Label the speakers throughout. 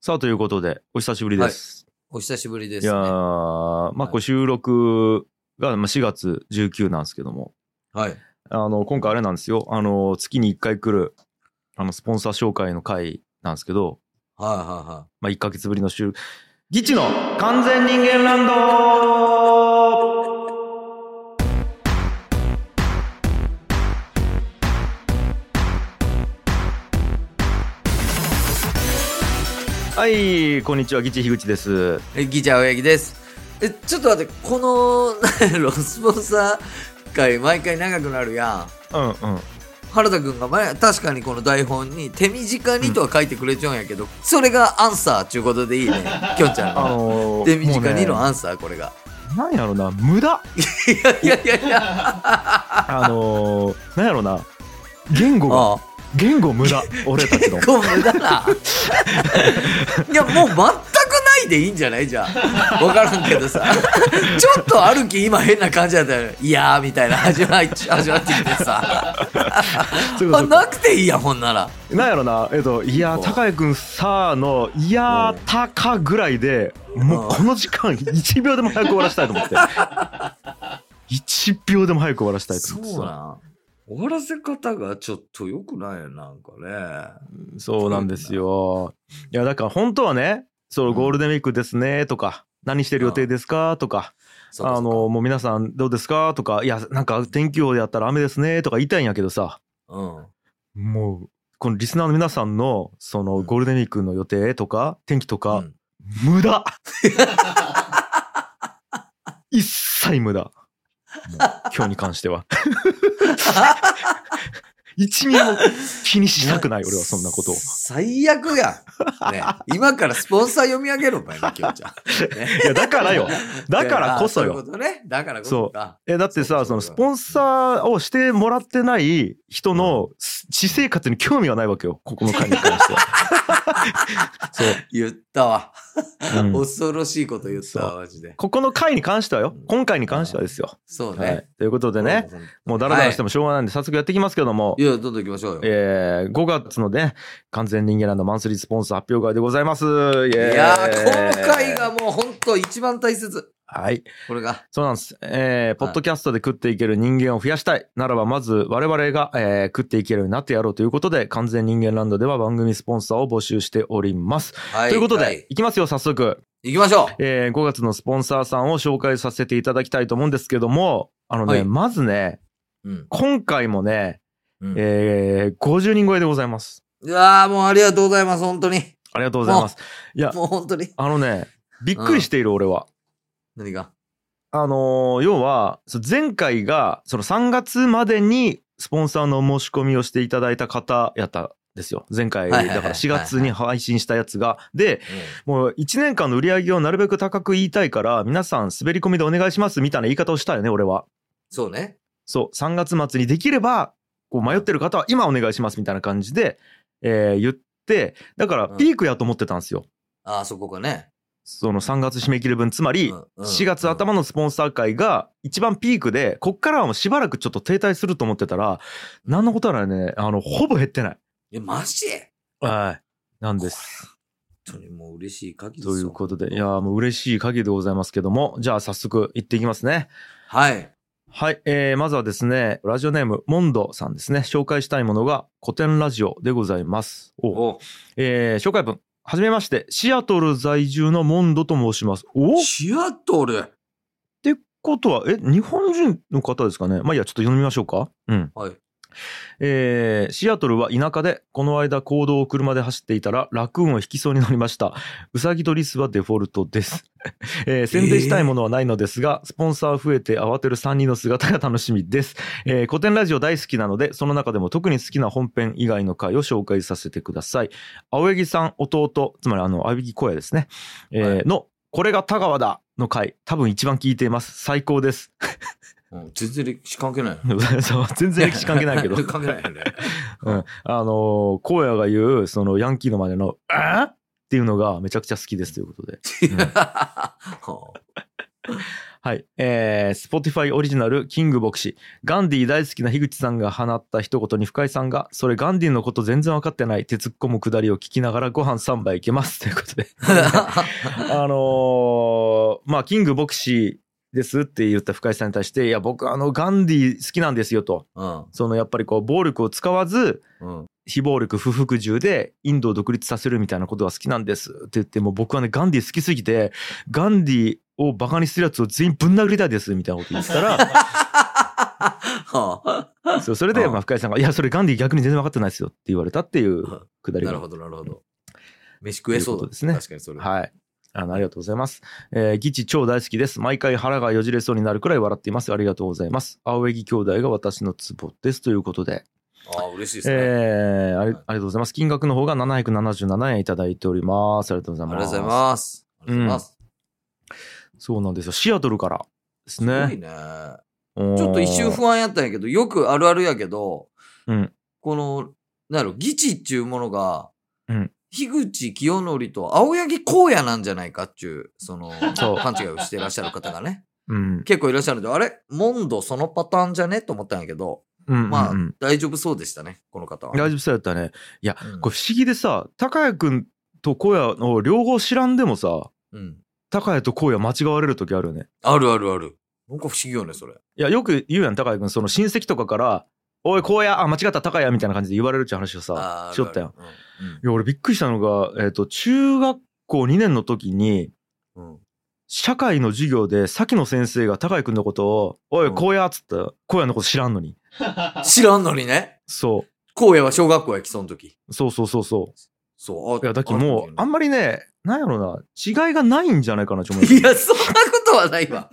Speaker 1: さあ、ということで、お久しぶりです。
Speaker 2: お久しぶりで
Speaker 1: い
Speaker 2: すね。
Speaker 1: や
Speaker 2: は
Speaker 1: ー、まあ、
Speaker 2: い
Speaker 1: こう収録がまあ4月19なんですけども、
Speaker 2: い。
Speaker 1: あの、今回あれなんですよ、あの、月に1回来る、あの、スポンサー紹介の回なんですけど、
Speaker 2: はいは
Speaker 1: まあ、1ヶ月ぶりの収録、ギッチの完全人間ランドはい、こんにちは、ギッチ樋口です。
Speaker 2: いはい。えギチャー青柳です。え、ちょっと待って、この、 なんやろ、スポンサー会、毎回長くなるや
Speaker 1: うんうん。
Speaker 2: ん。原田くんが前、確かにこの台本に、手短にとは書いてくれちゃうんやけど、それがアンサーちゅうことでいいね。きょんちゃん
Speaker 1: あ
Speaker 2: の。
Speaker 1: のー、
Speaker 2: 手短にの
Speaker 1: もうね
Speaker 2: アンサー、これが。
Speaker 1: なんやろな、無駄。
Speaker 2: いやいやいや、あ
Speaker 1: あのー、なんやろな、言語が、
Speaker 2: あ。
Speaker 1: 言語無駄、俺たちの
Speaker 2: 結。構無駄 な。いや、もう全くないでいいんじゃないじゃあ。分からんけどさ。ちょっと歩き今変な感じだったよね。いやーみたいな始まり始まってきてさ。
Speaker 1: そういうことそう
Speaker 2: あ
Speaker 1: いうこ
Speaker 2: なくていいやんほんなら。
Speaker 1: となんやろな、えっと、いやー、
Speaker 2: うん
Speaker 1: 高井くんさーの、いや
Speaker 2: う
Speaker 1: ー、
Speaker 2: ん
Speaker 1: たかぐらいで、もうこの時間、1秒でも早く終わらせたいと思 って。1秒でも早く終わらせたいと
Speaker 2: そ
Speaker 1: 思って
Speaker 2: う
Speaker 1: さ。
Speaker 2: なん。終わらせ方がちょっと良くないよなんかね。
Speaker 1: そうなんですよ。いや、だから本当はね、そのゴールデンウィークですね、とか、何してる予定ですか、とか、
Speaker 2: そうか
Speaker 1: あの、もう皆さんどうですかとか、いや、なんか天気予報でやったら雨ですねとか言いたいんやけどさ、
Speaker 2: そうか
Speaker 1: もう、このリスナーの皆さんの、その
Speaker 2: うん
Speaker 1: ゴールデンウィークの予定とか、天気と
Speaker 2: う
Speaker 1: か、
Speaker 2: ん。うん
Speaker 1: 無駄 一切無駄。もう今日に関して は。一ミリも気にしたくない、俺はそんなことを。
Speaker 2: 最悪やん、ね、今からスポンサー読み上げろお前ねきょうちゃん、ね
Speaker 1: いや、だからよ。だからこそ
Speaker 2: あそうい
Speaker 1: よ
Speaker 2: う。ことね。だからこそか。
Speaker 1: え、だってさ、そ
Speaker 2: そう
Speaker 1: の
Speaker 2: か
Speaker 1: ス
Speaker 2: そうか
Speaker 1: ポンサーをしてもらってない人の私生活に興味はないわけよ。ここの会に関 しては。そう。
Speaker 2: 言ったわ、
Speaker 1: うん
Speaker 2: 恐ろしいこと言った
Speaker 1: そ
Speaker 2: わ、マジで。
Speaker 1: ここの回に関してはよ
Speaker 2: うん。
Speaker 1: 今回に関してはですよ。
Speaker 2: そうね。
Speaker 1: はい。ということでね、
Speaker 2: そうそう
Speaker 1: もうダラダラしてもしょうがないんで、早速やっていきますけども
Speaker 2: い。や、どんどん行きましょうよ。
Speaker 1: えー、5月のね、完全人間ランドマンスリースポンサー発表会でございます。イエ
Speaker 2: い
Speaker 1: ーイ
Speaker 2: やー、今回が。もう本当一番大切。
Speaker 1: はい。
Speaker 2: これが。
Speaker 1: そうなんです。えー、ポッドキャストで食っていける人間を増やしたい。ならば、まず我々が、えー食っていけるようになってやろうということで、完全人間ランドでは番組スポンサーを募集しております。
Speaker 2: は
Speaker 1: ということで、、
Speaker 2: はい
Speaker 1: きますよ、早速。
Speaker 2: 行きましょ
Speaker 1: えー、5月のスポンサーさんを紹介させていただきたいと思うんですけども、あのね、
Speaker 2: はい
Speaker 1: まずね、
Speaker 2: う。うん。
Speaker 1: 今回もね、
Speaker 2: うん
Speaker 1: えー、50人超えでございます。
Speaker 2: いやー、もうありがとうございます、本当に。
Speaker 1: ありがとうございます。いや、
Speaker 2: もう本当に。
Speaker 1: あのね、びっくりしている、俺は。
Speaker 2: 何が
Speaker 1: あのー要は、そう前回が、その3月までにスポンサーの申し込みをしていただいた方やったんですよ。前回、
Speaker 2: は
Speaker 1: だ
Speaker 2: い
Speaker 1: か
Speaker 2: はいはい
Speaker 1: ら4月に配信したやつが。で、もう1年間の売り上げをなるべく高く言いたいから、皆さん滑り込みでお願いしますみたいな言い方をしたよね、俺は。
Speaker 2: そうね。
Speaker 1: そう、3月末にできれば、こう迷ってる方は今お願いしますみたいな感じで、えー言って、だから
Speaker 2: うん
Speaker 1: ピークやと思ってたんですよ。
Speaker 2: あー、そこかね。そ
Speaker 1: その3月締め切り分、つまり、4月頭
Speaker 2: の。
Speaker 1: のスポンサー会が一番ピークで、こっからはもうしばらくちょっと停滞すると思ってたら、何のことやらね、あの、ほぼ減ってない。
Speaker 2: いや、マジで
Speaker 1: はい。なんです。
Speaker 2: 本当にもう嬉しい限りで
Speaker 1: と
Speaker 2: す
Speaker 1: い
Speaker 2: よ
Speaker 1: うことで、いやーもう嬉しい限りでございますけども、じゃあ早速行っていきますね。
Speaker 2: はい。
Speaker 1: はい。えー、まずはですね、ラジオネーム、モンドさんですね。紹介したいものが古典ラジオでございます。お
Speaker 2: お
Speaker 1: えー、紹介文。はじめまして、シアトル在住のモンドと申します。おっ
Speaker 2: シアトル。
Speaker 1: てことは、え、日本人の方ですかねまあいいや、ちょっと読みましょうか。うん。
Speaker 2: はい。
Speaker 1: えーシアトルは田舎で、この間公道を車で走っていたら、ラクーンを引きそうになりました。ウサギとリスはデフォルトです。 えー宣伝したいものはないのですが、スポンサー増えて慌てる3人の姿が楽しみです。えー古典ラジオ大好きなので、その中でも特に好きな本編以外の回を紹介させてください。青柳さん、弟、つまりあの、青柳小屋ですね。えー
Speaker 2: は
Speaker 1: の、これが田川だの回、多分一番聞いています。最高です。
Speaker 2: うん全然歴史関係ないよ。
Speaker 1: そう全然歴史関係ないけど。
Speaker 2: 関係ないよね。
Speaker 1: うん、あのー、荒野が言う、そのヤンキーの真似の、あー っていうのがめちゃくちゃ好きですということで。
Speaker 2: はあ
Speaker 1: はい。えー、Spotify オリジナル、キング牧師。ガンディ大好きな樋口さんが放った一言に深井さんが、それガンディのこと全然わかってない、手突っ込むくだりを聞きながらご飯3杯いけます。ということで。 あのーまあ、キング牧師ですって言った深井さんに対して、いや、僕、あの、ガンディ好きなんですよと。
Speaker 2: うん
Speaker 1: その、やっぱりこう、暴力を使わず、
Speaker 2: うん
Speaker 1: 非暴力、不服従で、インドを独立させるみたいなことが好きなんですって言って、もう僕はね、ガンディ好きすぎて、ガンディをバカにするやつを全員ぶん殴りたいです、みたいなこと言ってた ら、
Speaker 2: は
Speaker 1: そうそれで、
Speaker 2: うん
Speaker 1: まあ、深井さんが、いや、それガンディ逆に全然分かってないですよって言われたって いう
Speaker 2: うん
Speaker 1: く
Speaker 2: あ
Speaker 1: だり
Speaker 2: なる
Speaker 1: が
Speaker 2: ほどなるほど飯食えそう
Speaker 1: ということ
Speaker 2: だ
Speaker 1: ですね
Speaker 2: 確かにそれ
Speaker 1: はい。あのありがとうございます。えー、ギチ超大好きです。毎回腹がよじれそうになるくらい笑っています。ありがとうございます。青柳兄弟が私のツボです。ということで、
Speaker 2: ああ嬉しいですね、
Speaker 1: えーありあり
Speaker 2: はい
Speaker 1: がとうございます。金額の方が777円いただいております。ありがとうござい
Speaker 2: あり
Speaker 1: ます。
Speaker 2: がとうございますありがとうございます、
Speaker 1: そうなんですよ。シアトルからです
Speaker 2: すごい
Speaker 1: ね。
Speaker 2: ね
Speaker 1: ちょ
Speaker 2: ちょっと一瞬不安やったんやけどよくあるあるやけど
Speaker 1: うん。
Speaker 2: このなんやろ義地っちゅうものが、
Speaker 1: うん
Speaker 2: 樋口清則と青柳光也なんじゃないかっちゅうその
Speaker 1: そう
Speaker 2: 勘違いをしてらっしゃる方がね
Speaker 1: うん。
Speaker 2: 結構いらっしゃるんであれモンドそのパターンじゃねと思ったんやけど
Speaker 1: うん。
Speaker 2: まあ、
Speaker 1: うんうん
Speaker 2: 大丈夫そうでしたねこの方は。
Speaker 1: 大丈夫そうやったね。
Speaker 2: うん
Speaker 1: これ不思議でさ、高谷くんと荒野を両方知らんでもさ、
Speaker 2: うん、
Speaker 1: 高谷と荒野間違われる時あるよね。
Speaker 2: あるあるある。なんか不思議よねそれ。
Speaker 1: いや、よく言うやん、高谷くん。その親戚とかから、おい、荒野、あ、間違った、高谷みたいな感じで言われるって話を
Speaker 2: あ
Speaker 1: さ
Speaker 2: ー、
Speaker 1: しよったやん。。
Speaker 2: うん
Speaker 1: いや、俺びっくりしたのが、えっ、と、中学校2年の時に、
Speaker 2: うんうん
Speaker 1: 社会の授業で、先の先生が高井くんのことを、おい、
Speaker 2: うん
Speaker 1: 荒野っつったら、荒野のこと知らんのに。
Speaker 2: 知らんのにね。
Speaker 1: そ
Speaker 2: 荒野は小学校やきその時。
Speaker 1: う。そうそうそうそ
Speaker 2: そう。
Speaker 1: う。いや、だっけもう、あん
Speaker 2: ま
Speaker 1: まりね、なんやろな、違いがないんじゃないかなと思う。
Speaker 2: いや、そんなことはないわ。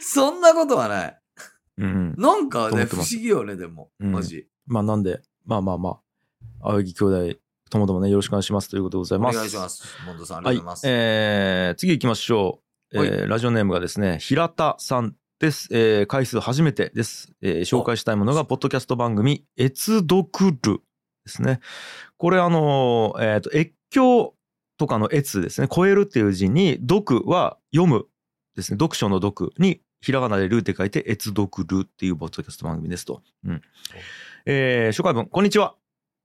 Speaker 2: そんなことはない。
Speaker 1: うん。
Speaker 2: なんか
Speaker 1: と思
Speaker 2: ね、
Speaker 1: って
Speaker 2: 不
Speaker 1: ま
Speaker 2: 思
Speaker 1: す
Speaker 2: 議よね、でも。
Speaker 1: うん
Speaker 2: マジ。
Speaker 1: まあ、なんで、まあまあまあ、青柳兄弟、ともどもね、よろしくお願いしますということでござい
Speaker 2: お
Speaker 1: ます。
Speaker 2: 願いします。モンドさん、ありが
Speaker 1: は
Speaker 2: と
Speaker 1: い、
Speaker 2: うございます。
Speaker 1: えー、次行きましょう、え
Speaker 2: はい
Speaker 1: ーラジオネームがですね平田さんです、えー回数初めてです、えー紹介したいものがポッドキャスト番組「越読る」ですねこれあのーえーと越境とかの越ですね超えるっていう字に読は読むですね読書の読にひらがなでルーって書いて越読るっていうポッドキャスト番組ですと、うんえー初回文こんにちは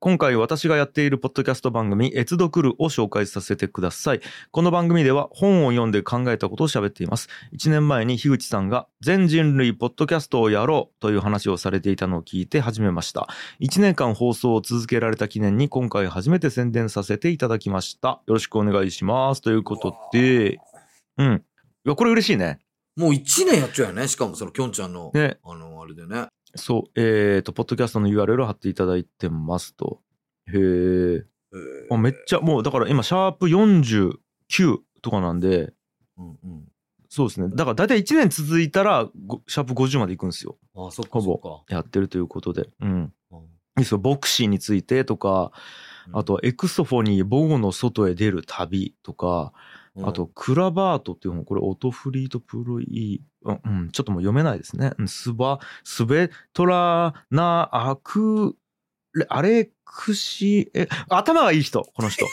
Speaker 1: 今回私がやっているポッドキャスト番組「越読る」を紹介させてくださいこの番組では本を読んで考えたことを喋っています。1年前に樋口さんが全人類ポッドキャストをやろうという話をされていたのを聞いて始めました。1年間放送を続けられた記念に今回初めて宣伝させていただきました。よろしくお願いします。ということで、うん。いや、これ嬉しいね。
Speaker 2: もう一年やっちゃうよね。しかも、その、きょんちゃんの、
Speaker 1: ね。
Speaker 2: あの、あれでね。
Speaker 1: そう。えっ、と、ポッドキャストの URL を貼っていただいてますと。へえ。
Speaker 2: えー
Speaker 1: あめっちゃ、もうだから今、シャープ49とかなんで、
Speaker 2: うんうん。
Speaker 1: そうですね。だから大体1年続いたら、ごシャープ50までいくんですよ。
Speaker 2: あ、そっか、
Speaker 1: ほ
Speaker 2: そっ
Speaker 1: ぼ
Speaker 2: か。
Speaker 1: やってるということで。うん。
Speaker 2: うん
Speaker 1: いいですよ。ボクシーについてとか、あと、はエクソフォニー母語の外へ出る旅とか、
Speaker 2: うん
Speaker 1: あと、、クラバートっていう本、これ、オトフリートプロイ、うん、うんちょっともう読めないですね。うんスバ、スベトラナ、アク、レアレクシ、え、頭がいい人、こ の人。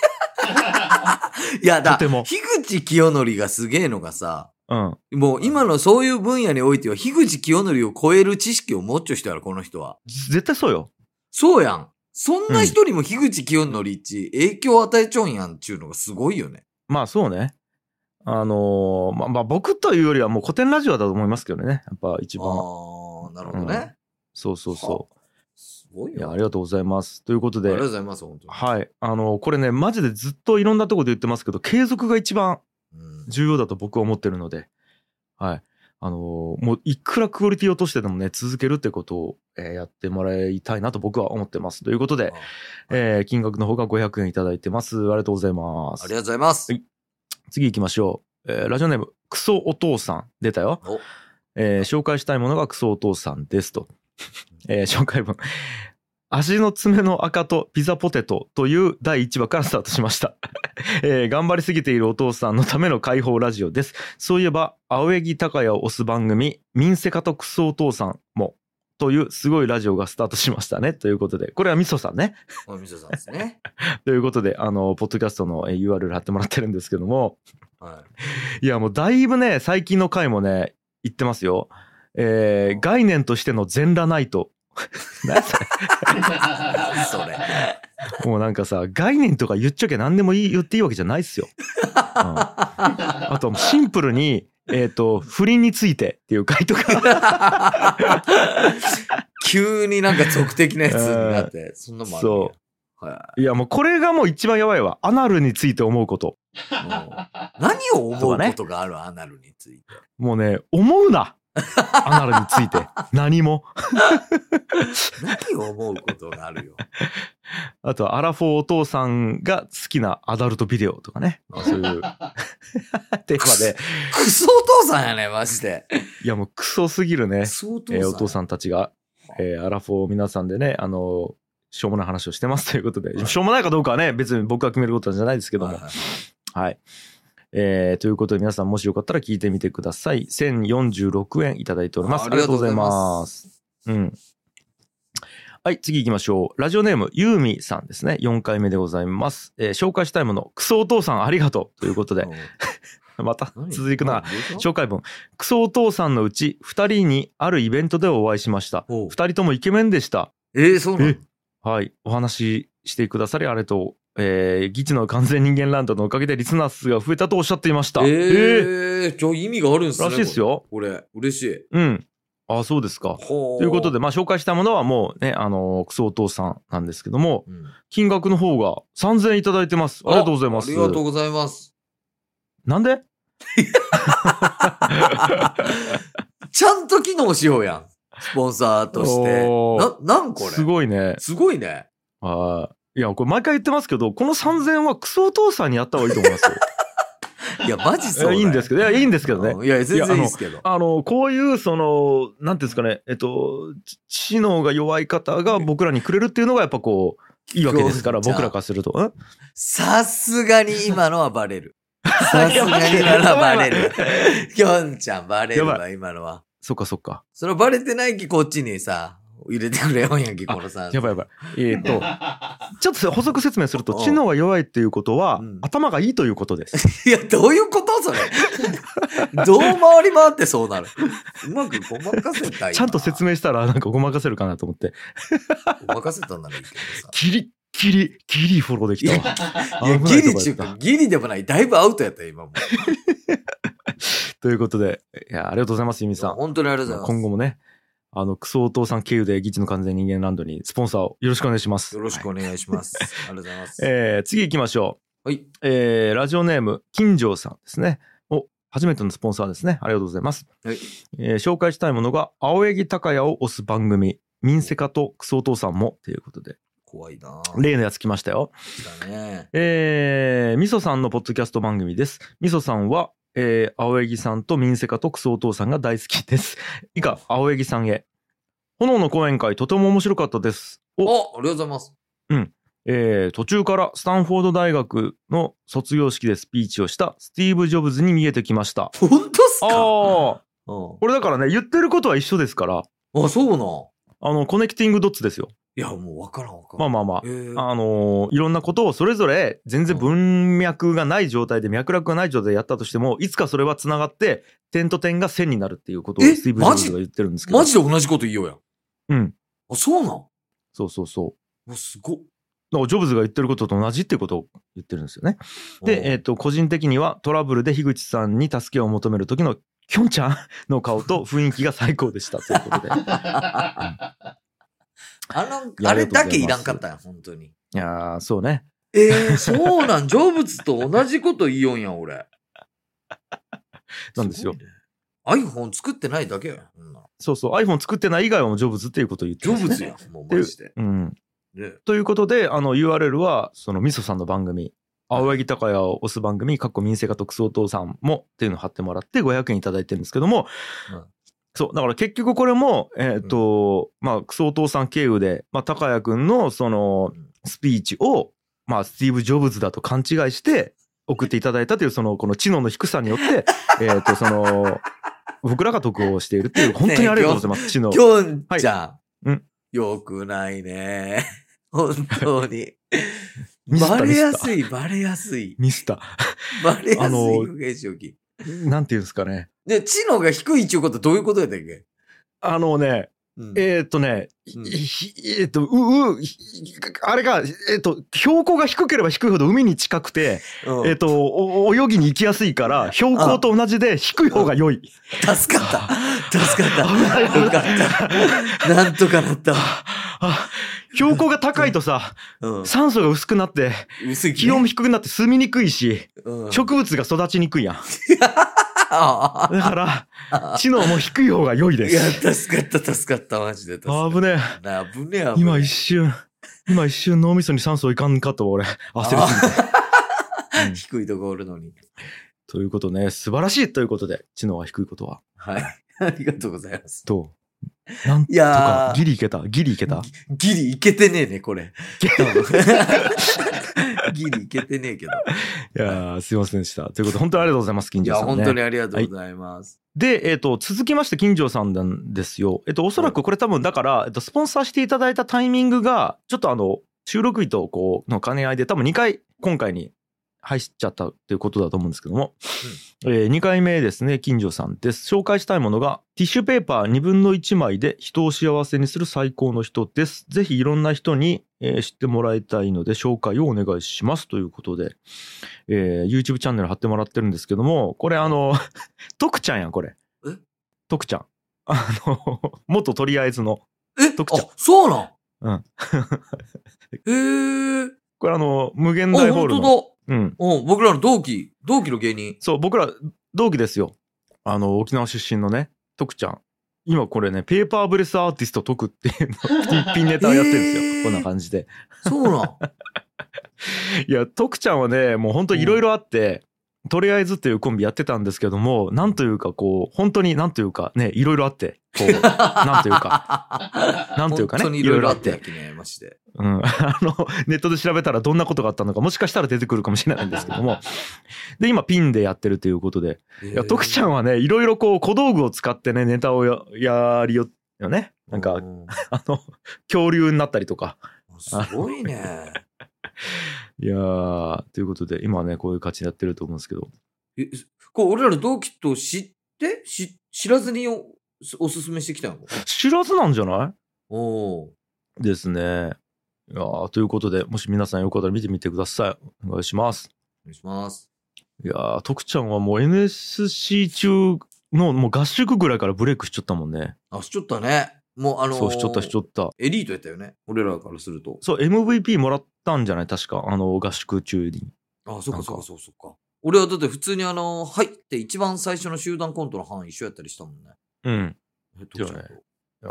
Speaker 2: いや、だ、
Speaker 1: とても
Speaker 2: 樋口清則がすげえのがさ、
Speaker 1: うん。
Speaker 2: もう今のそういう分野においては、樋口清則を超える知識を持っちょ人やろ、この人は。
Speaker 1: 絶対そうよ。
Speaker 2: そうやん。そんな人にも樋口清則っち影響を与えちょんやんっちゅうのがすごいよね。
Speaker 1: まあそうね。あのーまあ、まあ僕というよりはもう古典ラジオだと思いますけどね。やっぱ一
Speaker 2: あ
Speaker 1: 番。
Speaker 2: ー、なるほどね。
Speaker 1: そうそうそ。
Speaker 2: すごいう
Speaker 1: いや、
Speaker 2: よ。
Speaker 1: あ
Speaker 2: あ
Speaker 1: り
Speaker 2: り
Speaker 1: がとうございます。ということ
Speaker 2: がとうご
Speaker 1: で、
Speaker 2: ざいます、本当に。
Speaker 1: はい。あのーこれね、マジでずっといろんなとこで言ってますけど、継続が一番
Speaker 2: うん
Speaker 1: 重要だと僕は思ってるので、はい。あのーもういくらクオリティ落としてでもね、続けるってことを、えーやってもらいたいなと僕は思ってます。ということで、えー金額の方が500円いただいてます。ありがとうございま
Speaker 2: あ
Speaker 1: す
Speaker 2: りが。とうございます。
Speaker 1: はい次行きましょう。えーラジオネーム、クソお父さん。出たよ。
Speaker 2: お
Speaker 1: えー紹介したいものがクソお父さんですと。 えー紹介文。 足の爪の赤とピザポテトという第1話からスタートしました、 えー頑張りすぎているお父さんのための解放ラジオです。そういえば、青柳高也を推す番組、民セカとクソお父さんも、というすごいラジオがスタートしましたね。ということで、これはみそさんね。
Speaker 2: おみそさんですね。
Speaker 1: ということで、あの、ポッドキャストのえー URL 貼ってもらってるんですけども、
Speaker 2: はい
Speaker 1: や、もうだいぶね、最近の回もね、言ってますよ。えー概念としての全裸ナイト。なんか
Speaker 2: それ。
Speaker 1: もうなんかさ、概念とか言っちゃけ何でもいい言っていいわけじゃないっすよ。うんあとはもうシンプルに、えっ、と、不倫についてっていう回とか、
Speaker 2: 急になんか俗的なやつに なって、そんなもんあるんや
Speaker 1: そ
Speaker 2: は
Speaker 1: う。いやもうこれがもう一番やばいわ。アナルについて思うこと。
Speaker 2: いもう何を思うことがあるアナルにつ いて。
Speaker 1: もうね、思うなアナルについて。何も。
Speaker 2: 何を思うことがあるよ。
Speaker 1: あとは、アラフォーお父さんが好きなアダルトビデオとかね。そういうテーマで。
Speaker 2: クソお父さんやね、マジで。
Speaker 1: いや、もうクソすぎるね
Speaker 2: ク。ソお父さん
Speaker 1: えーお父さんたちが、えーアラフォー皆さんでね、あの、しょうもない話をしてますという ことで、
Speaker 2: はい
Speaker 1: しょうもないかどうかはね、別に僕が決めることじゃないですけども。
Speaker 2: はい
Speaker 1: はい、
Speaker 2: はい
Speaker 1: えーということで皆さんもしよかったら聞いてみてください。1046円いただいております。
Speaker 2: あ
Speaker 1: あ
Speaker 2: り
Speaker 1: り
Speaker 2: が
Speaker 1: が
Speaker 2: と
Speaker 1: とうご
Speaker 2: うござ
Speaker 1: ざ
Speaker 2: い
Speaker 1: い
Speaker 2: ま
Speaker 1: ます。うん。はい、次行きましょう。ラジオネーム、ユーミさんですね。4回目でございます。えー紹介したいもの、クソお父さんありがとうということで、また
Speaker 2: うん
Speaker 1: 続いくな。。
Speaker 2: 何
Speaker 1: 紹介文クソお父さんのうち2人にあるイベントでお会いしました
Speaker 2: おう
Speaker 1: 2人ともイケメンでした
Speaker 2: えー、そうなの
Speaker 1: えはいお話ししてくださりありがとう、えー、ギチの完全人間ランドのおかげでリスナー数が増えたとおっしゃっていました
Speaker 2: え
Speaker 1: え
Speaker 2: ー、じゃあ意味があるんす
Speaker 1: ー
Speaker 2: ね。
Speaker 1: らしいですよ
Speaker 2: これ。これ、嬉しい。
Speaker 1: うんあそうですかと
Speaker 2: と
Speaker 1: いうことで、、まあ、紹介したものはもうね、あのークソお父さんなんですけども、
Speaker 2: うん
Speaker 1: 金額の方が3000円いただいてます。ありがとうございます。
Speaker 2: ありがとうございます。
Speaker 1: なんで
Speaker 2: ちゃんと機能しようやん。スポンサーとして。
Speaker 1: おー
Speaker 2: な、なんこれ
Speaker 1: すごいね。
Speaker 2: すごいね。
Speaker 1: はい。いや、これ毎回言ってますけど、この3000円はクソお父さんにやった方がいいと思いますよ。
Speaker 2: いや、マジ そうだよ。
Speaker 1: いやいいんですけどいやいいんですけどね
Speaker 2: うんいや、全
Speaker 1: いやあ
Speaker 2: 然
Speaker 1: の
Speaker 2: いいですけど。
Speaker 1: あの、こういう、その、なんていうんですかね、えっと、知知能が弱い方が僕らにくれるっていうのが、やっぱこう、いいわけですから、
Speaker 2: じゃあ
Speaker 1: 僕らからすると。ん
Speaker 2: さすがに今のはバ レる。さすがに今のはバレる。きょんちゃんバレる
Speaker 1: や
Speaker 2: わ、今のは。
Speaker 1: そっかそっか。
Speaker 2: それはバレてないき、こっちにさ、入れてくれよんやき、このさん。
Speaker 1: やばいやばい。えーっと、 ちょっと補足説明すると、
Speaker 2: うん
Speaker 1: 知能が弱いっていうことは
Speaker 2: うん、
Speaker 1: 頭がいいということです。
Speaker 2: いや、どういうことそれ。 どう回り回ってそうなる。うまくごまかせたい。
Speaker 1: ちゃんと説
Speaker 2: 明。
Speaker 1: 明したら、なんかごまかせるかなと思って、
Speaker 2: ごまかせたんならいいけど さ。
Speaker 1: ギリッギリ、ギリフォローできたわ。
Speaker 2: いや、
Speaker 1: 危な
Speaker 2: ギ
Speaker 1: いと
Speaker 2: リ
Speaker 1: こ
Speaker 2: 中
Speaker 1: やった
Speaker 2: 華、ギリでもない。だいぶアウトやったよ、今も。
Speaker 1: ということで、いや、ありがとうございます、ゆみさん。
Speaker 2: 本当にありがとうございます。
Speaker 1: 今後もね、あの、クソお父さん経由で、ギチの完全人間ランドにスポンサーをよろしくお願いします。
Speaker 2: よろしくお願いします。ありがとうございます。
Speaker 1: えー次行きましょ
Speaker 2: はい。
Speaker 1: う、えーラジオネーム金城さんですねお初めてのスポンサーですねありがとうございます、
Speaker 2: はい
Speaker 1: えー紹介したいものが青柳高也を推す番組「民セカとクソお父さんも」ということで
Speaker 2: 怖いなぁ。
Speaker 1: 例のやつ来ましたよ
Speaker 2: だね。
Speaker 1: えー、みそさんのポッドキャスト番組ですみそさんは、えー青柳さんと民セカとクソお父さんが大好きです以下青柳さんへ炎の講演会とても面白かったですお
Speaker 2: おありがとうございます。
Speaker 1: えー途中からスタンフォード大学の卒業式でスピーチをしたスティーブ・ジョブズに見えてきました。
Speaker 2: 本当っす
Speaker 1: ああー、
Speaker 2: か
Speaker 1: こ
Speaker 2: う
Speaker 1: れだからね、言ってることは一緒ですから、
Speaker 2: ん。あ、そうなん。
Speaker 1: あの、コネクティングドッツですよ。
Speaker 2: いや、もうわからんわからん。
Speaker 1: まあまあま
Speaker 2: えー
Speaker 1: あ。あのーいろんなことをそれぞれ全然文脈がない状態で、脈絡がない状態でやったとしても、いつかそれは繋がって、点と点が線になるっていうことを
Speaker 2: え
Speaker 1: スティーブ・ジョブズが言ってるんですけど。
Speaker 2: マジで同じこと言いようやん。
Speaker 1: うん。
Speaker 2: あ、そうなん。も
Speaker 1: そうそうそう。
Speaker 2: うすごっ。
Speaker 1: だからジョブズが言ってることと同じっていうことを言ってるんですよね。
Speaker 2: うん
Speaker 1: で、えっ、と、個人的にはトラブルで樋口さんに助けを求める時のきょんちゃんの顔 と雰囲気が最高でしたということで。い
Speaker 2: あの、
Speaker 1: や
Speaker 2: あ
Speaker 1: あり
Speaker 2: れ
Speaker 1: がとうございます
Speaker 2: だけいらんかったんや、本当に。
Speaker 1: やー、そうね。
Speaker 2: えー、そうなん、成仏と同じこと言いよんや、俺。
Speaker 1: なんですよ
Speaker 2: ごいね。iPhone 作ってないだけや。そんな
Speaker 1: そうそう。iPhone 作ってない以外はもうジョブズっていうことを言って
Speaker 2: 成
Speaker 1: ます、ね。
Speaker 2: 仏や。もうマジで。
Speaker 1: うん。
Speaker 2: ね。
Speaker 1: ということで、あの URL は、そのみそさんの番組、青柳高也を推す番組、かっこ民生化特捜党さんもっていうのを貼ってもらって500円いただいてるんですけども、
Speaker 2: うん
Speaker 1: そう、だから結局これも、えっ、と、まあ、クソ党さん経由で、まあ、高也くんのその
Speaker 2: うん
Speaker 1: スピーチを、まあ、スティーブ・ジョブズだと勘違いして送っていただいたという、その、この知能の低さによ って、えっと、その、僕らが得をしているっていう、本当にありがとうございます、知能。
Speaker 2: きょんちゃん。
Speaker 1: はいうん
Speaker 2: よくないね。 本当に。
Speaker 1: ミスっ
Speaker 2: バ
Speaker 1: たミ
Speaker 2: レ
Speaker 1: ス
Speaker 2: や
Speaker 1: った
Speaker 2: すい、バレやすい。
Speaker 1: ミスった。
Speaker 2: バレやすい
Speaker 1: あの
Speaker 2: 不平正気。
Speaker 1: なんていうんですかね。
Speaker 2: で、知能が低いっていうことはどういうことやったっけ
Speaker 1: あのね、
Speaker 2: うん
Speaker 1: えーっとね、
Speaker 2: うん
Speaker 1: ひえーっと、う、う、ひあれが、えーっと、標高が低ければ低いほど海に近くて、
Speaker 2: うん
Speaker 1: えーっと、お泳ぎに行きやすいから、標高と同じで低い方が良い。
Speaker 2: 助か った。助かった。よかった。なんとかなったわ。
Speaker 1: あ標高が高いとさ、
Speaker 2: うん。
Speaker 1: 酸素が薄くなって、
Speaker 2: 薄いね
Speaker 1: 気温も低くなって住みにくいし、
Speaker 2: うん
Speaker 1: 植物が育ちにくいやん。
Speaker 2: あ
Speaker 1: だから、知能も低い方が良い
Speaker 2: あ
Speaker 1: で
Speaker 2: いや、
Speaker 1: す。
Speaker 2: 助かった、助かった、マジで。助か
Speaker 1: あ
Speaker 2: っ
Speaker 1: ぶねえ。
Speaker 2: た。危ねえ、危ねえ。
Speaker 1: 今一瞬、今一瞬脳みそに酸素いかんかと俺、焦りすぎて。うん
Speaker 2: 低いとこおるのに。
Speaker 1: ということね、素晴らしいということで、知能は低いことは。
Speaker 2: はい。 ありがとうございます。
Speaker 1: どうなんと
Speaker 2: い
Speaker 1: か
Speaker 2: や、ー
Speaker 1: ギリいけた、ギリいけた。
Speaker 2: ギリいけてねえね、これ。多 分 ギリいけてねえけど。
Speaker 1: いやーすいませんでした。ということで、本当にありがとうございます、金
Speaker 2: い
Speaker 1: 城
Speaker 2: や、
Speaker 1: さん、ね。
Speaker 2: 本当にありがとうございます。
Speaker 1: で、えっ、と、続きまして、金城さんなんですよ。えっ、と、おそらくこれ多分、だから、えっと、スポンサーしていただいたタイミングが、ちょっとあの、収録日と、こう、の兼ね合いで、多分2回、今回に入っちゃったということだと思うんですけども、え2回目ですね、金城さんです。紹介したいものが、ティッシュペーパー2分の1枚で人を幸せにする最高の人です。ぜひいろんな人に、えー知ってもらいたいので、紹介をお願いしますということで、えー YouTube チャンネル貼ってもらってるんですけども、これあの、徳ちゃんやん、これ
Speaker 2: え。
Speaker 1: 徳ちゃん。 あの、元とりあえずの。
Speaker 2: え
Speaker 1: 特茶
Speaker 2: あ、そうなん
Speaker 1: うん。
Speaker 2: へ え。
Speaker 1: これあの、無限
Speaker 2: あ、
Speaker 1: 大ホー
Speaker 2: 本
Speaker 1: ルの。
Speaker 2: 当だ。
Speaker 1: うん。
Speaker 2: うん、僕らの同期、同期の芸人。
Speaker 1: そう、僕ら同期ですよ。あの、沖縄出身のね、徳ちゃん。今これね、ペーパーブレスアーティスト徳っていう の、一品ネタをやってるんですよ。
Speaker 2: えー
Speaker 1: こんな感じで。
Speaker 2: そうなん。
Speaker 1: いや、徳ちゃんはね、もう本当いろいろあって、とりあえずっていうコンビやってたんですけども、なんというかこう、本当になんというかね、いろいろあって、こ う、 なんという
Speaker 2: か。
Speaker 1: なんというかね
Speaker 2: 本当にいろいろあってやきね、マジで。
Speaker 1: うん、 あのネットで調べたらどんなことがあったのかもしかしたら出てくるかもしれないんですけどもで今ピンでやってるということでいや徳ちゃん
Speaker 2: は
Speaker 1: はねいろいろこう小道具を使ってねネタをややりよよねなんか、あの恐竜になったりとか
Speaker 2: すごいね。
Speaker 1: いやーということで今ねこういう感じでやってると思うんですけど
Speaker 2: えこれ俺らの同期と知ってし知らずにおおすすめしてきたの
Speaker 1: 知らずなんじゃな
Speaker 2: おお。
Speaker 1: いですねいやーということでもし皆さんよかったら見てみてくださいお願いします
Speaker 2: お願いします。
Speaker 1: いやー徳ちゃんはもう NSC 中のもう合宿ぐらいからブレイクしちゃったもんね
Speaker 2: あ、しちょったね。もうあのー
Speaker 1: そうしちょったしちょった
Speaker 2: エリートやったよね。俺らからすると。
Speaker 1: そう MVP もらったんじゃない確かあの合宿中に
Speaker 2: あ、そっ
Speaker 1: なん
Speaker 2: か
Speaker 1: か
Speaker 2: そっかそっかそっか。俺はだって普通にあのー、入って一番最初の集団コントの班一緒やったりしたもんね。
Speaker 1: うん
Speaker 2: え徳ちゃん
Speaker 1: だ
Speaker 2: と
Speaker 1: よいやー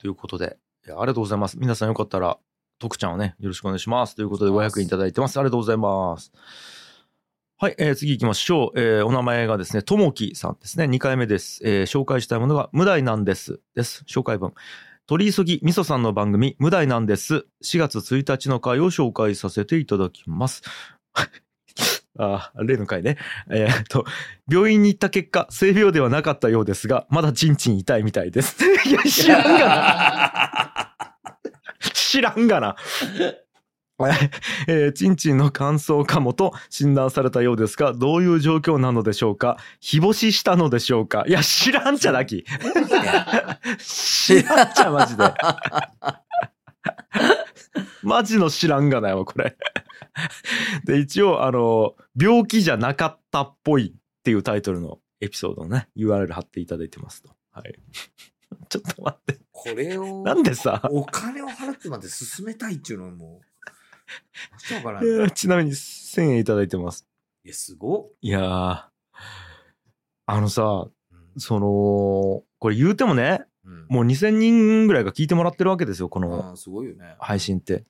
Speaker 1: ということでいやありがとうございます皆さんよかったら徳ちゃんをねよろしくお願いしますということで
Speaker 2: お
Speaker 1: ご
Speaker 2: 願いしま
Speaker 1: 役
Speaker 2: す
Speaker 1: 員いただいてますありがとうございますはい、えー次行きましょう、えーお名前がですねともきさんですね2回目です、えー紹介したいものが「無題なんです」です紹介文取り急ぎみそさんの番組「無題なんです」4月1日の回を紹介させていただきますあー例の回ねえーっと病院に行った結果性病ではなかったようですがまだちんちん痛いみたいですいや知らんがな知らんがな。えー、チンチンの乾燥かもと診断されたようですがどういう状況なのでしょうか日干ししたのでしょうかいや知らんちゃなき知らんちゃマジで マジの知らんがなよこれ で一応あの病気じゃなかったっぽいっていうタイトルのエピソードのね URL 貼っていただいてますとはい ちょっと待って
Speaker 2: これを。
Speaker 1: なんでさ
Speaker 2: お金を払ってまで進めたいっていうのはもう。しょうがない。
Speaker 1: い
Speaker 2: い
Speaker 1: やちなみに1000円いただいてます
Speaker 2: や、すごっ。
Speaker 1: いやーあのさ
Speaker 2: うん
Speaker 1: そのこれ言うてもね
Speaker 2: うん
Speaker 1: もう2000人ぐらいが聞いてもらってるわけですよこ
Speaker 2: あ
Speaker 1: の
Speaker 2: ーすごいよね。
Speaker 1: 配信って。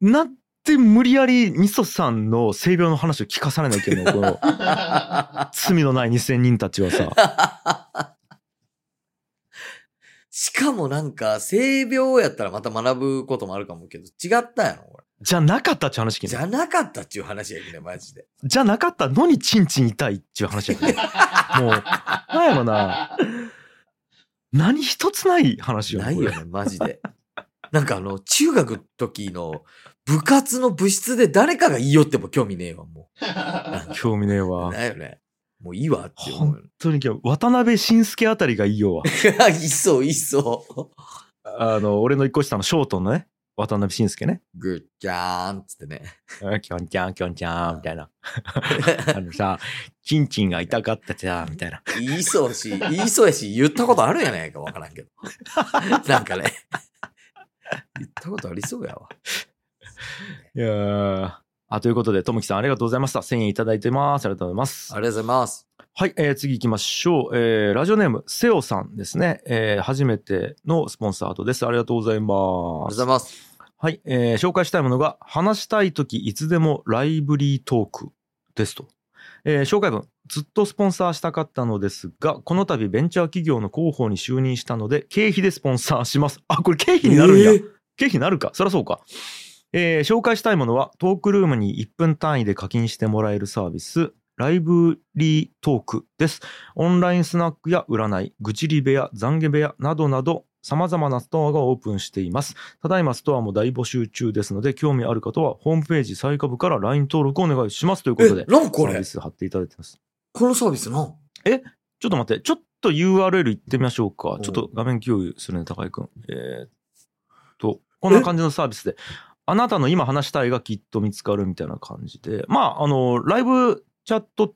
Speaker 1: なんて無理やりみそさんの性病の話を聞かされなきゃいけないのこの罪のない2000人たちはさ
Speaker 2: しかもなんか、性病やったらまた学ぶこともあるかもけど、違ったやろ、こ
Speaker 1: じゃなかったっちゅう話聞
Speaker 2: れ。
Speaker 1: い
Speaker 2: じ
Speaker 1: て
Speaker 2: ゃなかったっていう話やけどね、マジで。
Speaker 1: じゃなかったのにチンチン痛いっちゅう話やけどもうなんやろな何一つない話よね
Speaker 2: ない
Speaker 1: これ
Speaker 2: よね、マジで。なんかあの、中学の時の 部活の部室で誰かが言いよっても興味ねえわ、もう。
Speaker 1: 興味ねえわ
Speaker 2: ないよね。もういいわって思う。
Speaker 1: 本当に今日、渡辺晋介あたりがいいよわ。
Speaker 2: いそう、いそう。
Speaker 1: あの、俺の一個下のショートのね、渡辺晋介ね。
Speaker 2: グッジャーンっつってね。
Speaker 1: うんきょんちゃん、きょんちゃん、みたいな。あのさ、ちんちんが痛かったじゃん、みたいな。
Speaker 2: 言いそうし、言いそうやし、言ったことあるんやないかわからんけど。なんかね。言ったことありそうやわ。
Speaker 1: いやーあ、ということで、ともきさんありがとうございました。1000円いただいてます。ありがとうございます
Speaker 2: あ。りがとうございます。
Speaker 1: はい、えー次行きましょう。えーラジオネーム、セオさんですね。えー初めてのスポンサードです。ありがとうござい
Speaker 2: ありが
Speaker 1: ま
Speaker 2: とうご
Speaker 1: す
Speaker 2: ざ。います。
Speaker 1: はい、えー紹介したいものが、話したいときいつでもライブリートークですと。えー紹介文、ずっとスポンサーしたかったのですが、この度ベンチャー企業の広報に就任したので、経費でスポンサーします。あ、これ経費になるんや。
Speaker 2: えー
Speaker 1: 経費になるか。そりゃそうか。えー紹介したいものは、トークルームに1分単位で課金してもらえるサービス、ライブリートークです。オンラインスナックや占い、愚痴り部屋、懺悔部屋などなど、様々なストアがオープンしています。ただいまストアも大募集中ですので、興味ある方は、ホームページ最下部から LINE 登録お願いしますということで
Speaker 2: え、、なんかこ
Speaker 1: サー
Speaker 2: れ
Speaker 1: ビ、ス貼っていただいてます。
Speaker 2: このサービスの
Speaker 1: ちょっと待って、ちょっと URL 行ってみましょうか
Speaker 2: ん。
Speaker 1: ちょっと画面共有するね、高井くん。えーっと、こんな感じのサービスで、あなたの今話したいがきっと見つかるみたいな感じで、まあ、あの、ライブチャット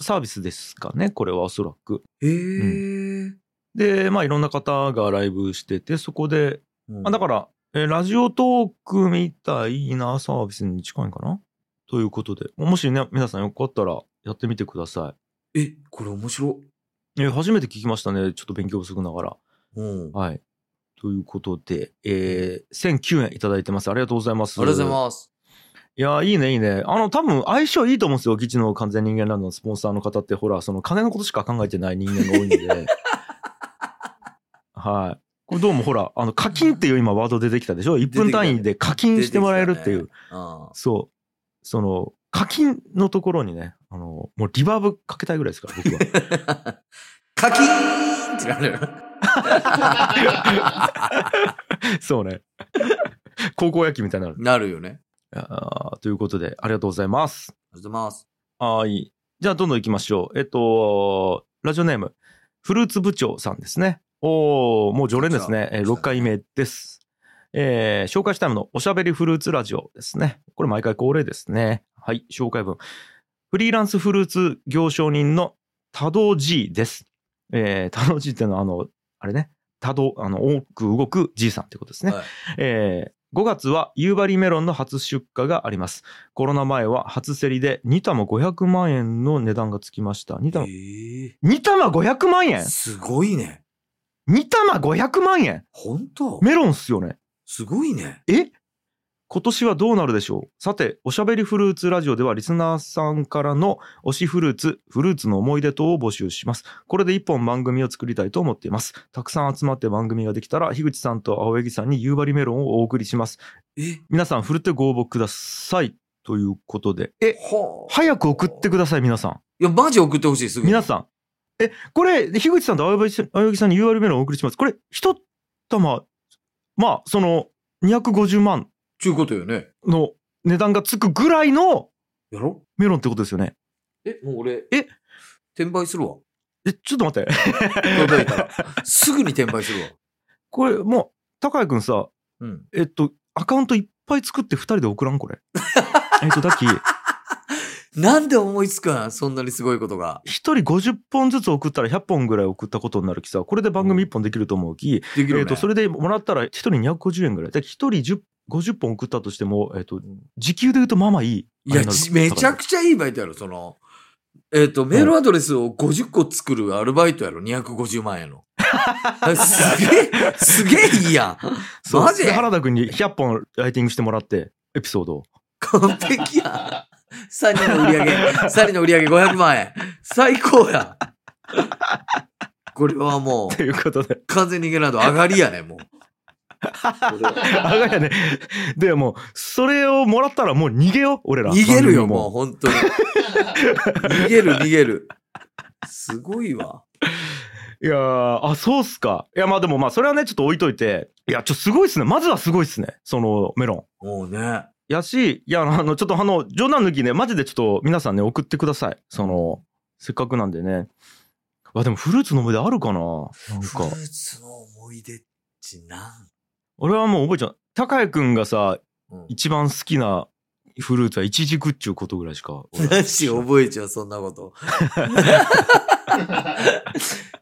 Speaker 1: サービスですかね、これはおそらく。
Speaker 2: えー。
Speaker 1: で、まあ、いろんな方がライブしてて、そこで、
Speaker 2: うん
Speaker 1: まあ、だから、えーラジオトークみたいなサービスに近いんかなということで、もしね、皆さんよかったらやってみてくださ
Speaker 2: え、これ面白
Speaker 1: い。えー初めて聞きましたね、ちょっと勉強不足ながら。
Speaker 2: い。うん。あ
Speaker 1: はい。ということで、えー、1009円いただいてます。ありがとうございます。
Speaker 2: りがとうござ
Speaker 1: す。
Speaker 2: います。
Speaker 1: いやー、いいね、いいね。あの、多分、相性いいと思うんですよ。ギチの完全人間ランドのスポンサーの方って、ほら、その、金のことしか考えてない人間が多いん で。はい。これどうもほら、あの、課金っていう今ワード出てきたでしょ ?1 分単位で課金してもらえるっていう。
Speaker 2: 出きたね。あ
Speaker 1: そう。その、課金のところにね、あの、もうリバーブかけたいぐらいですから、 僕は。
Speaker 2: あ。カキーンってなる。
Speaker 1: そうね。高校野球みたいになる。
Speaker 2: なるよね。
Speaker 1: あーということで、ありがとうございます。
Speaker 2: ありがとうございます。
Speaker 1: はい。じゃあ、どんどん行きましょう。えっと、ラジオネーム、フルーツ部長さんですね。おー、もう常連ですね。えー6回目です。えー紹介したいもの、おしゃべりフルーツラジオですね。これ毎回恒例ですね。はい、紹介文。フリーランスフルーツ行商人の多動 G です。えー、多動 G っていうのは、あの、あれね、多動、あの、多く動く G さんってことですね。
Speaker 2: はい
Speaker 1: えー5月は夕張メロンの初出荷があります。コロナ前は初競りで2玉500万円の値段がつきました。2玉、
Speaker 2: え
Speaker 1: 2玉500万
Speaker 2: ー
Speaker 1: 円
Speaker 2: すごいね。
Speaker 1: !2 玉500万円
Speaker 2: 本当
Speaker 1: メロンっすよね。
Speaker 2: すごいね。
Speaker 1: え今年はどうなるでしょうさて、おしゃべりフルーツラジオではリスナーさんからの推しフルーツ、フルーツの思い出等を募集します。これで一本番組を作りたいと思っています。たくさん集まって番組ができたら、樋口さんと青柳さんに夕張メロンをお送りします。
Speaker 2: え
Speaker 1: 皆さん、振るってご応募ください。ということで。え、
Speaker 2: はあ。
Speaker 1: 早く送ってください、皆さ
Speaker 2: いや、マジ送ってほしい、す
Speaker 1: ん。
Speaker 2: ぐに。
Speaker 1: 皆さん。え、これ、樋口さんと青柳さん青柳さんに URL メールをお送りします。これ、一玉、まあ、その、250万
Speaker 2: ちゅうことよね。
Speaker 1: の値段がつくぐらいの
Speaker 2: やろ
Speaker 1: メロンってことですよね。
Speaker 2: え、もう俺、
Speaker 1: え
Speaker 2: 転売するわ。
Speaker 1: え、ちょっと待って。
Speaker 2: 届い たら。すぐに転売するわ。
Speaker 1: これ、もう、高井くんさ、
Speaker 2: うん。
Speaker 1: えっと、アカウントいっぱい作って二人で送らんこれ。 えっと、だっき、
Speaker 2: なんで思いつくんそんなにすごいことが。
Speaker 1: 一人50本ずつ送ったら100本ぐらい送ったことになるきさ、これで番組1本できると思うき、
Speaker 2: できるよ、ね
Speaker 1: えー、とそれでもらったら1人250円ぐらいで1人10 50本送ったとしても、えー、と時給で言うとまあまあいい
Speaker 2: いや、じめちゃ
Speaker 1: ち
Speaker 2: くちゃいいバイトやろ、その。えっ、と、メールアドレスを50個作るアルバイトやろ、250万 円の。すげえ、すげえいいやん。
Speaker 1: そう
Speaker 2: マジ
Speaker 1: で原田君に100本ライティングしてもらってエピソードを
Speaker 2: 完璧やん。サリの売り上げ、サリの売り上げ500万円。最高やん。これはもう
Speaker 1: と。いうこと で
Speaker 2: 完全に逃げないと上がりやね、もう。
Speaker 1: あがやねでもうそれをもらったらもう逃げよう俺ら
Speaker 2: 逃げるよ、
Speaker 1: 番組
Speaker 2: もう、本当に。逃げる、逃げる。すごいわ。
Speaker 1: いやーあそうっすかいやまあでもまあそれはねちょっと置いといていやちょっとすごいっすねまずはすごいっすねそのメロン
Speaker 2: もうね。
Speaker 1: やしいやあのちょっとあの冗談抜きねマジでちょっと皆さんね送ってくださいそのせっかくなんでね。あ、でもフルーツの思い出あるかななん
Speaker 2: フル
Speaker 1: か。
Speaker 2: ーツの思い出っちなん。
Speaker 1: 俺はもう覚えちゃう。高谷くんがさ、
Speaker 2: うん
Speaker 1: 一番好きなフルーツはイチジクっちゅうことぐらいしか。俺
Speaker 2: なし覚えちゃう、そんな こと。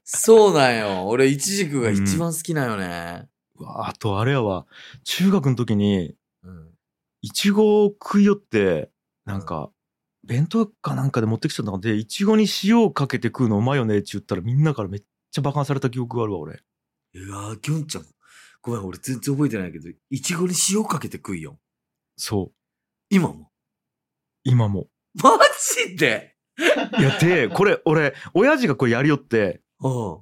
Speaker 2: そうなんよ。俺、イチジクが一番好きなんよね。
Speaker 1: うわあとあれやわ。中学の時に、
Speaker 2: うん。
Speaker 1: いちごを食いよって、なんか、弁当かなんかで持ってきちゃったので、いちごに塩をかけて食うのうまいよねって言ったらみんなからめっちゃバカンされた記憶があるわ、俺。
Speaker 2: いやー、きょんちゃん。ごめん、俺全然覚えてないけど、イチゴに塩かけて食いよ。
Speaker 1: そう。
Speaker 2: 今も。
Speaker 1: 今も。
Speaker 2: マジで
Speaker 1: いや、で、これ、俺、親父がこれやりよって、
Speaker 2: うん。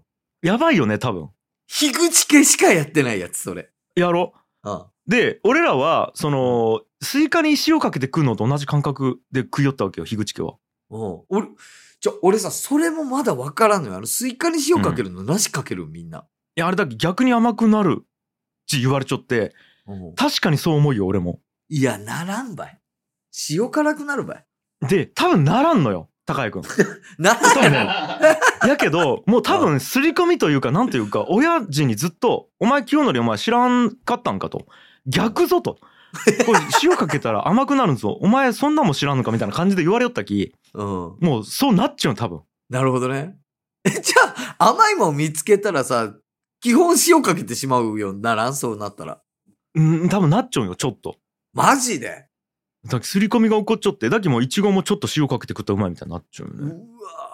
Speaker 1: やばいよね、多分。
Speaker 2: 樋口家しかやってないやつ、それ。
Speaker 1: やろ
Speaker 2: うん。
Speaker 1: で、俺らは、その、スイカに塩かけて食うのと同じ感覚で食いよったわけよ、樋口家は。
Speaker 2: うん。俺、じゃ、俺さ、それもまだわからんのよ。あの、スイカに塩かけるの、なしかけるみんな。
Speaker 1: いや、あれだけ逆に甘くなるって言われちゃって、
Speaker 2: うん。
Speaker 1: 確かにそう思うよ、俺も。
Speaker 2: いや、ならんばい。塩辛くなるばい。
Speaker 1: で、多分ならんのよ、高井くん。
Speaker 2: ならん
Speaker 1: 多分。やけど、もう多分、すり込みというか、なんというか、親父にずっと、お前、清則お前知らんかったんかと。逆ぞと。これ塩かけたら甘くなるんぞ。お前、そんなんも知らんのかみたいな感じで言われよったき、
Speaker 2: うん。
Speaker 1: もう、そうなっちゃうの、多分。
Speaker 2: なるほどね。えじゃあ、甘いもん見つけたらさ、基本塩かけてしまうようにならんそうなったら。
Speaker 1: うん、多分なっちゃうよ、ちょっと。
Speaker 2: マジで
Speaker 1: だからすり込みが起こっちゃって、だけもういちごもちょっと塩かけて食ったらうまいみたいになっちゃうよ
Speaker 2: うわ
Speaker 1: ね。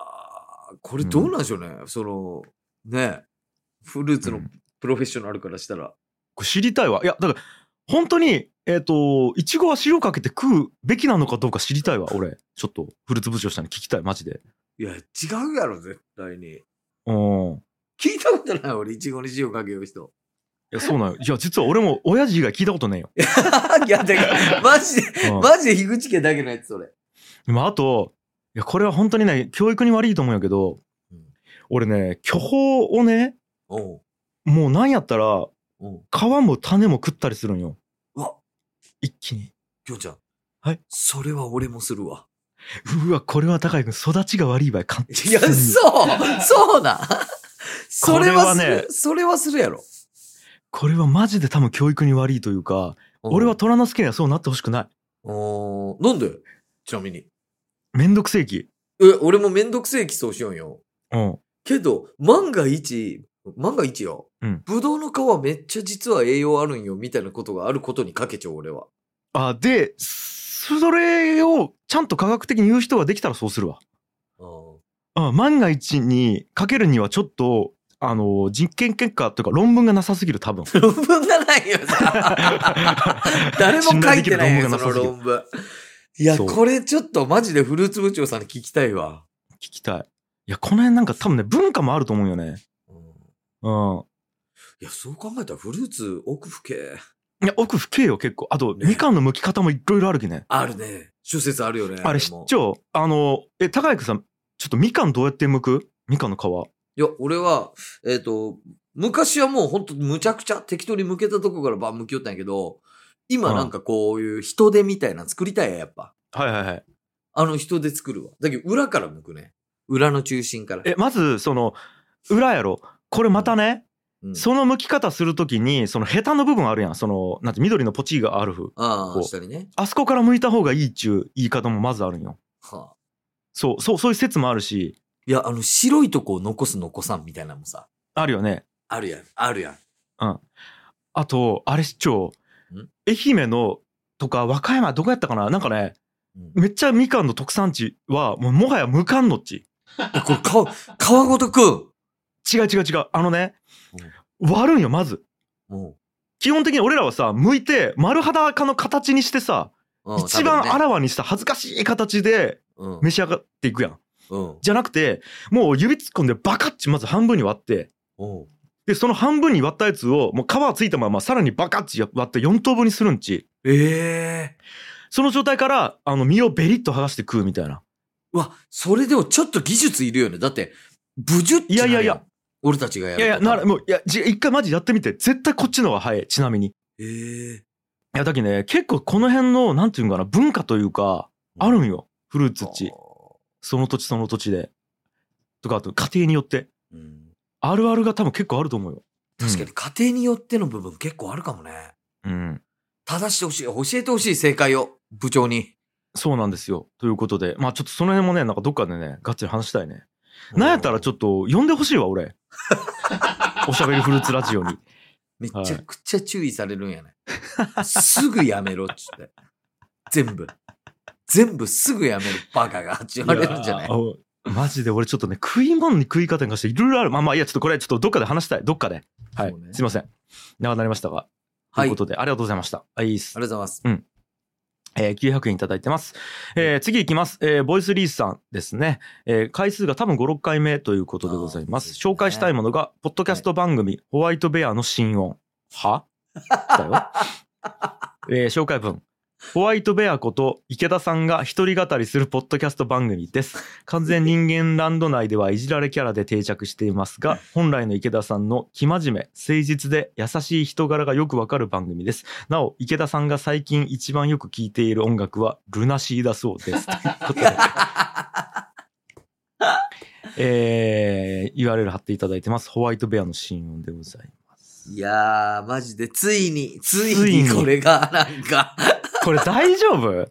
Speaker 2: ーこれどうなんでしょうね。その、ねフルーツ
Speaker 1: う
Speaker 2: の
Speaker 1: ん
Speaker 2: プロフェッショナルからしたら。
Speaker 1: これ知りたいわ。いや、だから、本当に、えっ、と、いちごは塩かけて食うべきなのかどうか知りたいわ、俺。ちょっと、フルーツ部長さんに聞きたい、マジで。
Speaker 2: いや、違うやろ、絶対
Speaker 1: う
Speaker 2: に。
Speaker 1: ん。い
Speaker 2: 聞いたことない、俺、いちごに塩かけ る人。
Speaker 1: や、そうなんよ。いや、実は俺も、親父以外聞いたことないよ。
Speaker 2: い や、だから、マジで、
Speaker 1: うん
Speaker 2: マジで樋口家だけのやつ、それ。
Speaker 1: でも、あと、いや、これは本当にね、教育に悪いと思うんやけど
Speaker 2: うん、
Speaker 1: 俺ね、巨峰をね、
Speaker 2: おう
Speaker 1: もうなんやったら、
Speaker 2: おう
Speaker 1: 皮も種も食ったりするんよ。
Speaker 2: うわ、
Speaker 1: 一気に。
Speaker 2: きょんちゃん。
Speaker 1: はい。
Speaker 2: それは俺もする わ。
Speaker 1: うわ、これは高井君、育ちが悪いわよ、完全に
Speaker 2: いや、そうそうなんそれは
Speaker 1: こ
Speaker 2: す
Speaker 1: れ
Speaker 2: る
Speaker 1: はね
Speaker 2: それはするやろ。
Speaker 1: これはマジで多分教育に悪いというか、俺は虎之助にはそうなってほしくな
Speaker 2: うん、なんでちなみに。
Speaker 1: い。めんどくせえき。
Speaker 2: え、俺もめんどくせえ基礎しよんよ。
Speaker 1: うん。
Speaker 2: けど、万が一、万が一よ。
Speaker 1: うん
Speaker 2: ぶどうの皮めっちゃ実は栄養あるんよ、みたいなことがあることにかけちゃう、俺は。
Speaker 1: あ、で、それをちゃんと科学的に言う人ができたらそうするわ。
Speaker 2: うん
Speaker 1: うん、万が一にかけるにはちょっと、あの、実験結果というか論文がなさすぎる、多分。
Speaker 2: 論文がないよ、 誰も書いてないよ、
Speaker 1: 信頼できる論文がな
Speaker 2: そ
Speaker 1: さす
Speaker 2: の
Speaker 1: ぎる
Speaker 2: 論文。いや、
Speaker 1: そう
Speaker 2: これちょっとマジでフルーツ部長さんに聞きたいわ。
Speaker 1: 聞きたい。いや、この辺なんか多分ね、文化もあると思うよね。
Speaker 2: うん
Speaker 1: うん。
Speaker 2: いや、そう考えたらフルーツ奥深け。
Speaker 1: いや、奥深えよ、結構。あと、
Speaker 2: ね
Speaker 1: みかんの剥き方もいろいろあるきね。
Speaker 2: あるね。諸説あるよね。
Speaker 1: あれ、
Speaker 2: で
Speaker 1: 市
Speaker 2: も
Speaker 1: 長、あの、え、高谷君さん、ちょっとみかんどうやって剥くみかんの皮。
Speaker 2: いや、俺は、えっ、と、昔はもうほんとむちゃくちゃ適当に向けたとこからバン向きよったんやけど、今
Speaker 1: うん
Speaker 2: なんかこういう人手みたいなの作りたいや、やっぱ。
Speaker 1: はいはいはい。
Speaker 2: あの人手作るわ。だけど裏から向くね。裏の中心から。
Speaker 1: えまずその裏やろこれまたね、
Speaker 2: うん、
Speaker 1: その剥き方するときにそのヘタの部分あるやんそのなんて緑のポチがある風
Speaker 2: あ
Speaker 1: こ
Speaker 2: あ、
Speaker 1: う
Speaker 2: 下にね。
Speaker 1: あそこから剥いた方がいいっちゅう言い方もまずあるんよ
Speaker 2: はあ。
Speaker 1: そうそうそういう説もあるし
Speaker 2: いや、あの、白いとこを残す残さんみたいなのもさ、
Speaker 1: あるよね
Speaker 2: あるやん、あるやん。
Speaker 1: あとあれ市長
Speaker 2: ん
Speaker 1: 愛媛のとか和歌山どこやったかななんかね
Speaker 2: うん
Speaker 1: めっちゃみかんの特産地はもうもはや無かんのっち
Speaker 2: え、これ、か、 皮ごとく
Speaker 1: 違う違う違うあのね割るんよまず
Speaker 2: んも
Speaker 1: 基本的に俺らはさ剥いて丸裸の形にしてさ
Speaker 2: うん。
Speaker 1: 一番あ
Speaker 2: ら、
Speaker 1: らわにした恥ずかしい形で
Speaker 2: うん。
Speaker 1: 召し上がっていくやん。
Speaker 2: うん。
Speaker 1: じゃなくて、もう指突っ込んでバカッチまず半分に割って、
Speaker 2: うん。
Speaker 1: で、その半分に割ったやつを、もう皮はついたままさらにバカッチ割って4等分にするんち。
Speaker 2: ええ
Speaker 1: その状態から、あの、身をベリッと剥がして食うみたいな。
Speaker 2: うわ、それでもちょっと技術いるよね。だって、武術って
Speaker 1: いやいやいや
Speaker 2: なるん。俺たちがや
Speaker 1: いや
Speaker 2: る。
Speaker 1: いや、なら、もう、いや、じ一回マジやってみて。絶対こっちの方が早い、ちなみに。い
Speaker 2: ええ
Speaker 1: や、だけね、結構この辺の、なんていうんかな、文化というか、あるん
Speaker 2: よ。
Speaker 1: よ。フルーツっち。その土地その土地で。とかあと家庭によって
Speaker 2: うん
Speaker 1: あるあるが多分結構あると思うよ
Speaker 2: 確かに家庭によっての部分結構あるかもね。
Speaker 1: うん、うん
Speaker 2: 正してほしい。教えてほしい正解を、部長に。
Speaker 1: そうなんですよということでまあちょっとその辺もねなんかどっかでねがっつり話したいねなんやったらちょ
Speaker 2: っと。
Speaker 1: っと呼んでほしいわ 俺おしゃべりフルーツラジオに
Speaker 2: めちゃくちゃ注意されるんやね。すぐやめろっつって。全部。全部すぐやめるバカがって言われるんじゃない
Speaker 1: いやーマジで俺ちょっとね食い物に食い方に関していろいろあるまあまあいいやちょっとこれちょっとどっかで話したいどっかではい、
Speaker 2: そうね
Speaker 1: すいません長くなりましたがと
Speaker 2: はいい。あ
Speaker 1: うこ
Speaker 2: りがと
Speaker 1: とで、ありがとうございましたあいいっす
Speaker 2: うございます。
Speaker 1: えー900円いただいてます。えー次いきます。えーボイスリースさんですね。えー回数が多分5、6回目ということでございま
Speaker 2: あ
Speaker 1: す。
Speaker 2: ーそうですね
Speaker 1: 紹介したいものが、ポッドキャスト番組、ホワイトベアの新音。はだよ。 えー紹介文。ホワイトベアこと池田さんが一人語りするポッドキャスト番組です。完全人間ランド内ではいじられキャラで定着しています が、本来の池田さんの生真面目、誠実で優しい人柄がよくわかる番組です。なお、池田さんが最近一番よく聴いている音楽は、ルナシーだそうです。ということで。えー、URL 貼っていただいてます。ホワイトベアの新音でございます。
Speaker 2: いやー、マジで、ついに、つ
Speaker 1: ついに
Speaker 2: いにこれが、なんか、
Speaker 1: これ大丈夫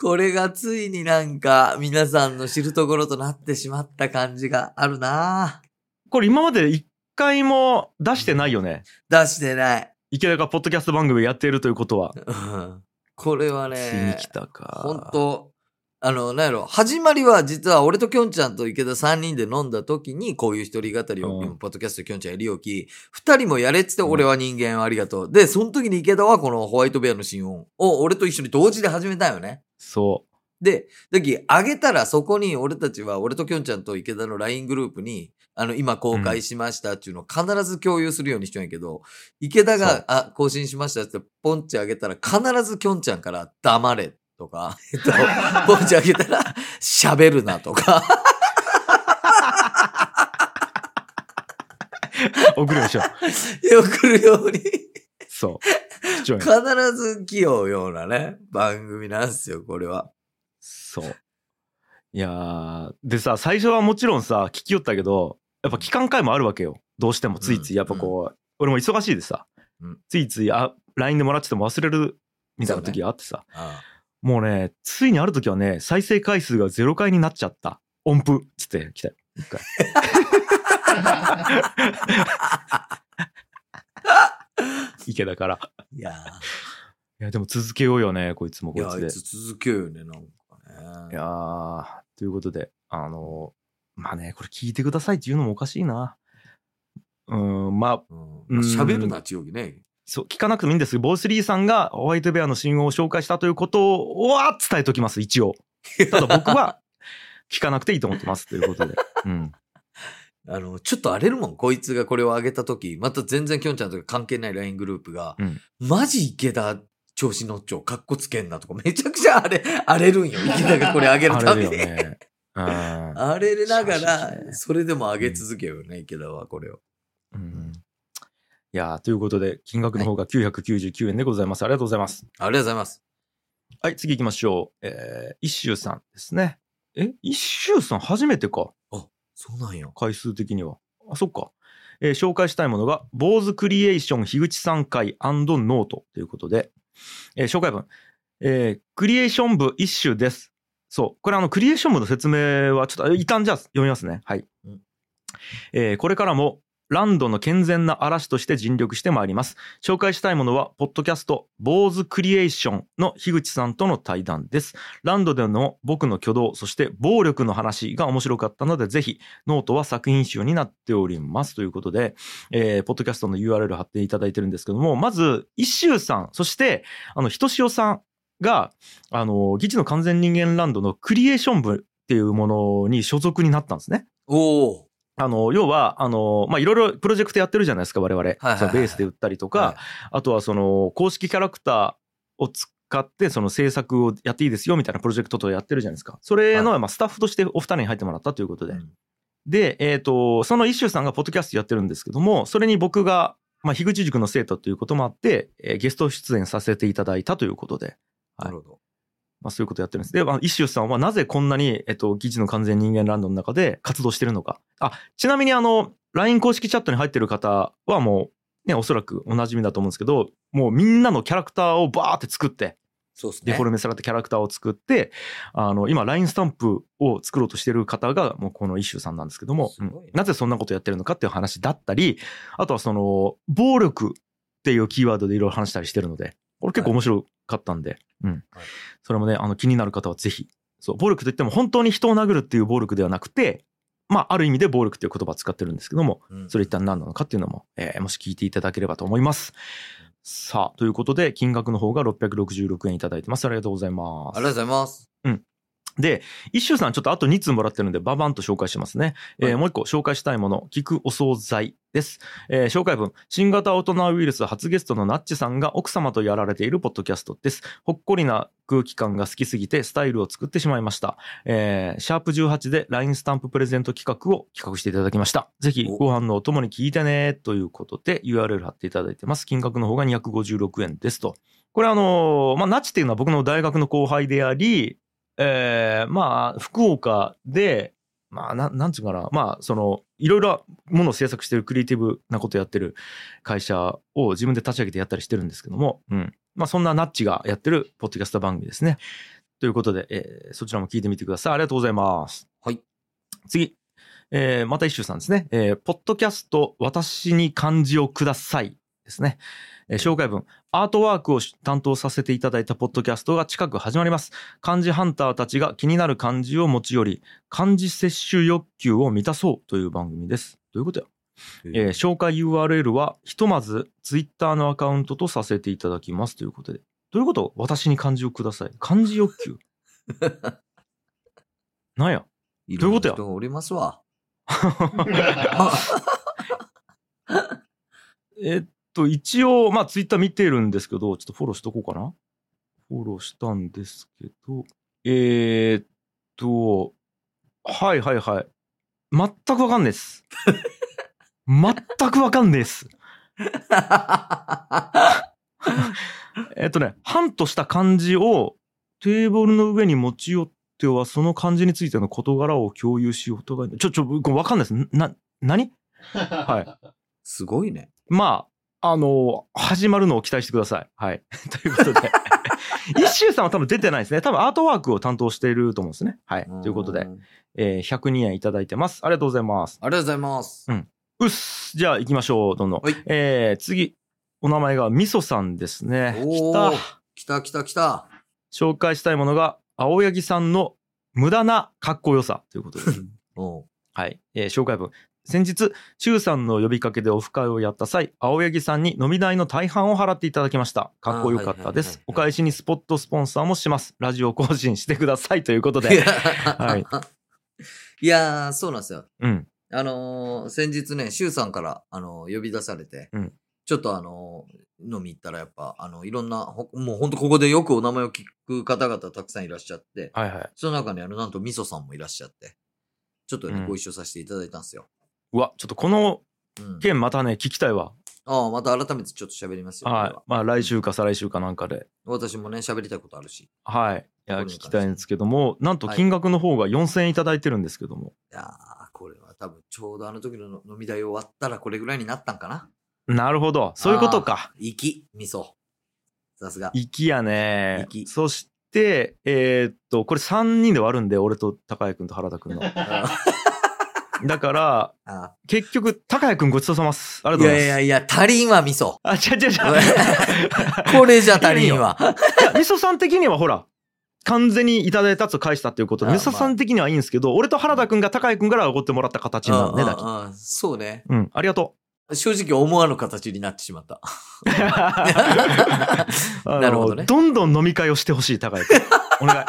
Speaker 2: これがついになんか、皆さんの知るところとなってしまった感じがあるな
Speaker 1: これ今まで一回も出してないよね。
Speaker 2: 出してない。
Speaker 1: 池田がポッドキャスト番組やっているということは。
Speaker 2: うんこれは
Speaker 1: ついに
Speaker 2: ね
Speaker 1: 来、たか。
Speaker 2: 本当あの、なんやろ、始まりは実は俺ときょんちゃんと池田3人で飲んだ時に、こういう一人語りを、
Speaker 1: うん
Speaker 2: ポッドキャストきょんちゃんやりおき、二人もやれっつって、俺は人間ありがとう。で、その時に池田はこのホワイトベアの新音を俺と一緒に同時で始めたよね。
Speaker 1: そ
Speaker 2: で、だき、あげたらそこに俺たちは、俺ときょんちゃんと池田の LINE グループに、あの、今公開しましたっていうのを必ず共有するようにしちゃうんやけど、池田
Speaker 1: そう
Speaker 2: が、あ、更新しましたってポンチあげたら、必ずきょんちゃんから黙れとか、えっ と、ポンチあげたら、喋るなとか、
Speaker 1: う。送るようにしよう。
Speaker 2: 送るように、
Speaker 1: そう。貴重
Speaker 2: 必
Speaker 1: や
Speaker 2: ず器用ようなね、番組なんですよ、これは。
Speaker 1: そう。いやーでさ、最初はもちろんさ、聞きよったけど、やっぱ期間会もあるわけよ。どうしてもついつい、やっぱこう、俺も忙しいでさ、
Speaker 2: うん
Speaker 1: ついつい、あ、LINE でもらってても忘れるみたいな時があってさ、
Speaker 2: あ
Speaker 1: もうね、ついにある時はね、再生回数が0回になっちゃった。音符っつって来たよ。一回 池だから。
Speaker 2: いや
Speaker 1: いや、でも続けようよね、こいつも
Speaker 2: ー、い
Speaker 1: こい
Speaker 2: や、
Speaker 1: つ
Speaker 2: あ
Speaker 1: で
Speaker 2: い。つ続けようよね、なんかね。
Speaker 1: いやーということで、あのーまあね、これ聞いてくださいっていうのもおかしいな。うーん、まあ、
Speaker 2: うん
Speaker 1: うん
Speaker 2: 喋るな、千代木ね。
Speaker 1: そう、聞かなくてもいいんですけど、ボイスリーさんがホワイトベアの信号を紹介したということは伝えときます、一応。ただ僕は聞かなくていいと思ってます、ということで。 うん。
Speaker 2: あの、ちょっと荒れるもん、こいつがこれを上げたとき、また全然きょんちゃんとか関係ない LINE グループが、
Speaker 1: うん
Speaker 2: マジ池田調子乗っちょ、かっこつけんなとか、めちゃくちゃ荒れ、荒れるんよ、池田がこれ上げるた
Speaker 1: あれ
Speaker 2: び
Speaker 1: だよ
Speaker 2: に。
Speaker 1: ね。うん
Speaker 2: 荒れれなが
Speaker 1: そうそうそ
Speaker 2: ら、
Speaker 1: う
Speaker 2: それでも上げ続けようね、池田はこれを。
Speaker 1: うん。いやーということで、金額の方が999円でございます。ありがとうございます。
Speaker 2: ありがとうございます。
Speaker 1: はい、次行きましょう。えー、一周さんですね。え、一周さん初めてか。
Speaker 2: そうなんよ。
Speaker 1: 回数的には。あ、そっか。えー紹介したいものが、坊主クリエーション樋口さん会ノートということで、えー紹介文、えークリエーション部一種です。そう。これあの、クリエーション部の説明はちょっと、あ一旦じゃあ読みますね。はい。
Speaker 2: うん
Speaker 1: えーこれからも、ランドの健全な嵐として尽力してまいります。紹介したいものは、ポッドキャスト、坊主クリエーションの樋口さんとの対談です。ランドでの僕の挙動、そして暴力の話が面白かったので、ぜひ、ノートは作品集になっております。ということで、えーポッドキャストの URL 貼っていただいてるんですけども、まず、一周さん、そして、あの、ひとしおさんが、あの、議事の完全人間ランドのクリエーション部っていうものに所属になったんですね。
Speaker 2: おお。
Speaker 1: あの、要は、あの、まあ、いろいろプロジェクトやってるじゃないですか、我々。
Speaker 2: はい
Speaker 1: そのベースで売ったりとか、あとはその公式キャラクターを使ってその制作をやっていいですよみたいなプロジェクトとやってるじゃないですか。それのまあスタッフとしてお二人に入ってもらったということで。
Speaker 2: うん
Speaker 1: で、えっ、と、その一周さんがポッドキャストやってるんですけども、それに僕が、まあ、樋口塾の生徒ということもあって、えーゲスト出演させていただいたということで。
Speaker 2: なるほど。
Speaker 1: まあ、そういうことやってるんです。で、まあ、イシュさんはなぜこんなに、えっと、議事の完全人間ランドの中で活動してるのか。あ、ちなみにあの、LINE 公式チャットに入ってる方はもう、ね、おそらくおなじみだと思うんですけど、もうみんなのキャラクターをバーって作って、
Speaker 2: そうですね。
Speaker 1: デフォルメされたキャラクターを作って、あの、今、LINE スタンプを作ろうとしてる方が、もうこのイシュさんなんですけども、
Speaker 2: すごいね
Speaker 1: うんなぜそんなことやってるのかっていう話だったり、あとはその、暴力っていうキーワードでいろいろ話したりしてるので、これ結構面白かったんで、うん
Speaker 2: はい。
Speaker 1: それもね、あの、気になる方はぜひ、そう、暴力といっても本当に人を殴るっていう暴力ではなくて、まあ、ある意味で暴力っていう言葉を使ってるんですけども、
Speaker 2: うん
Speaker 1: それ一体何なのかっていうのも、えーもし聞いていただければと思います。さあ、ということで、金額の方が666円いただいてます。ありがとうございま
Speaker 2: ありがとうご
Speaker 1: す。
Speaker 2: ざいます。
Speaker 1: で、一周さん、ちょっとあと2通もらってるんで、ババンと紹介しますね。えー
Speaker 2: はい
Speaker 1: もう一個紹介したいもの、聞くお惣菜です。えー紹介文、新型オトナウイルス初ゲストのナッチさんが奥様とやられているポッドキャストです。ほっこりな空気感が好きすぎて、スタイルを作ってしまいました。えーシャープ18で LINE スタンププレゼント企画を企画していただきました。ぜひ
Speaker 2: お
Speaker 1: ご飯のお供に聞いてね、ということで URL 貼っていただいてます。金額の方が256円ですと。これあのーまあ、ナチっていうのは僕の大学の後輩であり、えーまあ、福岡で、まあ、なん、なんつうかな、まあ、その、いろいろものを制作してるクリエイティブなことやってる会社を自分で立ち上げてやったりしてるんですけども、うん。まあ、そんなナッチがやってるポッドキャスト番組ですね。ということで、えーそちらも聞いてみてください。ありがとうございます。
Speaker 2: はい。
Speaker 1: 次。えーまた一周さんですね。えーポッドキャスト、私に漢字をください。ですね。えー紹介文。アートワークを担当させていただいたポッドキャストが近く始まります。漢字ハンターたちが気になる漢字を持ち寄り、漢字摂取欲求を満たそうという番組です。どういうことやえー紹介 URL はひとまず Twitter のアカウントとさせていただきますということで。どういうこと私に漢字をください。漢字欲求 なんやどういうことや
Speaker 2: ろんな人がおりま すわ。
Speaker 1: えっと、一応、まあ Twitter 見てるんですけど、ちょっとフォローしとこうかな。フォローしたんですけど、えーっと、はいはいはい。全くわかんないです。全くわかんないです。えっとね、ハンとした漢字をテーブルの上に持ち寄っては、その漢字についての事柄を共有し、お互いに。ちょ、ちょ、これわかんないです。な、 何は
Speaker 2: すごいね。
Speaker 1: まあ、あの始まるのを期待してください。はい。 ということで。一周さんは多分出てないですね。多分アートワークを担当していると思うんですね。はい。ということ
Speaker 2: んあ
Speaker 1: で
Speaker 2: り、
Speaker 1: えー102円いただいてます。ありがとうございます。
Speaker 2: がとうございます。
Speaker 1: うっす。じゃあ行きましょう。どんどん。
Speaker 2: はい
Speaker 1: えー次。お名前がみそさんですね。
Speaker 2: お
Speaker 1: 来
Speaker 2: ー
Speaker 1: た。
Speaker 2: 来た来た来た。
Speaker 1: 紹介したいものが、青柳さんの無駄なかっこよさということです。
Speaker 2: お
Speaker 1: はい。えー紹介文。先日、周さんの呼びかけでオフ会をやった際、青柳さんに飲み代の大半を払っていただきました。かっこよかったで
Speaker 2: あーはいはいはいは
Speaker 1: す
Speaker 2: い。
Speaker 1: お返しにスポットスポンサーもします。ラジオ更新してくださいということ
Speaker 2: いや
Speaker 1: で。はい。
Speaker 2: いやー、そうなんですよ。
Speaker 1: うん。
Speaker 2: あのー先日ね、シュウさんから、あのー呼び出されて、
Speaker 1: うん
Speaker 2: ちょっとあのー飲み行ったらやっぱ、あの、いろんな、ほもうほんとここでよくお名前を聞く方々たくさんいらっしゃって、
Speaker 1: はいはい。
Speaker 2: その中にあの、なんとミソさんもいらっしゃって、ちょっとね、
Speaker 1: うん
Speaker 2: ご一緒させていただいたんですよ。
Speaker 1: うわ、ちょっとこの
Speaker 2: うん、
Speaker 1: 件またね、聞きたいわ。
Speaker 2: ああ、また改めてちょっと喋りますよ。これ
Speaker 1: はい
Speaker 2: は。
Speaker 1: まあ来週か再来週かなんかで。
Speaker 2: 私もね、喋りたいことあるし。い
Speaker 1: はい。いや、
Speaker 2: こ
Speaker 1: 聞
Speaker 2: れに関して
Speaker 1: きたいんですけども、なんと
Speaker 2: はい
Speaker 1: 金額の方が4000円いただいてるんですけども。
Speaker 2: やー、これは多分ちょうどあの時の飲み代終わったらこれぐらいになったんかな。
Speaker 1: なるほど。そういうことか。
Speaker 2: 行き、味噌。さすが。
Speaker 1: 粋やね
Speaker 2: 粋
Speaker 1: そしてえーっとこれ3人で割るんで俺と高谷君と原田 君の
Speaker 2: あ
Speaker 1: だから
Speaker 2: あ
Speaker 1: 結局高谷君ごちそうさまっすありが
Speaker 2: い
Speaker 1: とうご
Speaker 2: や
Speaker 1: ざい
Speaker 2: い
Speaker 1: ます
Speaker 2: やいや、足りんわ、味 噌。
Speaker 1: あ違う違う違う
Speaker 2: これじゃ足りんわ。
Speaker 1: いやみそさん的にはほら完全にいただいたやつを返したっていうことで
Speaker 2: あ
Speaker 1: みそさん的にはいいんですけど俺と原田君が高谷君からおごってもらった形になるねだき
Speaker 2: うんうんうんそうね。
Speaker 1: うんありが とう
Speaker 2: 正直思わぬ形になってしまった。
Speaker 1: あの
Speaker 2: なるほどね
Speaker 1: どんどん飲み会をしてほしい高谷君お願い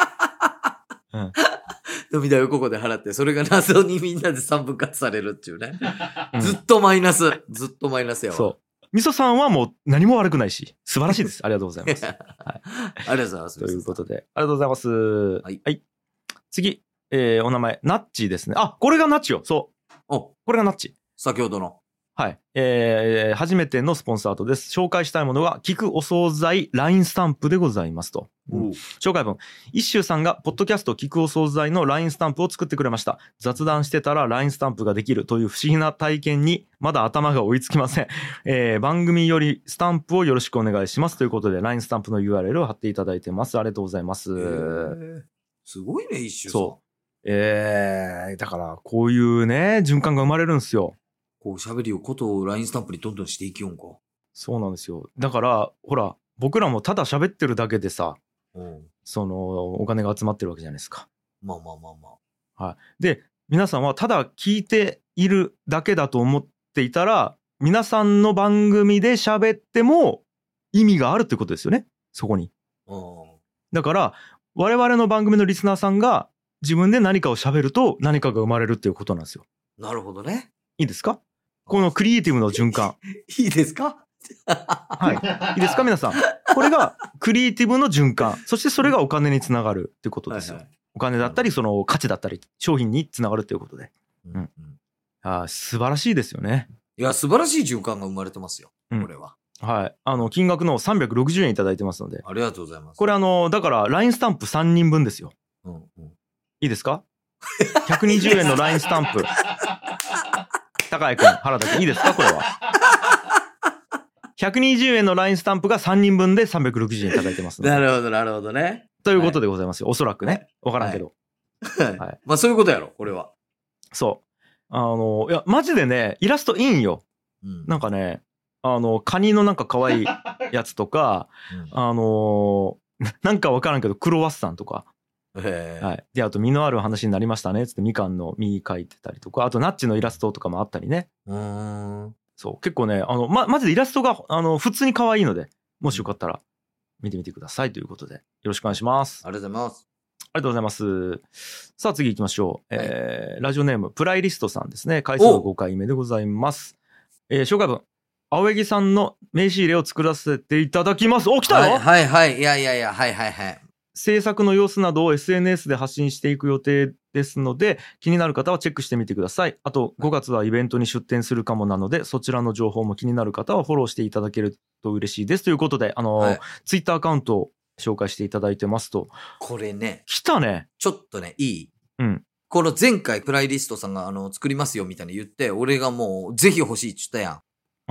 Speaker 2: 飲み代をここで払って、それが謎にみんなで3分割されるっていうね。
Speaker 1: うん
Speaker 2: ずっとマイナス。ずっとマイナスやわ。
Speaker 1: そうみそさんはもう何も悪くないし素晴らしいです ありがとうございます
Speaker 2: ありがとうございます。
Speaker 1: ということで、ありがとうございます。はい次、えーお名前、ナッチですね。あ、これがナッチよ。そう。
Speaker 2: お、
Speaker 1: これがナッチ。
Speaker 2: 先ほどの。
Speaker 1: はい。えー初めてのスポンサーとです。紹介したいものは、聞くお惣菜ラインスタンプでございますと。
Speaker 2: おう
Speaker 1: 紹介文。一周さんが、ポッドキャスト聞くお惣菜の LINE スタンプを作ってくれました。雑談してたら LINE スタンプができるという不思議な体験に、まだ頭が追いつきません。 えー番組よりスタンプをよろしくお願いします。ということで、LINE スタンプの URL を貼っていただいてます。ありがとうございます。
Speaker 2: へーすごいね、一周さん。
Speaker 1: そうえーだから、こういうね、循環が生まれるんですよ。
Speaker 2: こう喋りをことを LINE スタンプにどんどんしていきよんか。
Speaker 1: そうなんですよ。だから、ほら、僕らもただ喋ってるだけでさ、
Speaker 2: うん。
Speaker 1: その、お金が集まってるわけじゃないですか。
Speaker 2: まあまあまあまあ。
Speaker 1: で皆さんはただ聞いているだけだと思っていたら皆さんの番組で喋っても意味があるってことですよねそこに
Speaker 2: うん。
Speaker 1: だから我々の番組のリスナーさんが自分で何かを喋ると何かが生まれるっていうことなんですよ
Speaker 2: なるほどね。
Speaker 1: いいですかこのクリエイティブの循環
Speaker 2: いいですか
Speaker 1: はいいいですか皆さんこれがクリエイティブの循環そしてそれがお金につながるってことですよ、
Speaker 2: はいはい
Speaker 1: お金だったりその価値だったり商品につながるっていうことで
Speaker 2: うんうん
Speaker 1: あー素晴らしいですよね
Speaker 2: いや、素晴らしい循環が生まれてますよ。
Speaker 1: うん
Speaker 2: これは。
Speaker 1: はい。あの、金額の360円いただいてますので。
Speaker 2: ありがとうございます。
Speaker 1: これあの、だから、LINE スタンプ3人分ですよ。
Speaker 2: うんうん
Speaker 1: いいですか ?120 円の LINE スタンプ。高井くん、原田くん、いいですかこれは。120円の LINE スタンプが3人分で360円いただいてますの
Speaker 2: な
Speaker 1: で。
Speaker 2: るほど、なるほどね。
Speaker 1: ということでございますよ。おそらくね。わからんけど。い
Speaker 2: まあ、そういうことやろ、これは。
Speaker 1: そう。あの、いや、マジでね、イラストいいんよ。
Speaker 2: うん
Speaker 1: なんかね、あの、カニのなんか可愛いやつとか、あのーなんかわからんけど、クロワッサンとか。
Speaker 2: うんへー
Speaker 1: はい。で、あと、実のある話になりましたね。つって、みかんの実書いてたりとか、あと、ナッチのイラストとかもあったりね。
Speaker 2: うーん。
Speaker 1: そう。結構ね、あの、ま、マジでイラストが、あの、普通に可愛いので、もしよかったら、見てみてくださいということで、よろしくお願いします。あ
Speaker 2: ありがとうございます。
Speaker 1: りがとうございます。さあ、次行きましょう。
Speaker 2: はい
Speaker 1: えー、ラジオネーム、プライリストさんですね。回数
Speaker 2: お
Speaker 1: 5回目でございます。えー、紹介文。青柳さんの名刺入れを作らせていただきます。お、来たよ、
Speaker 2: はいはいはい。いやいやいや、はいはいはい。
Speaker 1: 制作の様子などを SNS で発信していく予定ですので気になる方はチェックしてみてくださいあと5月はイベントに出展するかもなのでそちらの情報も気になる方はフォローしていただけると嬉しいですということであの、
Speaker 2: はい
Speaker 1: ツイッターアカウントを紹介していただいてますと
Speaker 2: これね、
Speaker 1: 来たね
Speaker 2: ちょっとね、いい。
Speaker 1: うん
Speaker 2: この前回、プライリストさんが、あの、作りますよ、みたいに言って、俺がもう、ぜひ欲しいって言った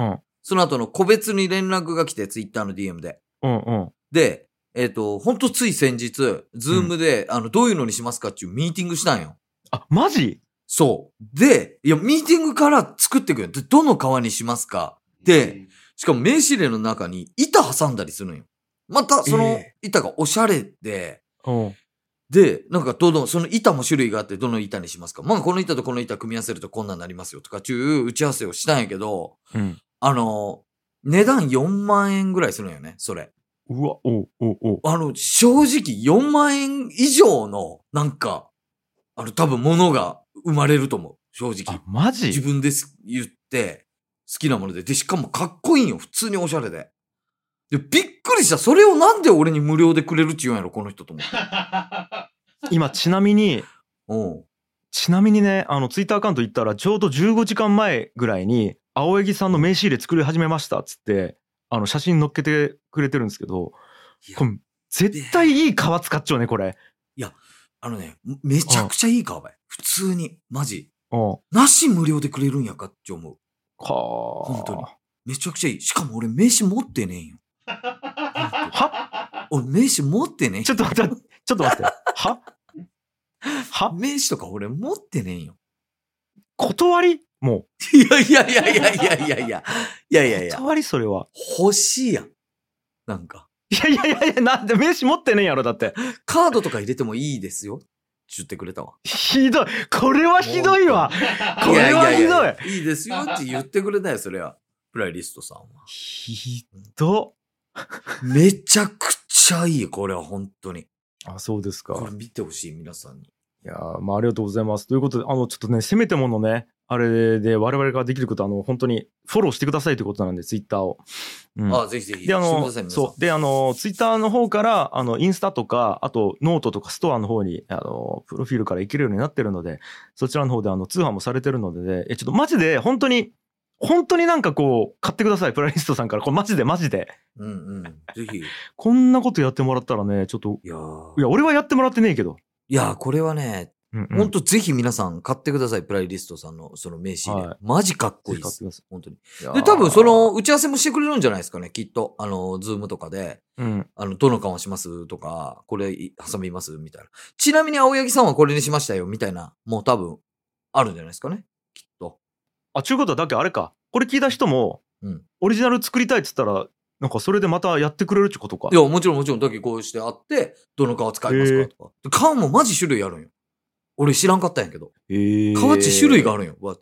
Speaker 2: やん。
Speaker 1: うん
Speaker 2: その後の個別に連絡が来て、ツイッターの DM で。
Speaker 1: うんうん
Speaker 2: で、えっ、と、ほんとつい先日、ズームで、あの、どういうのにしますかっていうミーティングしたんよ。
Speaker 1: あマジ
Speaker 2: そう。で、いや、ミーティングから作ってくる。で、どの革にしますかで、しかも名刺入れの中に板挟んだりするんよ。また、その
Speaker 1: え
Speaker 2: 板がおしゃれで、
Speaker 1: うん
Speaker 2: で、なんかどの、その板も種類があって、どの板にしますかまあ、この板とこの板組み合わせるとこんなんなりますよとか、ちゅう打ち合わせをしたんやけど、
Speaker 1: うん
Speaker 2: あの、値段4万円ぐらいするんよね、それ。
Speaker 1: うわおうおうおう
Speaker 2: あの、正直4万円以上の、なんか、あの、多分物が生まれると思う。正直
Speaker 1: あ。マ
Speaker 2: 自
Speaker 1: ジ
Speaker 2: 分です言って、好きなもので。で、しかもかっこいいんよ。普通におしゃれで。で、びっくりした。それをなんで俺に無料でくれるって言うんやろ、この人と思って。
Speaker 1: 今ちなみに
Speaker 2: うん。
Speaker 1: ちなみにねあのツイッターアカウント行ったらちょうど15時間前ぐらいに青柳さんの名刺入れ作り始めましたっつってあの写真載っけてくれてるんですけど
Speaker 2: いや
Speaker 1: これ絶対いい皮使っちゃうねこれ
Speaker 2: あのね、めちゃくちゃいいか、お前。普通に。マジ。
Speaker 1: うん
Speaker 2: なし無料でくれるんやかって思う。
Speaker 1: か
Speaker 2: 本当にめちゃくちゃいい。しかも俺名刺持ってねえん よ。
Speaker 1: は
Speaker 2: 俺名刺持ってねえんよ
Speaker 1: ちょっと待ってちょっと待ってはは
Speaker 2: 名刺とか俺持ってねえんよ。
Speaker 1: 断りも
Speaker 2: いやいやいやいやいやいやいや。いやいやいうや。
Speaker 1: 断りそれは
Speaker 2: 欲しいやん。なんか。
Speaker 1: いやいやいやいやなんで名刺持ってねえやろだって
Speaker 2: カードとか入れてもいいですよ。って言ってくれたわ。
Speaker 1: ひどいこれはひどいわこ
Speaker 2: いや
Speaker 1: れはひどい
Speaker 2: いやいやいいですよって言ってくれたよ、それは。プライリストさんは。
Speaker 1: ひど
Speaker 2: めちゃくちゃいい、これは本当に。
Speaker 1: あそうですか
Speaker 2: これ見てほしい、皆さんに。
Speaker 1: いやーまあありがとうございます。ということで、あの、ちょっとね、せめてものね、あれで我々ができることは、あの、本当にフォローしてくださいということなんで、ツイッターを。うん、
Speaker 2: あ、ぜひぜひ。
Speaker 1: で、あ
Speaker 2: してく
Speaker 1: の
Speaker 2: ださい、皆さん
Speaker 1: そう。で、あの、ツイッターの方から、あの、インスタとか、あと、ノートとか、ストアの方に、あの、プロフィールから行けるようになってるので、そちらの方で、あの、通販もされてるのでね、え、ちょっとマジで、本当に、本当になんかこう、買ってください、プライリストさんから。これマジでマジで。
Speaker 2: うんうん。ぜひ。い
Speaker 1: こんなことやってもらったらね、ちょっと、
Speaker 2: やー
Speaker 1: いや、俺はやってもらってねえけど。
Speaker 2: いやー、これはね、
Speaker 1: うんうん
Speaker 2: ほんとぜひ皆さん買ってください。プライリストさんのその名刺入れ
Speaker 1: はい
Speaker 2: マジかっこいいで
Speaker 1: 買って
Speaker 2: す。
Speaker 1: くださ
Speaker 2: 本当に。
Speaker 1: いいやー
Speaker 2: で、多分そ、の打ち合わせもしてくれるんじゃないですかね。きっと。あの、ズームとかで。
Speaker 1: うん。
Speaker 2: あの、どの顔しますとか、これい挟みますみたいな。ちなみに青柳さんはこれにしましたよ。みたいな。もう多分、あるんじゃないですかね。きっと。
Speaker 1: あ、ちゅうことは、だけどあれか。これ聞いた人も、
Speaker 2: うん。
Speaker 1: オリジナル作りたいっつったら、なんかそれでまたやってくれるってことか
Speaker 2: い。や、もちろんもちろん、だけこうしてあって、どの顔使いますかとか。で顔もマジ種類あるんよ。俺知らんかったんやけど。
Speaker 1: え
Speaker 2: 皮っち種類があるんよ。わ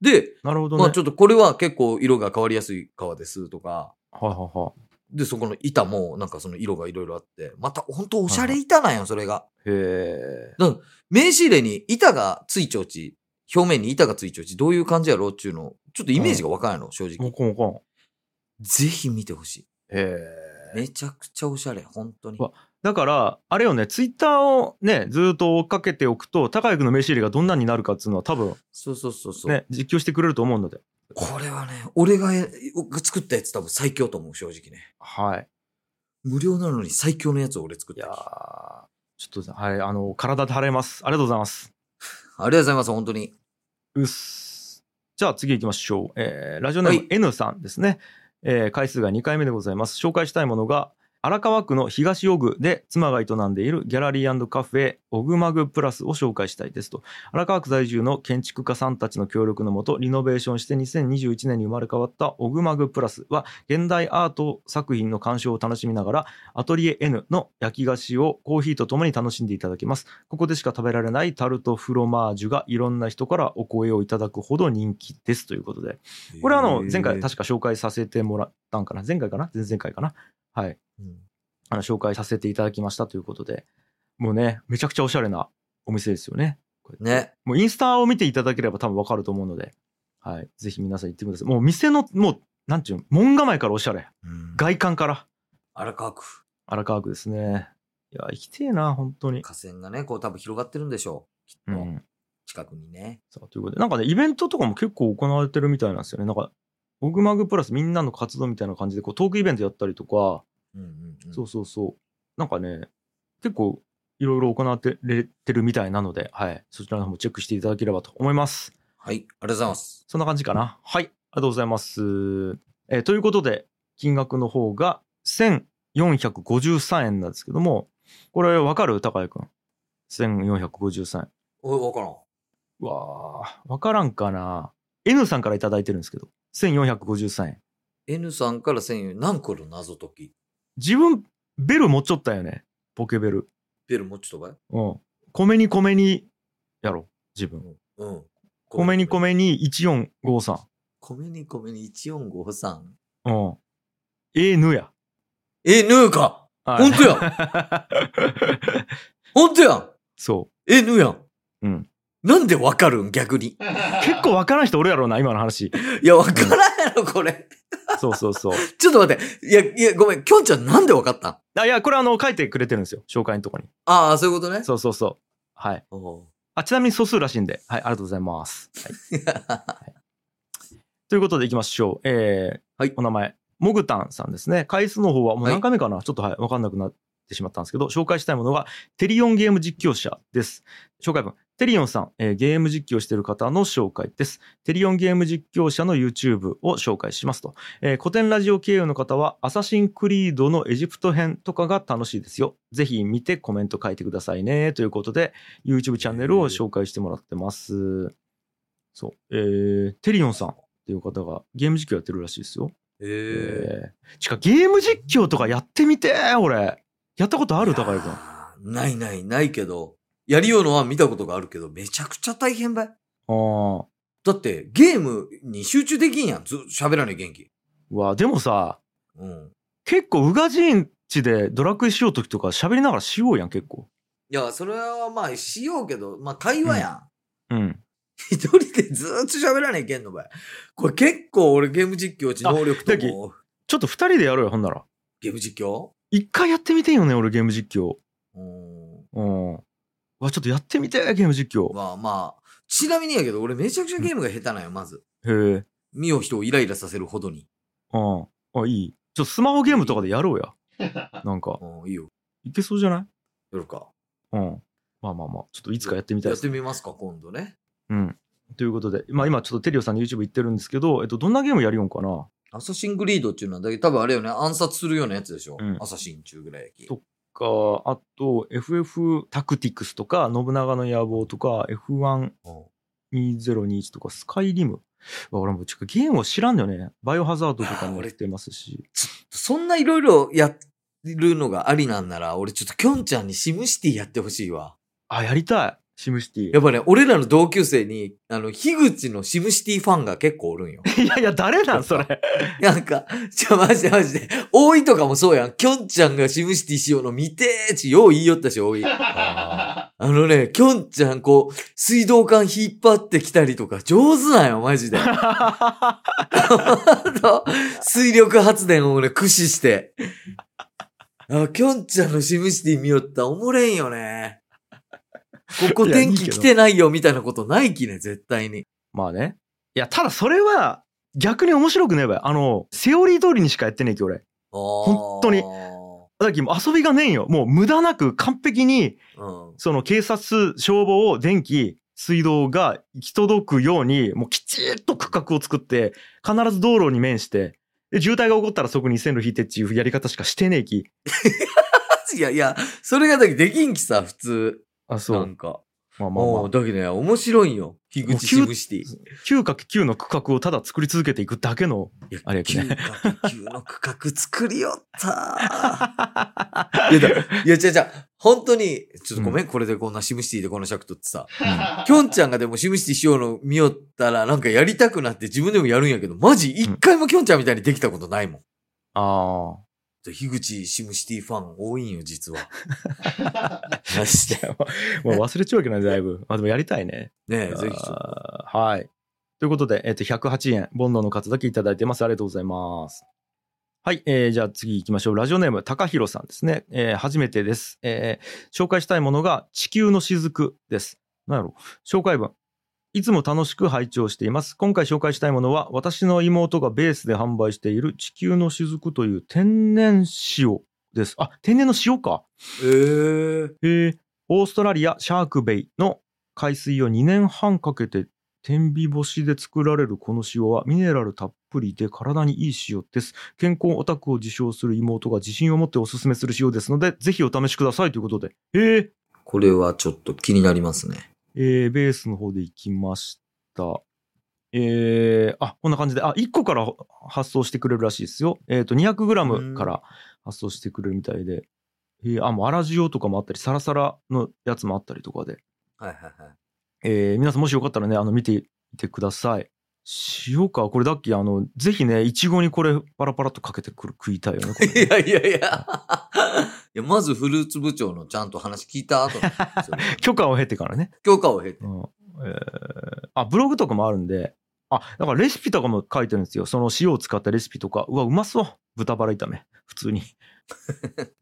Speaker 2: で、
Speaker 1: なるほどね。
Speaker 2: まあちょっとこれは結構色が変わりやすい皮ですとか、
Speaker 1: はいはいは
Speaker 2: で、そこの板もなんかその色がいろいろあって、また本当おしゃれ板なんよ、それが。
Speaker 1: い。へえ。
Speaker 2: 名刺入れに板がついちょうち、表面に板がついちょうち、どういう感じやろうっちゅうの、ちょっとイメージがわからんの、正
Speaker 1: もう
Speaker 2: 直。
Speaker 1: こんこん。
Speaker 2: ぜひ見てほしい。
Speaker 1: へえ。
Speaker 2: めちゃくちゃおしゃれ、本当に。
Speaker 1: わだから、あれよね、ツイッターをね、ずーっと追っかけておくと、高谷君の名刺入れがどんなになるかっていうのは多分、
Speaker 2: そうそうそうそう。
Speaker 1: ね、実況してくれると思うので。
Speaker 2: これはね、俺がえ作ったやつ多分最強と思う、正直ね。
Speaker 1: はい。
Speaker 2: 無料なのに最強のやつを俺作っ
Speaker 1: い
Speaker 2: た
Speaker 1: やー
Speaker 2: き。
Speaker 1: ちょっと、はい、あの、体で晴れます。ありがとうございます。
Speaker 2: ありがとうございます、本当に。
Speaker 1: うっす。じゃあ次行きましょう。えーラジオネー
Speaker 2: は
Speaker 1: ム
Speaker 2: い
Speaker 1: N さんですね、えー回数が2回目でございます。紹介したいものが、荒川区の東オグで妻が営んでいるギャラリーカフェオグマグプラスを紹介したいですと。荒川区在住の建築家さんたちの協力のもと、リノベーションして2021年に生まれ変わったオグマグプラスは、現代アート作品の鑑賞を楽しみながら、アトリエ N の焼き菓子をコーヒーとともに楽しんでいただけます。ここでしか食べられないタルトフロマージュがいろんな人からお声をいただくほど人気ですということで、これはあの前回確か紹介させてもらったんかな、前回かな、前々回かな、はい、
Speaker 2: うん
Speaker 1: あの紹介させていただきましたということで、もうね、めちゃくちゃおしゃれなお店ですよね。
Speaker 2: ね。
Speaker 1: もうインスタを見ていただければ多分わかると思うので、はい、ぜひ皆さん行ってください。もう店の、もう、なんていうの、門構えからおしゃれ、外観から
Speaker 2: 荒川区。
Speaker 1: 荒川区ですね。いや、行きてえな、本当に。
Speaker 2: 河川がね、こう多分広がってるんでしょう。きっ
Speaker 1: う
Speaker 2: と、
Speaker 1: ん
Speaker 2: 近くにね。
Speaker 1: さあということで、なんかね、イベントとかも結構行われてるみたいなんですよね。なんか、オグマグプラスみんなの活動みたいな感じで、こう、トークイベントやったりとか、
Speaker 2: うんうんうん、
Speaker 1: そうそうそう。なんかね、結構、いろいろ行われてるみたいなので、はい。そちらの方もチェックしていただければと思います。
Speaker 2: はい、ありがとうございます。
Speaker 1: そんな感じかな。はい。ありがとうございます。えーということで、金額の方が1453円なんですけども、これわかる高谷くん。1453円。
Speaker 2: おい、わからん。
Speaker 1: うわあ、わからんかな。N さんからいただいてるんですけど、1453円。
Speaker 2: N さんから1000円、何個の謎解き
Speaker 1: 自分、ベル持っちゃったよね。ポケベル。
Speaker 2: ベルもうちょっとばい
Speaker 1: うん。米に米に、やろ、自分。
Speaker 2: うん。
Speaker 1: 米に。米に1453。
Speaker 2: 米に米に1453。
Speaker 1: うん。N や。
Speaker 2: え、ヌーか
Speaker 1: は
Speaker 2: ほ
Speaker 1: い
Speaker 2: んとやんほんとやん
Speaker 1: そ
Speaker 2: え、ヌーやん
Speaker 1: う。うん。
Speaker 2: なんでわかるん逆に。
Speaker 1: 結構わからん人おるやろうな、今の話。
Speaker 2: いや、わからんやろ、これ。
Speaker 1: そうそうそう。
Speaker 2: ちょっと待って。いや、いや、ごめん。きょんちゃんなんでわかったん
Speaker 1: あいや、これあの、書いてくれてるんですよ。紹介のとこに。
Speaker 2: ああ、そういうことね。
Speaker 1: そうそうそう。はい。
Speaker 2: おう
Speaker 1: あ、ちなみに素数らしいんで。はい、ありがとうございます。はい。ということでいきましょう。えー
Speaker 2: はい
Speaker 1: お名前、モグタンさんですね。回数の方はもう
Speaker 2: はい
Speaker 1: 何回目かな、ちょっとはい、わかんなくなってしまったんですけど、紹介したいものが、テリオンゲーム実況者です。紹介文。テリオンさん、えーゲーム実況している方の紹介です。テリオンゲーム実況者の YouTube を紹介しますと。えー古典ラジオ経由の方は、アサシンクリードのエジプト編とかが楽しいですよ。ぜひ見てコメント書いてくださいね。ということで、YouTube チャンネルを紹介してもらってます。そう。えー、テリオンさんっていう方がゲーム実況やってるらしいですよ。
Speaker 2: え
Speaker 1: え
Speaker 2: ー。
Speaker 1: ー、しかゲーム実況とかやってみてー俺。やったことある
Speaker 2: いや
Speaker 1: 高
Speaker 2: ー
Speaker 1: 井くん。
Speaker 2: ないないないけど、やりようのは見たことがあるけど、めちゃくちゃ大変ばい。
Speaker 1: ああ。
Speaker 2: だって、ゲームに集中できんやん。ずっと喋らない元気。
Speaker 1: うわ、でもさ、
Speaker 2: うん。
Speaker 1: 結構、宇賀神地でドラクエしようときとか喋りながらしようやん、結構。
Speaker 2: いや、それはまあ、しようけど、まあ、会話やん。
Speaker 1: うん。
Speaker 2: 一人でずっと喋らないけんのばい。これ結構俺ゲーム実況うち能力とも、
Speaker 1: ちょっと二人でやろうよ、ほんなら。
Speaker 2: ゲーム実況
Speaker 1: 一回やってみてんよね、俺、ゲーム実況。
Speaker 2: うん。
Speaker 1: うん。うわ、ちょっとやってみてーゲーム実況。
Speaker 2: まあまあ、ちなみにやけど、俺めちゃくちゃゲームが下手なんよ、まず。
Speaker 1: へえ。
Speaker 2: 見よう人をイライラさせるほどに。
Speaker 1: うん。あ、いい。ちょっとスマホゲームとかでやろう や。なんか、
Speaker 2: うん、いいよ。
Speaker 1: いけそうじゃない
Speaker 2: やるか。
Speaker 1: うん。まあまあまあ、ちょっといつかやってみたい
Speaker 2: や
Speaker 1: で
Speaker 2: っ
Speaker 1: す。
Speaker 2: てみますか、今度ね。
Speaker 1: うん。ということで、まあ今ちょっとテリオさんの YouTube 行ってるんですけど、えっと、どんなゲームやりよんかな
Speaker 2: アサシングリードっていうのは、だけど多分あれよね、暗殺するようなやつでしょ。
Speaker 1: うん
Speaker 2: アサシン中ぐらいやき。
Speaker 1: とか、あと、FF タクティクスとか、信長の野望とか、
Speaker 2: うん
Speaker 1: F12021 とか、スカイリム。わ俺もうちょっとゲームを知らんのよね。バイオハザードとかもやってますし。
Speaker 2: そんないろいろやるのがありなんなら、俺ちょっときょんちゃんにシムシティやってほしいわ。
Speaker 1: あ、やりたい。シムシティ。
Speaker 2: やっぱね、俺らの同級生に、あの、樋口のシムシティファンが結構おるん よ。
Speaker 1: いやいや、誰なんそれ。
Speaker 2: なんか、じゃあマジでマジで、大井とかもそうやん。きょんちゃんがシムシティしようの見てーち、よう言いよったし、大井。
Speaker 1: あ
Speaker 2: あのね、きょんちゃん、こう、水道管引っ張ってきたりとか、上手なんよ、マジで。あの水力発電をね、駆使して。あ、きょんちゃんのシムシティ見よったらおもれんよね。ここ
Speaker 1: いや
Speaker 2: 天
Speaker 1: いい
Speaker 2: 気
Speaker 1: けど
Speaker 2: 来てないよ、みたいなことないきね、絶対に。
Speaker 1: まあね。いや、ただそれは、逆に面白くねえばよあの、セオリー通りにしかやってねえけ、俺。
Speaker 2: 本
Speaker 1: 当にだっきもう遊びがねえんよ。もう無駄なく完璧に、
Speaker 2: うん。
Speaker 1: その警察、消防、電気、水道が行き届くように、もうきちっと区画を作って、必ず道路に面して、で、渋滞が起こったらそこに線路引いてっていうやり方しかしてねえき。
Speaker 2: いやいや、それがだけできんきさ、普通。
Speaker 1: あ、そ
Speaker 2: な
Speaker 1: う。
Speaker 2: んか。
Speaker 1: まあまあま
Speaker 2: も
Speaker 1: あ
Speaker 2: う、。だけどね、面白いんよ。樋
Speaker 1: もう
Speaker 2: 口シムシティ。い
Speaker 1: 9×9 の区画をただ作り続けていくだけ の、
Speaker 2: や、
Speaker 1: あれやけどね
Speaker 2: 9×9 の区画作りよった ー。いやだ、いや、違う違う。本当に、ちょっとごめん、これでこんなシムシティでこの尺取ってさ。きょんちゃんがでもシムシティしようの見よったら、なんかやりたくなって自分でもやるんやけど、マジ一回もきょんちゃんみたいにできたことないもん。
Speaker 1: ああ。
Speaker 2: 樋口シムシティファン多いんよ、実 は。マジで。
Speaker 1: もう忘れちゃうけどね、だいぶ。あ、でもやりたいね。
Speaker 2: ねえ、ぜひちょっと。
Speaker 1: あーはい。ということで、えっと、108円、煩悩の数だけいただいてます。ありがとうございます。はい、えーじゃあ次行きましょう。ラジオネーム、高弘さんですね。えー初めてです。えー紹介したいものが、地球の雫です。なんやろ紹介文。いつも楽しく拝聴しています。今回紹介したいものは、私の妹がベースで販売している地球の雫という天然塩です。あ、天然の塩か。
Speaker 2: えー。
Speaker 1: えーオーストラリアシャークベイの海水を2年半かけて天日干しで作られるこの塩はミネラルたっぷりで体にいい塩です。健康オタクを自称する妹が自信を持っておすすめする塩ですので、ぜひお試しくださいということで。えー
Speaker 2: これはちょっと気になりますね。
Speaker 1: えーベースの方でいきました。えーあ、こんな感じで、あ、1個から発送してくれるらしいですよ。えっ、と、200g から発送してくれるみたいで。えーあ、もう粗塩とかもあったり、サラサラのやつもあったりとかで。
Speaker 2: はいはいはい。
Speaker 1: えー皆さんもしよかったらね、あの、見ていてください。塩か、これだっけ、あの、ぜひね、いちごにこれ、パラパラっとかけてくる食いたいよ ね。これ
Speaker 2: いやいやいや。いやまずフルーツ部長のちゃんと話聞いた後なんですよ
Speaker 1: 許可を経てからね。
Speaker 2: 許可を経て。
Speaker 1: うんえーあ、ブログとかもあるんで、あ、だからレシピとかも書いてるんですよ。その塩を使ったレシピとか。うわ、うまそう。豚バラ炒め。普通に。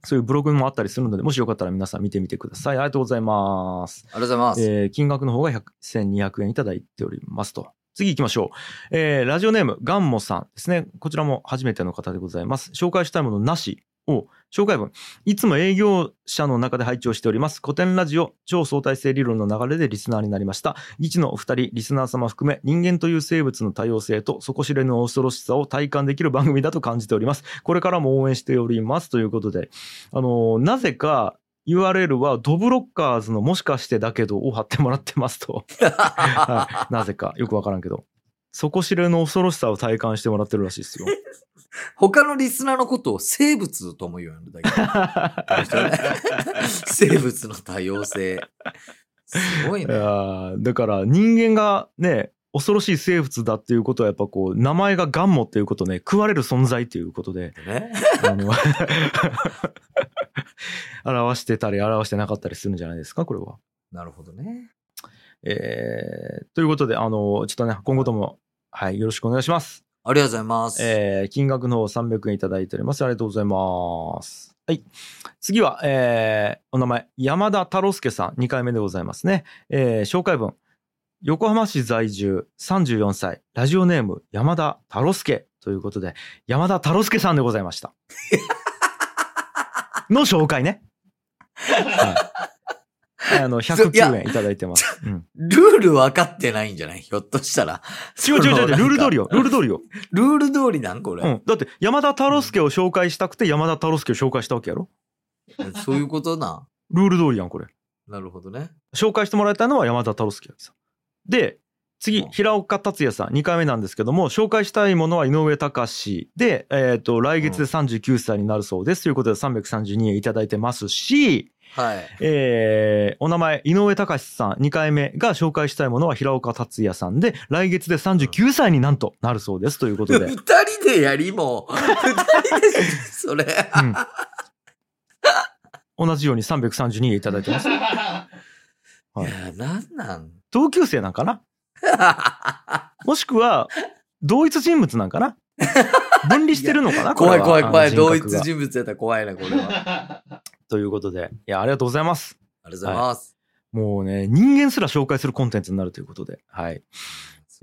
Speaker 1: そういうブログもあったりするので、もしよかったら皆さん見てみてください。ありがとうございます。
Speaker 2: ありがとうございます。
Speaker 1: えー金額の方が100 1200円いただいておりますと。次行きましょう。えーラジオネーム、ガンモさんですね。こちらも初めての方でございます。紹介したいものなしを、紹介文。いつも営業者の中で配置をしております。古典ラジオ、超相対性理論の流れでリスナーになりました。議事のお二人、リスナー様含め、人間という生物の多様性と底知れぬ恐ろしさを体感できる番組だと感じております。これからも応援しております。ということで、あのーなぜか、URL はドブロッカーズのもしかしてだけどを貼ってもらってますと。はいなぜか、よくわからんけど。底知れの恐ろしさを体感してもらってるらしいですよ。
Speaker 2: 他のリスナーのことを生物とも言わんだけど生物の多様性。すごい
Speaker 1: い
Speaker 2: ね。
Speaker 1: やーだから人間がね、恐ろしい生物だっていうことはやっぱこう、名前がガンモっていうことね、食われる存在っていうことで、
Speaker 2: ね
Speaker 1: あの 表してたり表してなかったりするんじゃないですか、これは。
Speaker 2: なるほどね。
Speaker 1: えーということで、あの、ちょっとね、今後とも、はい、よろしくお願いします。
Speaker 2: ありがとうございます。
Speaker 1: えー金額の方300円いただいております。ありがとうございます。はい。次は、えーお名前、山田太郎介さん、2回目でございますね。えー紹介文。横浜市在住34歳、ラジオネーム山田太郎介ということで、山田太郎介さんでございま した。の紹介ね。はい、あの、109円いただいてます。 うん、
Speaker 2: ルール分かってないんじゃないひょっとしたら。
Speaker 1: 違う違う違う、ルール通りよ、ルール通りよ。
Speaker 2: ルール通りなんこれ、
Speaker 1: うん、だって山田太郎介を紹介したくて山田太郎介を紹介したわけやろ
Speaker 2: そういうことな。
Speaker 1: ルール通りやんこれ
Speaker 2: なるほどね。
Speaker 1: 紹介してもらえたのは山田太郎介さんで次
Speaker 2: うん
Speaker 1: 平岡達也さん2回目なんですけども紹介したいものは井上隆史で、えー、と来月で39歳になるそうですということで332円いただいてますし、
Speaker 2: はい。
Speaker 1: えーお名前井上隆史さん2回目が紹介したいものは平岡達也さんで来月で39歳になんとなるそうですというこ
Speaker 2: 二
Speaker 1: とで、うん、
Speaker 2: 人でやりもう。二人で、それ。
Speaker 1: 同じように332円いただいてます
Speaker 2: い
Speaker 1: はい
Speaker 2: や、なんなん
Speaker 1: 同級生なんかなもしくは、同一人物なんかな分離してるのかな
Speaker 2: 怖い怖い怖い。同
Speaker 1: 同
Speaker 2: 一
Speaker 1: 一人
Speaker 2: 人物やったら怖いな、 これは。ありが
Speaker 1: ということで。いや、ありがとうございます。
Speaker 2: とうございます。
Speaker 1: もうね、人間すら紹介するコンテンツになるということで。はい。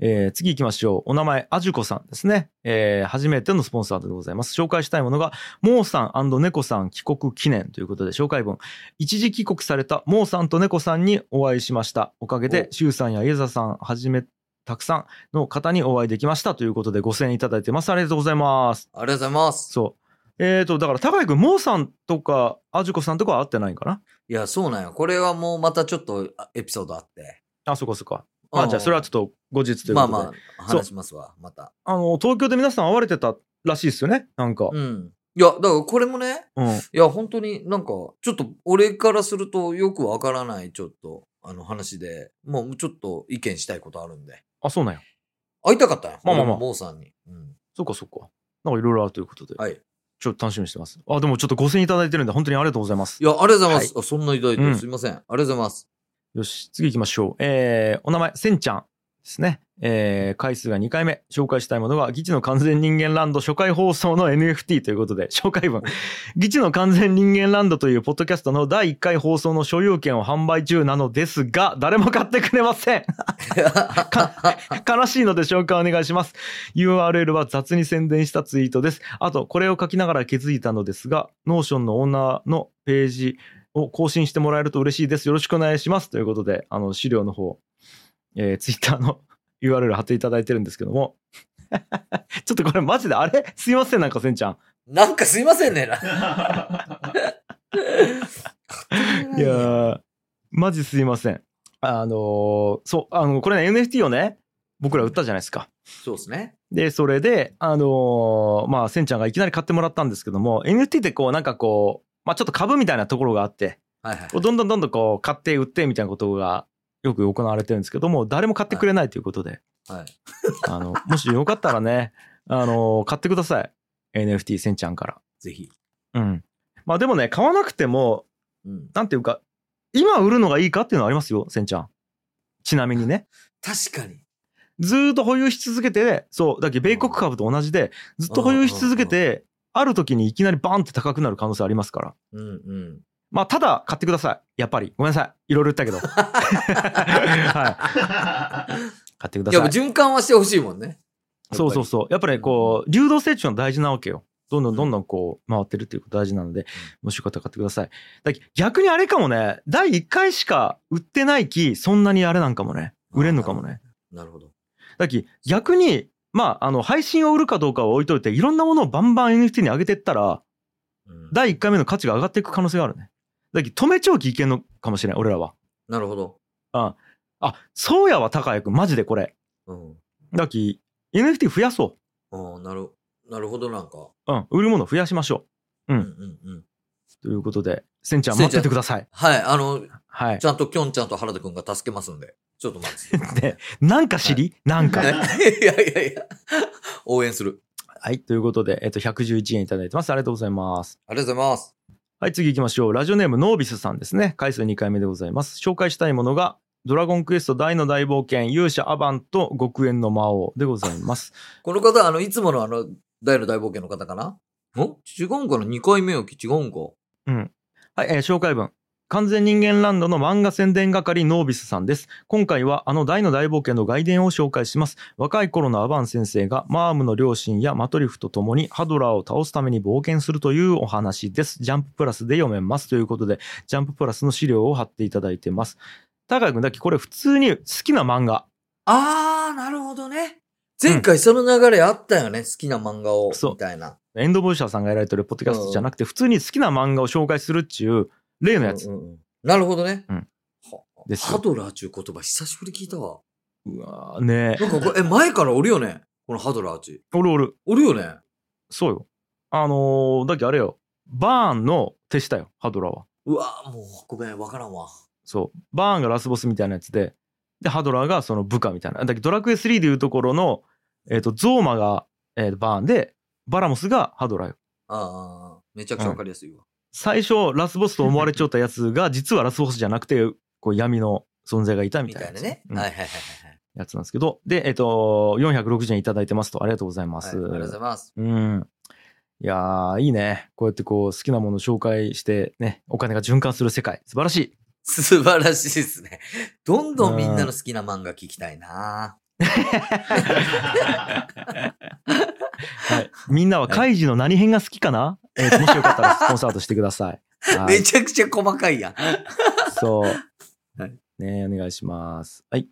Speaker 1: えー次行きましょう。お名前、あじゅこさんですね。えー初めてのスポンサーでございます。紹介したいものが、モーさん猫さん帰国記念ということで、紹介文。一時帰国されたモーさんと猫さんにお会いしました。おかげで、シュウさんやイエザさんはじめ、たくさんの方にお会いできましたということで、ご声援いただいてます。ありがとうございます。
Speaker 2: ありがとうございます。
Speaker 1: そう。えー、と、だから、高井くん、モーさんとか、あじゅこさんとかは会ってないんかない
Speaker 2: や、そうなんよ。これはもうまたちょっとあエピソードあって。
Speaker 1: あ、そこそこ。まあ、じゃあ、それはちょっと後日ということで。
Speaker 2: まあまあ、
Speaker 1: そう
Speaker 2: 話しますわ、また。
Speaker 1: あの、東京で皆さん会われてたらしいですよね。なんか。
Speaker 2: うん。いや、だからこれもね、
Speaker 1: うん。
Speaker 2: いや、本当になんか、ちょっと俺からするとよくわからない、ちょっと、あの話で、もうちょっと意見したいことあるんで。
Speaker 1: あ、そうなんや。
Speaker 2: 会いたかったよ。
Speaker 1: まあまあまあ
Speaker 2: 俺もモーさんに。うん。
Speaker 1: そっかそっか。なんかいろいろあるということで。
Speaker 2: はい。い
Speaker 1: ちょっと楽しみにしてます。あ、でもちょっとご声援いただいてるんで、本当にありがとうございます。
Speaker 2: や、ありがとうございます。あそんないただいて、
Speaker 1: うん
Speaker 2: すいません。ありがとうございます。
Speaker 1: よし、次行きましょう。えー、お名前、せんちゃんですね。えー、回数が2回目。紹介したいものが、ギチの完全人間ランド初回放送の NFT ということで、紹介 文。ギチの完全人間ランドというポッドキャストの第1回放送の所有権を販売中なのですが、誰も買ってくれません。悲しいので紹介お願いします。URL は雑に宣伝したツイートです。あと、これを書きながら気づいたのですが、ノーションのオーナーのページを更新してもらえると嬉しいです。よろしくお願いします。ということで、あの、資料の方、えー、ツイッターの URL 貼っていただいてるんですけども。 ちょっとこれマジで、あれすいません、なんかせんちゃん。
Speaker 2: なんかすいませんね。なん
Speaker 1: いやー、マジすいません。あのーそう、あの、これね、NFT をね、僕ら売ったじゃないですか。
Speaker 2: そうですね。
Speaker 1: で、それで、あのーまあ、せんちゃんがいきなり買ってもらったんですけども、NFT ってこう、なんかこう、まあ、ちょっと株みたいなところがあって、
Speaker 2: はいはい
Speaker 1: こうどんどんどんどんこう、買って売ってみたいなことがよく行われてるんですけども、誰も買ってくれないということで、
Speaker 2: はい。
Speaker 1: あの、もしよかったらね、あのー買ってください。NFT せんちゃんか
Speaker 2: ぜひ。
Speaker 1: ら。うん。まあ、でもね、買わなくても、
Speaker 2: うん。
Speaker 1: なんていうか、今売るのがいいかっていうのはありますよ、せんちゃん。ちなみにね。
Speaker 2: 確かに。
Speaker 1: ずーっと保有し続けて、そう、だけど米国株と同じで、ずっと保有し続けて、ある時にいきなりバーンって高くなる可能性ありますから。
Speaker 2: う んうん。
Speaker 1: まあ、ただ買ってください。やっぱり。ごめんなさい。いろいろ言った けど。はい。買ってくだ
Speaker 2: いや、
Speaker 1: さ
Speaker 2: もう
Speaker 1: い。
Speaker 2: 循環はしてほしいもんね。
Speaker 1: そうそう
Speaker 2: う。
Speaker 1: そう。やっぱりこう、流動性っていうのは大事なわけよ。どんどんどんどんこう、回ってるっていうこと大事なので、もしよかったら買ってください。だけど逆にあれかもね、第1回しか売ってないき、そんなにあれなんかもね、売れんのかもね。
Speaker 2: なるほど。
Speaker 1: だき逆に、まあ、あの、配信を売るかどうかは置いといて、いろんなものをバンバン NFT に上げてったら、
Speaker 2: うん
Speaker 1: 第1回目の価値が上がっていく可能性があるね。だき止め長期いけんのかもしれない、俺らは。
Speaker 2: なるほど。
Speaker 1: あ、そうやわ、高谷くん、マジでこれ。
Speaker 2: うん。
Speaker 1: だき NFT 増やそ
Speaker 2: ああ、なる、なるほどなんか。
Speaker 1: う。うん、売るもの増やしましょう
Speaker 2: うん
Speaker 1: ん
Speaker 2: うんうん。
Speaker 1: う。ということで、せんちゃん
Speaker 2: せん
Speaker 1: 待
Speaker 2: ちゃ
Speaker 1: っ
Speaker 2: ん
Speaker 1: ててください。
Speaker 2: はい、あの、
Speaker 1: はい。
Speaker 2: ちゃんときょんちゃんと原田くんが助けますんで。ちょっと待ってて。
Speaker 1: で、なんか知り、なんか。
Speaker 2: いやいやいや。応援する。
Speaker 1: はい、ということで、えっと、111円いただいてます。ありがとうございます。
Speaker 2: ありがとうございます。
Speaker 1: はい、次行きましょう。ラジオネーム、ノービスさんですね。回数2回目でございます。紹介したいものが、ドラゴンクエスト大の大冒険、勇者アバンと極縁の魔王でございます。
Speaker 2: この方、あの、いつものあの、大の大冒険の方かなお違うんかな ?2 回目よき違うんか
Speaker 1: はい、えー紹介文。完全人間ランドの漫画宣伝係ノービスさんです。今回はあの大の大冒険の外伝を紹介します。若い頃のアバン先生がマームの両親やマトリフと共にハドラーを倒すために冒険するというお話です。ジャンププラスで読めます。ということで、ジャンププラスの資料を貼っていただいてます。高井君だけこれ普通に好きな漫画。
Speaker 2: あー、なるほどね。前回その流れあったよね。好きな漫画を。
Speaker 1: そう
Speaker 2: みたいな。
Speaker 1: エンドボイシャーさんがやられてるポッドキャストじゃなくて、普通に好きな漫画を紹介するっていう例のやつ。
Speaker 2: うんうんうんなるほどね。
Speaker 1: うん
Speaker 2: は
Speaker 1: ですよ
Speaker 2: ハドラーっていう言葉久しぶり聞いたわ。
Speaker 1: うわーねえ
Speaker 2: なんかこれ、え、前からおるよね。このハドラーっていう。
Speaker 1: おるおる。
Speaker 2: おるよね。
Speaker 1: そうよ。あのー、だけどあれよ。バーンの手下よ、ハドラーは。
Speaker 2: うわもうごめん、わからんわ。
Speaker 1: そう。バーンがラスボスみたいなやつで、で、ハドラーがその部下みたいな。だけど、ドラクエ3でいうところの、えっ、と、ゾーマが、えーとバーンで、バラモスがハドラーよ。
Speaker 2: あーあー、めちゃくちゃわかりやすいわ。
Speaker 1: 最初、ラスボスと思われちゃったやつが、実はラスボスじゃなくて、こう闇の存在がいたみ
Speaker 2: み
Speaker 1: たい
Speaker 2: た
Speaker 1: ないやつ。
Speaker 2: なね。
Speaker 1: うん
Speaker 2: はいはいはいはいはい。
Speaker 1: やつなんですけど。で、えっ、と、460円いただいてますと、ありがとうございま
Speaker 2: はいあ
Speaker 1: す。
Speaker 2: りがとうございます。
Speaker 1: うん。いやー、いいね。こうやってこう、好きなものを紹介して、ね、お金が循環する世界。素晴らしい。
Speaker 2: 素晴らしいですね。どんどんみんなの好きな漫画聞きたいな。
Speaker 1: はい。みんなは、カイジの何編が好きかな、えーともしよかったら、スポンサートしてくだ さい。は
Speaker 2: め
Speaker 1: い。
Speaker 2: ちゃくちゃ細かいやん。
Speaker 1: そう。
Speaker 2: はい
Speaker 1: ねお願いします。はい。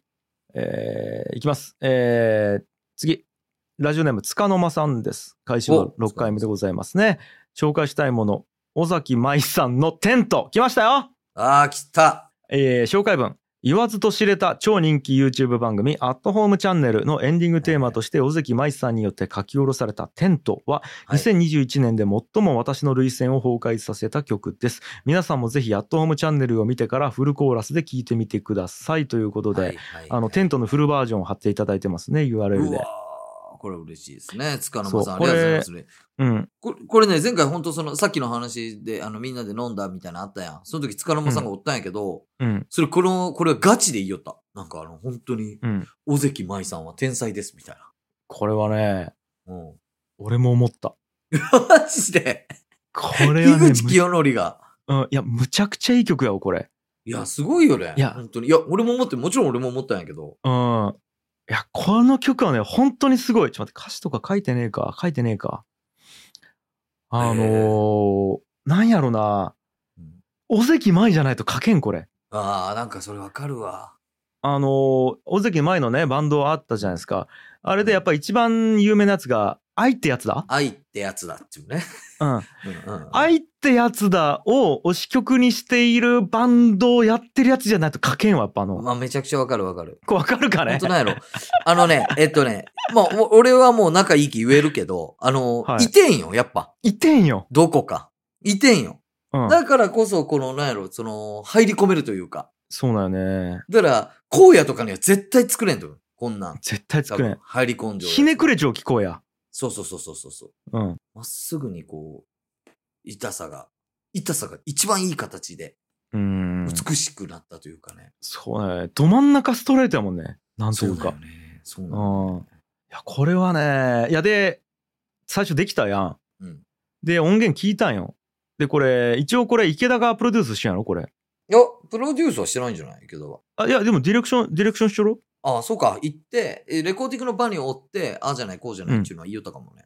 Speaker 1: えー、いきます。えー、次。ラジオネーム、つかの間さんです。開始の
Speaker 2: お
Speaker 1: 6回目でございますね。紹介したいもの、尾崎舞さんのテント。来ましたよ
Speaker 2: ああ、来た。
Speaker 1: えー紹介文。言わずと知れた超人気 YouTube 番組、アットホームチャンネルのエンディングテーマとして、尾関舞さんによって書き下ろされたテントは、
Speaker 2: はい
Speaker 1: 2021年で最も私の涙腺を崩壊させた曲です。皆さんもぜひ、アットホームチャンネルを見てからフルコーラスで聴いてみてくださいということで、
Speaker 2: はいはいはい
Speaker 1: あの、テントのフルバージョンを貼っていただいてますね、URL
Speaker 2: う
Speaker 1: で
Speaker 2: わ。ーこれ嬉しいですね。つかの間さん、あ
Speaker 1: そう
Speaker 2: りがとうございますね。
Speaker 1: うん。
Speaker 2: これこれね、前回本当その、さっきの話で、あの、みんなで飲んだみたいなのあったやん。その時、つかの間さんがおったんやけど、
Speaker 1: うん。
Speaker 2: それ、この、これはガチで言いよった。なんかあの、本当に、
Speaker 1: うん。
Speaker 2: 尾関舞さんは天才です、みたい
Speaker 1: これはね、
Speaker 2: な。うん。
Speaker 1: 俺も思った。
Speaker 2: マジで、
Speaker 1: これはね
Speaker 2: 樋、口清則が。
Speaker 1: むうん、いや、むちゃくちゃいい曲やわ、これ。
Speaker 2: いや、すごいよね。
Speaker 1: いや
Speaker 2: 本当に。いや、俺も思って、もちろん俺も思ったんやけど。
Speaker 1: うん。いや、この曲はね、本当にすごい。ちょっと待って、歌詞とか書いてねえか、書いてねえか。あ
Speaker 2: え
Speaker 1: のー、なんやろな。尾関舞じゃないと書けん、これ。
Speaker 2: ああ、なんかそれわかるわ。
Speaker 1: あのー、尾関舞のね、バンドあったじゃないですか。あれでやっぱ一番有名なやつが、愛ってやつだ
Speaker 2: 愛ってやつだっていうね。
Speaker 1: うん。
Speaker 2: うんうんうん
Speaker 1: 愛ってやつだを推し曲にしているバンドをやってるやつじゃないと書けんわ、やっぱあの。
Speaker 2: まあ、めちゃくちゃわかるわかる。
Speaker 1: こうわかるかね
Speaker 2: 本当なんやろ。あのね、えっとね、まあ、お俺はもう仲いい気言えるけど、あの、
Speaker 1: はい
Speaker 2: い、てんよ、やっぱ。
Speaker 1: いてんよ。
Speaker 2: どこか。いてんよ。
Speaker 1: うん。
Speaker 2: だからこそ、この、なんやろ、その、入り込めるというか。
Speaker 1: そうだよね。
Speaker 2: だから、荒野とかには絶対作れんと思う。こんなん。
Speaker 1: 絶対作れ
Speaker 2: 多
Speaker 1: ん
Speaker 2: 分。入り込んじゃう。
Speaker 1: ひねくれちを聞こうや。
Speaker 2: そうそうそうそうそうそう。
Speaker 1: うん。
Speaker 2: まっすぐにこう、痛さが、痛さが一番いい形で
Speaker 1: うん。
Speaker 2: 美しくなったというかね。
Speaker 1: そうね。ど真ん中ストレートやもんね。なんと
Speaker 2: そ
Speaker 1: いうう
Speaker 2: だ
Speaker 1: か。
Speaker 2: よね。そう
Speaker 1: う
Speaker 2: なんだよ
Speaker 1: ん。いや、これはね、いや、で、最初できたやん。
Speaker 2: うん
Speaker 1: で、音源聞いたんよ。で、これ、一応これ、池田がプロデュースしてんやろこれ。
Speaker 2: いや、プロデュースはしてないんじゃないけど。
Speaker 1: あ、いや、でもディレクション、ディレクションしちょろ
Speaker 2: ああ、そうか。行って、えレコーディングの場におって、ああじゃない、こうじゃな
Speaker 1: う
Speaker 2: い
Speaker 1: ん
Speaker 2: っていうのは言いよったかもね。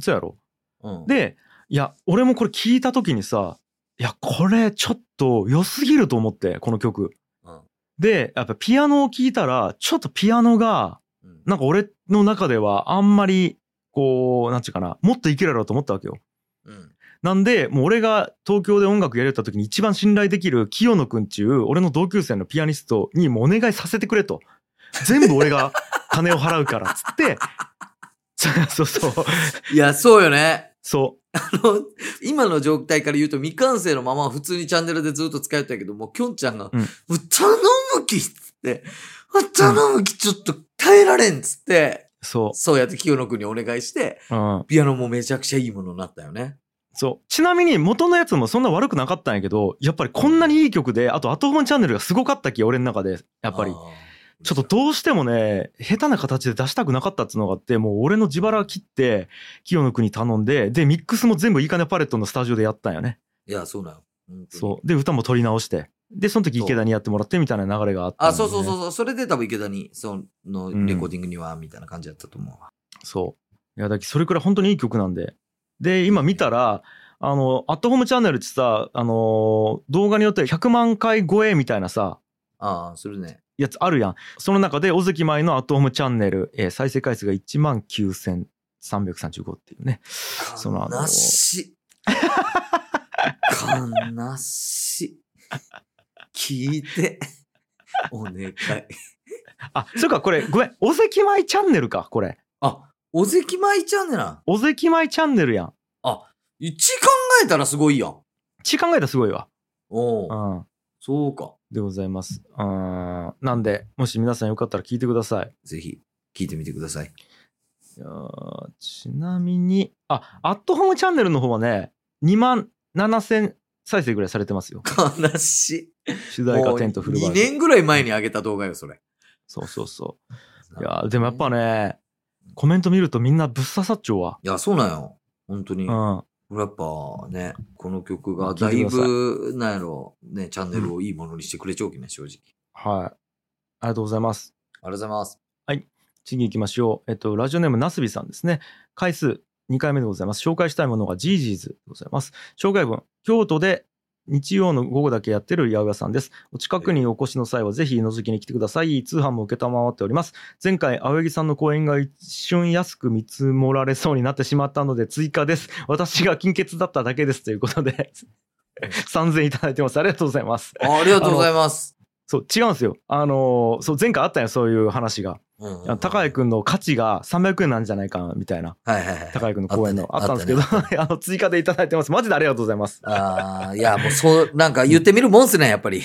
Speaker 1: そうやろ
Speaker 2: うん。、
Speaker 1: で、いや、俺もこれ聞いた時にさ、いや、これちょっと良すぎると思って、この曲。
Speaker 2: うん。
Speaker 1: で、やっぱピアノを聞いたら、ちょっとピアノが、
Speaker 2: うん、
Speaker 1: なんか俺の中ではあんまり、こう、なんちゅうかな、もっといけるやろうと思ったわけよ。
Speaker 2: うん。
Speaker 1: なんで、もう俺が東京で音楽やりよった時に一番信頼できる清野くんちゅう、俺の同級生のピアニストにもうお願いさせてくれと。全部俺が金を払うからっつって、 そうそうそう、
Speaker 2: いや、そうよね。
Speaker 1: そ
Speaker 2: あの、 今の状態から言うと、未完成のまま普通にチャンネルでずっと使えたけど、もうきょんちゃんが、
Speaker 1: うん
Speaker 2: もう頼むきっつって、あ頼むきちょっと耐えられんっつって、
Speaker 1: う、そ
Speaker 2: そうやって清野くんにお願いして、
Speaker 1: う、うん、
Speaker 2: ピアノもめちゃくちゃいいものになったよね。
Speaker 1: そう。ちなみに元のやつもそんな悪くなかったんやけど、やっぱりこんなにいい曲で、あとアトホンチャンネルがすごかったき、俺の中で、や
Speaker 2: や
Speaker 1: っぱり。ちょっとどうしてもね、下手な形で出したくなかったっつうのがあって、もう俺の自腹切って、清野くんに頼んで、で、ミックスも全部いいかねパレットのスタジオでやったんよね。
Speaker 2: いや、そうなの。
Speaker 1: そう。で、歌も取り直して。で、その時池田にやってもらってみたいな流れがあったん
Speaker 2: あ、
Speaker 1: で
Speaker 2: そうそうそうそう。それで多分池田に、その、レコーディングには、みたいな感じだったと思うわ。
Speaker 1: そう。いや、だけどそれくらい本当にいい曲なんで。で、今見たら、あの、アットホームチャンネルってさ、あの、動画によっては100万回超えみたいなさ、
Speaker 2: ああ、するね。
Speaker 1: やつあるやん。その中で、尾関舞のアットホームチャンネル、えー再生回数が1万9335っていうね。そのあの
Speaker 2: 悲しい。悲しい。聞いて。お願い。
Speaker 1: あ、それか、これ、ごめん。尾関舞チャンネルか、これ。
Speaker 2: あ、おぜきまいちゃんねな。
Speaker 1: 尾関舞チャンネルやん。
Speaker 2: 一考えたらすごいやん。
Speaker 1: ち考えたらすごいわ。
Speaker 2: お
Speaker 1: う
Speaker 2: お、
Speaker 1: ん。
Speaker 2: そうか。
Speaker 1: でございます。うん。なんで、もし皆さんよかったら聞いてください。
Speaker 2: ぜひ、聞いてみてください。
Speaker 1: いやーちなみに、あ、アットホームチャンネルの方はね、2万7000再生ぐらいされてますよ。
Speaker 2: 悲しい。
Speaker 1: 主題歌
Speaker 2: もう
Speaker 1: テントフルバ
Speaker 2: 2
Speaker 1: ージョン。
Speaker 2: 年ぐらい前に上げた動画よ、それ。
Speaker 1: そうそうそう。いやーでもやっぱ。ね、コメント見るとみんなぶっ刺さっちゃうわ。
Speaker 2: いや、そうなんよ。本当に。
Speaker 1: うん。
Speaker 2: 俺やっぱね、この曲が
Speaker 1: 聞
Speaker 2: だ
Speaker 1: いて
Speaker 2: い
Speaker 1: ください
Speaker 2: ぶ、なんやろ、ね、チャンネルをいいものにしてくれちゃうきね、正直。
Speaker 1: はい。ありがとうございます。
Speaker 2: ありがとうございます。
Speaker 1: 次行きましょう。えっと、ラジオネームなすびさんですね。回数2回目でございます。紹介したいものがジージーズでございます。紹介文、京都で日曜の午後だけやってる八百屋さんです。お近くにお越しの際はぜひ覗きに来てください。通販も受けたまわっております。前回、青柳さんの講演が一瞬安く見積もられそうになってしまったので追加です。私が金欠だっただけですということ で、3000いただいてます。ありがとうございます。
Speaker 2: あありがとうございます。
Speaker 1: そう、違うんですよ。あのーそう、前回あったよ、そういう話が。
Speaker 2: うん
Speaker 1: あ
Speaker 2: うん
Speaker 1: の高井。君の価値が300円なんじゃないかみたいな
Speaker 2: はいはいはい。
Speaker 1: 高井君の講演の
Speaker 2: あ
Speaker 1: あ
Speaker 2: っ
Speaker 1: ったた
Speaker 2: ね
Speaker 1: んですけど あの追加でいただいてますマジでありがとうございます
Speaker 2: ああ、いや、もうそう、なんか言ってみるもんっすね、やっぱり。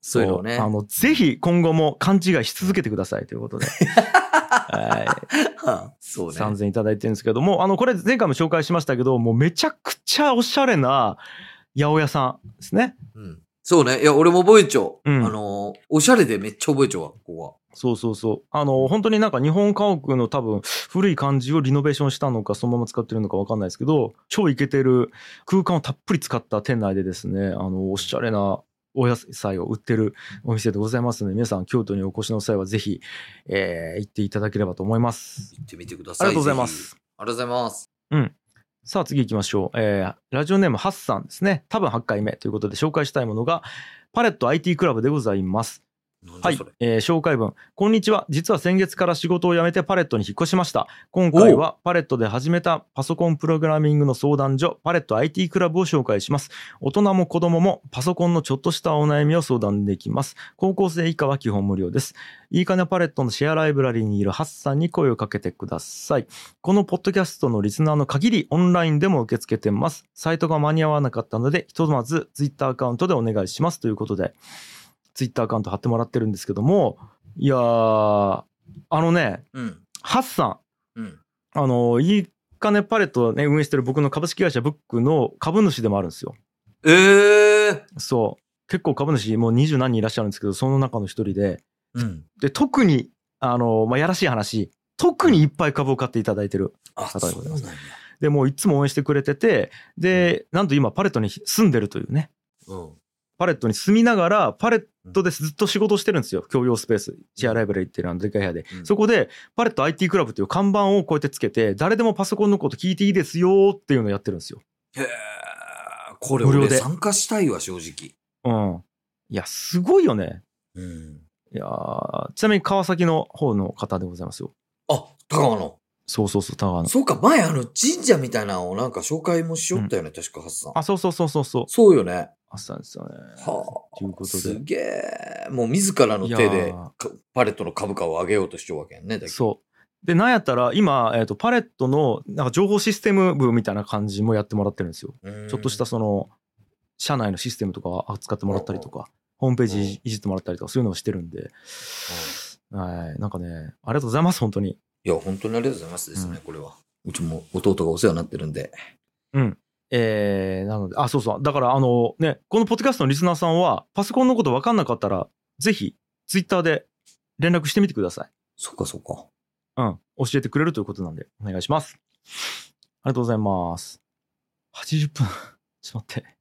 Speaker 2: そういうのをね。
Speaker 1: そう あのぜひ今後も勘違いし続けてくださいということで、はい、
Speaker 2: そうね。
Speaker 1: 3000いただいてるんですけどもあのこれ前回も紹介しましたけどもうめちゃくちゃおしゃれな八百屋さんですね
Speaker 2: うんそうね。いや、俺も覚えちゃう。
Speaker 1: うん
Speaker 2: あのー、おしゃれでめっちゃ覚えちゃうわ、ここは。
Speaker 1: そうそうそうあの本当になんか日本家屋の多分古い感じをリノベーションしたのかそのまま使ってるのか分かんないですけど超イケてる空間をたっぷり使った店内でですねあのおしゃれなお野菜を売ってるお店でございますので皆さん京都にお越しの際はぜひ、えー行っていただければと思います
Speaker 2: 行ってみてくだ
Speaker 1: あ
Speaker 2: さい。
Speaker 1: りがとうございま
Speaker 2: ぜひ
Speaker 1: す。
Speaker 2: ありがとうございます。
Speaker 1: さあ次行きましょう、えーラジオネームハッサンですね多分8回目ということで紹介したいものがパレット IT クラブでございます
Speaker 2: なん
Speaker 1: は
Speaker 2: だ
Speaker 1: い
Speaker 2: それ。、
Speaker 1: えー紹介文。こんにちは。実は先月から仕事を辞めてパレットに引っ越しました。今回はパレットで始めたパソコンプログラミングの相談所、パレット IT クラブを紹介します。大人も子供もパソコンのちょっとしたお悩みを相談できます。高校生以下は基本無料です。いいかねパレットのシェアライブラリにいるハッサンに声をかけてください。このポッドキャストのリスナーの限りオンラインでも受け付けてます。サイトが間に合わなかったので、ひとまずツイッターアカウントでお願いしますということで、ツイッターアカウント貼ってもらってるんですけども、いやー、あのね、
Speaker 2: うん。
Speaker 1: ハッサン、
Speaker 2: うん。
Speaker 1: あの、いいかねパレットをね、運営してる僕の株式会社ブックの株主でもあるんですよ。
Speaker 2: ええ
Speaker 1: そう。結構株主もう二十何人いらっしゃるんですけど、その中の一人で、
Speaker 2: うん。
Speaker 1: で、特に、あの、まあ、やらしい話、特にいっぱい株を買っていただいてる。
Speaker 2: あ、
Speaker 1: 方
Speaker 2: そ
Speaker 1: でご
Speaker 2: う
Speaker 1: ざい
Speaker 2: な
Speaker 1: ま
Speaker 2: ん
Speaker 1: す
Speaker 2: や。
Speaker 1: で、もういつも応援してくれてて、で、なんと今パレットに住んでるというね。
Speaker 2: うん。
Speaker 1: パレットに住みながら、パレットでずっと仕事をしてるんですよ。共用スペース。シェアライブラリっていうあのでかい部屋で。
Speaker 2: うん
Speaker 1: そこで、パレット IT クラブという看板をこうやってつけて、誰でもパソコンのこと聞いていいですよっていうのをやってるんですよ。
Speaker 2: へえ。これ
Speaker 1: 無
Speaker 2: 俺
Speaker 1: 料で
Speaker 2: 参加したいわ、正直。
Speaker 1: うん。いや、すごいよね。
Speaker 2: うん。
Speaker 1: いやーちなみに川崎の方の方でございますよ。
Speaker 2: あ、高野の。
Speaker 1: そうそうそう、タワーの。
Speaker 2: そうか、前あの神社みたいなのをなんか紹介もしよったよね、確か、ハッサン。
Speaker 1: あ、そうそうそうそうそう。
Speaker 2: そうよね。
Speaker 1: あったんですよね。
Speaker 2: はあ。
Speaker 1: ということ
Speaker 2: す
Speaker 1: で。
Speaker 2: げえ。もう自らの手
Speaker 1: いや
Speaker 2: で
Speaker 1: ー
Speaker 2: かパレットの株価を上げようとしちゃうわけやんね。だけど
Speaker 1: そう。で、なんやったら、今、えっ、と、パレットの、なんか情報システム部みたいな感じもやってもらってるんですよ。
Speaker 2: うん
Speaker 1: ちょっとしたその、社内のシステムとかを扱ってもらったりとか、ホームページいじいじってもらったりとか、そういうのをしてるんで、はい、なんかね、ありがとうございます、本当に。
Speaker 2: いや、本当にありがとうございますですね、
Speaker 1: うん
Speaker 2: これは。うちも弟がお世話になってるんで。
Speaker 1: うん。えー、なので、あ、そうそう。だから、あの、ね、このポッドキャストのリスナーさんは、パソコンのこと分かんなかったら、ぜひ、ツイッターで連絡してみてください。
Speaker 2: そっかそっか。
Speaker 1: うん。教えてくれるということなんで、お願いします。ありがとうございます。80分。ちょっと待って。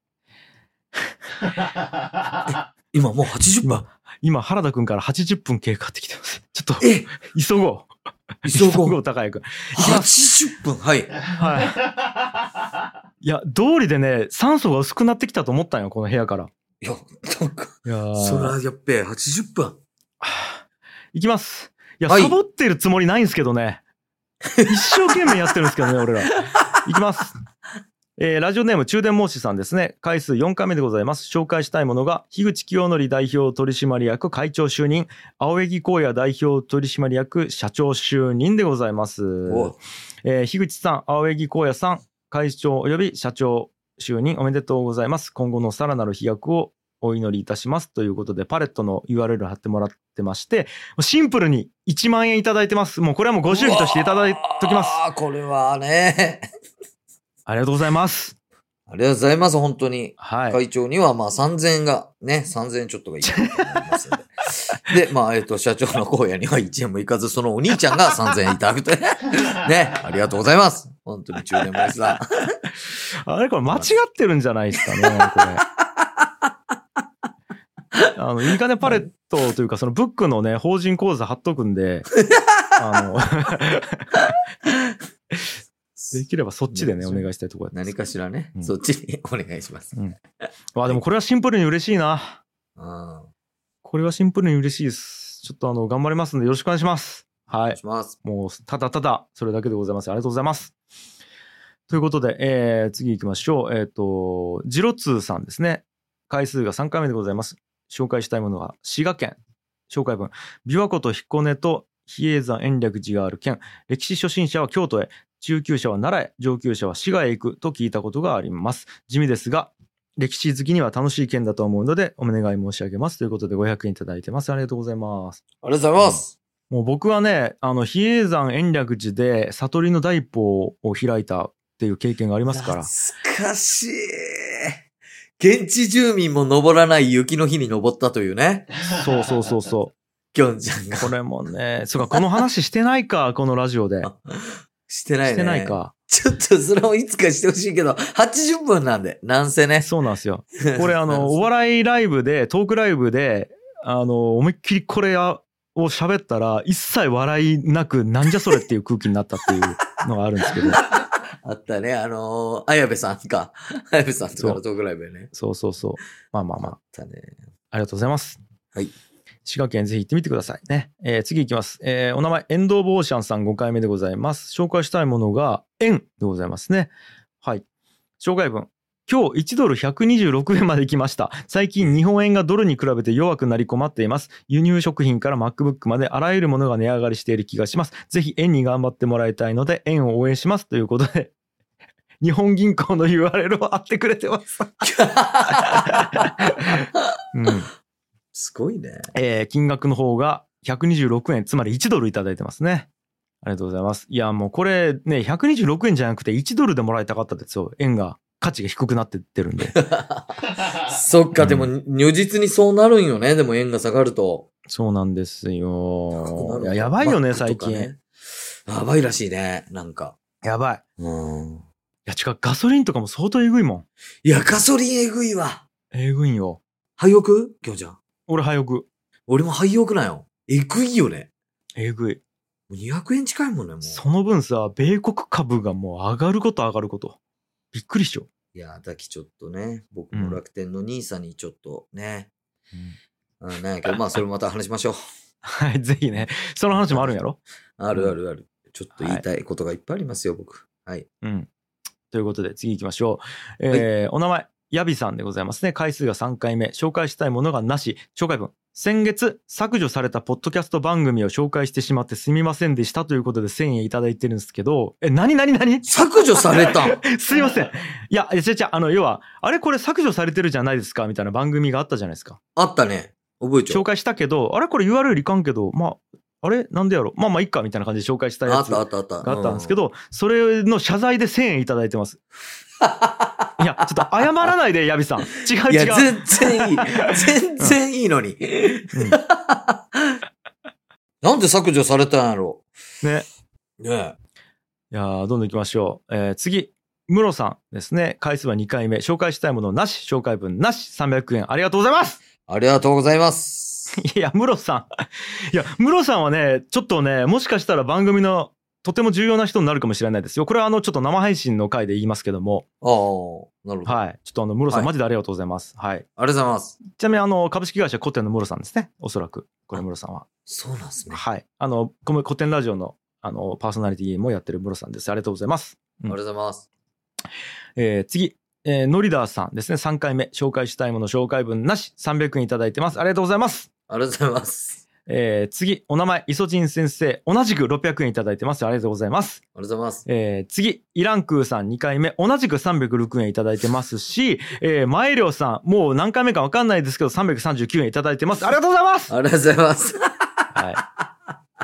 Speaker 2: 今もう80分。
Speaker 1: 今、原田くんから80分経過ってきてます。 ちょっと、
Speaker 2: え
Speaker 1: 急ごう。
Speaker 2: 急 ごう
Speaker 1: う、高谷くん。
Speaker 2: !80 分はい。
Speaker 1: はい。いや、道理でね、酸素が薄くなってきたと思ったんよ、この部屋から。
Speaker 2: いや、なんか、
Speaker 1: いやー
Speaker 2: そらやっべえ、80分。
Speaker 1: いきます。いや、
Speaker 2: はい
Speaker 1: サボってるつもりないんですけどね。一生懸命やってるんですけどね、俺ら。いきます。えーラジオネーム中電申しさんですね回数4回目でございます紹介したいものが樋口清則代表取締役会長就任青柳光也代表取締役社長就任でございます
Speaker 2: お
Speaker 1: えー樋口さん、青柳光也さん、会長及び社長就任おめでとうございます。今後のさらなる飛躍をお祈りいたしますということで、パレットの URL 貼ってもらってまして、シンプルに1万円いただいてます。もうこれはもうご祝儀としていただいときます。
Speaker 2: ああ、これはね。
Speaker 1: ありがとうございます。
Speaker 2: ありがとうございます、本当に。
Speaker 1: はい。
Speaker 2: 会長には、まあ、3000円が、ね、3000円ちょっとがいいかなと思いますの で。で、まあ、えっ、と、社長の荒野には1円もいかず、そのお兄ちゃんが3000円いただくとね。 ね、ありがとうございます。本当に中年前さん。
Speaker 1: あれこれ間違ってるんじゃないですかね、これ。 あの、いいかねパレットというか、そのブックのね、法人講座貼っとくんで、あ の、できればそっちでね、お願いしたいところ
Speaker 2: 何かしらね、
Speaker 1: うん
Speaker 2: そっちにお願いします。
Speaker 1: わあ、でもこれはシンプルに嬉しいな。
Speaker 2: うん。お
Speaker 1: これはシンプルに嬉しいです。ちょっとあの、頑張りますんで、よろしくお願いします。は
Speaker 2: 願い
Speaker 1: い。
Speaker 2: します。
Speaker 1: もう、ただただ、それだけでございます。ありがとうございます。ということで、えー次行きましょう。えっ、と、ジロツーさんですね。回数が3回目でございます。紹介したいものは、滋賀県。紹介文。琵琶湖と彦根と比叡山延暦寺がある県。歴史初心者は京都へ。中級者は奈良へ。上級者は滋賀へ行くと聞いたことがあります。地味ですが、歴史好きには楽しい県だと思うので、お願い申し上げます。ということで、500円いただいてます。ありがとうございます。
Speaker 2: ありがとうございます。
Speaker 1: もう僕はね、あの、比叡山延暦寺で悟りの第一歩を開いたっていう経験がありますから。
Speaker 2: 懐かしい。現地住民も登らない雪の日に登ったというね。
Speaker 1: そうそうそうそ
Speaker 2: きょんちゃん
Speaker 1: う。
Speaker 2: が
Speaker 1: これもね、そうか、この話してない か、このラジオで。
Speaker 2: してないね。
Speaker 1: してないか。
Speaker 2: ちょっとそれもいつかしてほしいけど、80分なんで、なんせね。
Speaker 1: そうなんです よ。 これ、あの、お笑いライブで、トークライブで、あの、思いっきりこれを喋ったら、一切笑いなく、なんじゃそれっていう空気になったっていうのがあるんです けど。
Speaker 2: あったね、あのー、綾部さん か。綾部さんとかのトークライブやね。
Speaker 1: そうそうそう。まあまあまあ
Speaker 2: あっ。たね。
Speaker 1: ありがとうございます。
Speaker 2: はい。
Speaker 1: 滋賀県ぜひ行ってみてくださいね。えー次行きます。えーお名前、エンドーブオーシャンさん5回目でございます。紹介したいものが、円でございますね。はい。紹介文。今日1ドル126円まで来ました。最近日本円がドルに比べて弱くなり困っています。輸入食品から MacBook まであらゆるものが値上がりしている気がします。ぜひ円に頑張ってもらいたいので、円を応援します。ということで、日本銀行の URL を貼ってくれてます。うん。
Speaker 2: すごいね。
Speaker 1: えー金額の方が126円、つまり1ドルいただいてますね。ありがとうございます。いや、もうこれね、126円じゃなくて1ドルでもらいたかったですよ。円が、価値が低くなってってる んで。
Speaker 2: そっか、
Speaker 1: うん
Speaker 2: でも、如実にそうなるんよね。でも円が下がると。
Speaker 1: そうなんですよ。いややばいよね、最近。
Speaker 2: Mac とかねやばいらしいね、なんか。
Speaker 1: やばい。
Speaker 2: うん。
Speaker 1: いや、違う、ガソリンとかも相当えぐいもん。
Speaker 2: いや、ガソリンえぐいわ。
Speaker 1: えぐいんよ。
Speaker 2: 廃屋きょんちゃん。
Speaker 1: 俺、早く。
Speaker 2: 俺も廃屋なんよ。えぐいよね。
Speaker 1: えぐい。
Speaker 2: もう200円近いもんね、もう。
Speaker 1: その分さ、米国株がもう上がること上がること。びっくりっしょ。
Speaker 2: いや、だきちょっとね、僕も楽天の兄さんにちょっとね、うん、なんやけど、まあ、それまた話しましょう。
Speaker 1: はい、ぜひね。その話もあるんやろ
Speaker 2: あるあるある。ちょっと言いたいことがいっぱいありますよ、僕。はい。
Speaker 1: うん。ということで、次行きましょう。えーお名前、ヤビさんでございますね。回数が3回目。紹介したいものがなし。紹介文。先月、削除されたポッドキャスト番組を紹介してしまってすみませんでしたということで1000円いただいてるんですけど、え、なになになに
Speaker 2: 削除されたん
Speaker 1: すいません。いや、いや違う違う、あの、要は、あれこれ削除されてるじゃないですかみたいな番組があったじゃないですか。
Speaker 2: あったね。覚えちゃ
Speaker 1: 紹
Speaker 2: う。
Speaker 1: 介したけど、あれこれ URL いかんけど、まあ、あれなんでやろまあまあ、いっかみたいな感じで紹介した
Speaker 2: あ
Speaker 1: や
Speaker 2: っ
Speaker 1: つ
Speaker 2: たあったあった。
Speaker 1: があったんですけど、それの謝罪で1000円いただいて ます。いや、ちょっと謝らないで、ヤビさん。違
Speaker 2: う。
Speaker 1: うん
Speaker 2: いや、
Speaker 1: 違う。
Speaker 2: 全然いい。全然いいのに。
Speaker 1: うん
Speaker 2: なんで削除されたんやろ
Speaker 1: ね。
Speaker 2: ね
Speaker 1: いやーどんどん行きましょう。えー次。ムロさんですね。回数は2回目。紹介したいものなし。紹介文なし。300円。ありがとうございます。
Speaker 2: ありがとうございます。
Speaker 1: いや、ムロさん。いや、ムロさんはね、ちょっとね、もしかしたら番組のとても重要な人になるかもしれないですよ。これはあの、ちょっと生配信の回で言いますけども、
Speaker 2: ああ、なるほど。あ
Speaker 1: はい。ちょっとあの、ムロさん、
Speaker 2: はい
Speaker 1: マジでありがとうございます。はい。
Speaker 2: りがとうございます。
Speaker 1: ちなみにあの、株式会社コテンのムロさんですね。おそらく。これムロさんは。
Speaker 2: そうなんですね。あ
Speaker 1: はい。あの、この古典ラジオの、あの、パーソナリティもやってるムロさんです。ありがとうございます。
Speaker 2: りがとうございます。
Speaker 1: えー次。えーノリダーさんですね。3回目。紹介したいもの紹介文なし。300円いただいてます。ありがとうございます。
Speaker 2: ありがとうございます。
Speaker 1: えー次。お名前、イソジン先生。同じく600円いただいてます。ありがとうございます。
Speaker 2: ありがとうございます。
Speaker 1: えー次。イランクーさん2回目。同じく306円いただいてますし、えー、マエリョウさん。もう何回目かわかんないですけど、339円いただいてます。ありがとうございます。
Speaker 2: ありがとうございます。
Speaker 1: は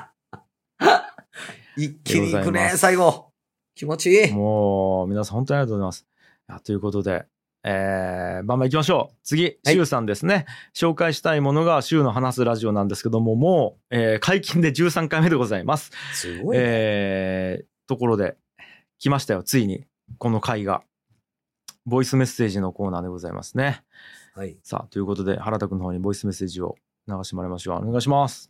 Speaker 1: い。
Speaker 2: 一気に行く
Speaker 1: ありがとうございま
Speaker 2: ね、
Speaker 1: す
Speaker 2: 最後。気持ちいい。
Speaker 1: もう、皆さん本当にありがとうございます。いやということで、えー、バンバン行きましょう。次、
Speaker 2: はい
Speaker 1: シュウさんですね。紹介したいものが、シュウの話すラジオなんですけども、もう、えー解禁で13回目でございます。
Speaker 2: すごいね。
Speaker 1: えー、ところで、来ましたよ、ついに、この回が。ボイスメッセージのコーナーでございますね。
Speaker 2: はい。
Speaker 1: さあ、ということで、原田くんの方にボイスメッセージを流してもらいましょう。お願いします。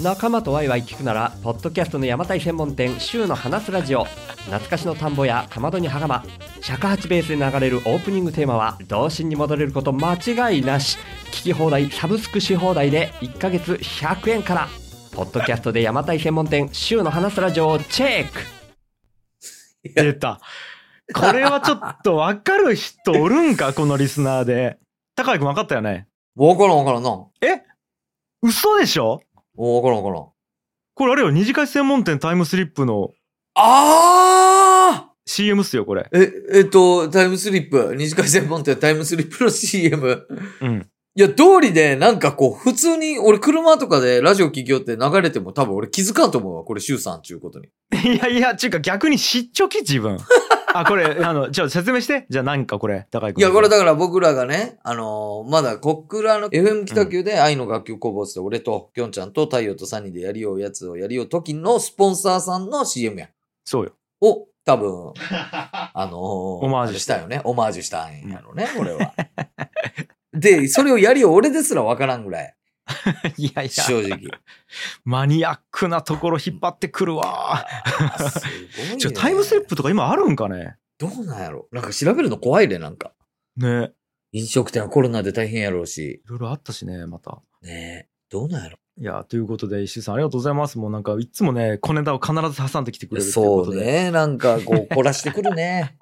Speaker 3: 仲間とワイワイ聞くならポッドキャストの山台専門店週の話すラジオ懐かしの田んぼやかまどに袴尺八ベースで流れるオープニングテーマは童心に戻れること間違いなし聞き放題サブスクし放題で1ヶ月100円からポッドキャストで山台専門店週の話すラジオをチェック
Speaker 1: 出た。これはちょっと分かる人おるんか、このリスナーで。高井くん分かったよね。
Speaker 2: わからんわからんな。わ
Speaker 1: 嘘でしょ
Speaker 2: からんわからん。
Speaker 1: これあれよ、二次会専門店タイムスリップの
Speaker 2: あ
Speaker 1: CM っすよ、これ。
Speaker 2: ーえ、えっと、タイムスリップ。二次会専門店タイムスリップの CM。
Speaker 1: うん。
Speaker 2: いや、通りで、なんかこう、普通に、俺車とかでラジオ聞きよって流れても多分俺気づかんと思うわ。これ、シュウさんちゅうことに。
Speaker 1: いやいや、ちゅうか逆に知っちょき、自 分。あ、これ、あの、ちょ、説明して。じゃあ何かこれ、高井くん。
Speaker 2: いや、これだから僕らがね、あのーまだ小倉の FM 北急で愛の楽曲工房って俺と、きょんちゃんと太陽とサニーでやりようやつをやりよう時のスポンサーさんの CM や。
Speaker 1: そうよ。
Speaker 2: を、多分、あのー
Speaker 1: オマージュ
Speaker 2: あれしたよね。オマージュしたんやろね、俺は。で、それをやりよう俺ですらわからんぐらい。
Speaker 1: いやいや、
Speaker 2: 正 直。
Speaker 1: マニアックなところ引っ張ってくるわ。
Speaker 2: すごい、ね。
Speaker 1: ちょ、タイムスリップとか今あるんかね
Speaker 2: どうなんやろなんか調べるの怖いで、なんか。
Speaker 1: ね。
Speaker 2: 飲食店はコロナで大変やろうし。
Speaker 1: いろいろあったしね、また。
Speaker 2: ねえ。どうなんやろ
Speaker 1: いや、ということで、石井さんありがとうございます。もうなんか、いつもね、小ネタを必ず挟んできてくれるというこ
Speaker 2: そ
Speaker 1: と
Speaker 2: う
Speaker 1: で。
Speaker 2: ね。なんか、こう、凝らしてくるね。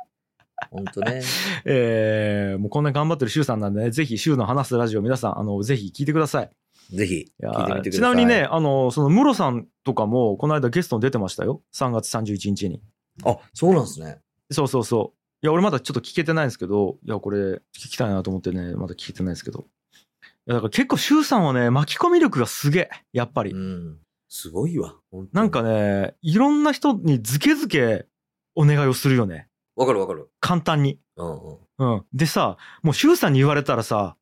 Speaker 2: ほんとね。
Speaker 1: えーもうこんな頑張ってる周さんなんで、ね、ぜひ周の話すラジオ皆さん、あの、ぜひ聞いてください。
Speaker 2: ぜひ、
Speaker 1: いや
Speaker 2: 聞いてみてください。
Speaker 1: ちなみにね、。あの、その、ムロさんとかも、この間ゲストに出てましたよ。3月31日に。
Speaker 2: あ、そうなんですね。
Speaker 1: そうそうそう。いや、俺まだちょっと聞けてないんですけど、いや、これ、聞きたいなと思ってね、まだ聞けてないんですけど。いや、だから結構周さんはね、巻き込み力がすげえ。やっぱり。
Speaker 2: うん。すごいわ。ほとに
Speaker 1: なんか。ね、いろんな人にずけずけお願いをするよね。
Speaker 2: わかるわかる。
Speaker 1: 簡単に。
Speaker 2: うんうん。
Speaker 1: うん。でさ、もう周さんに言われたらさ、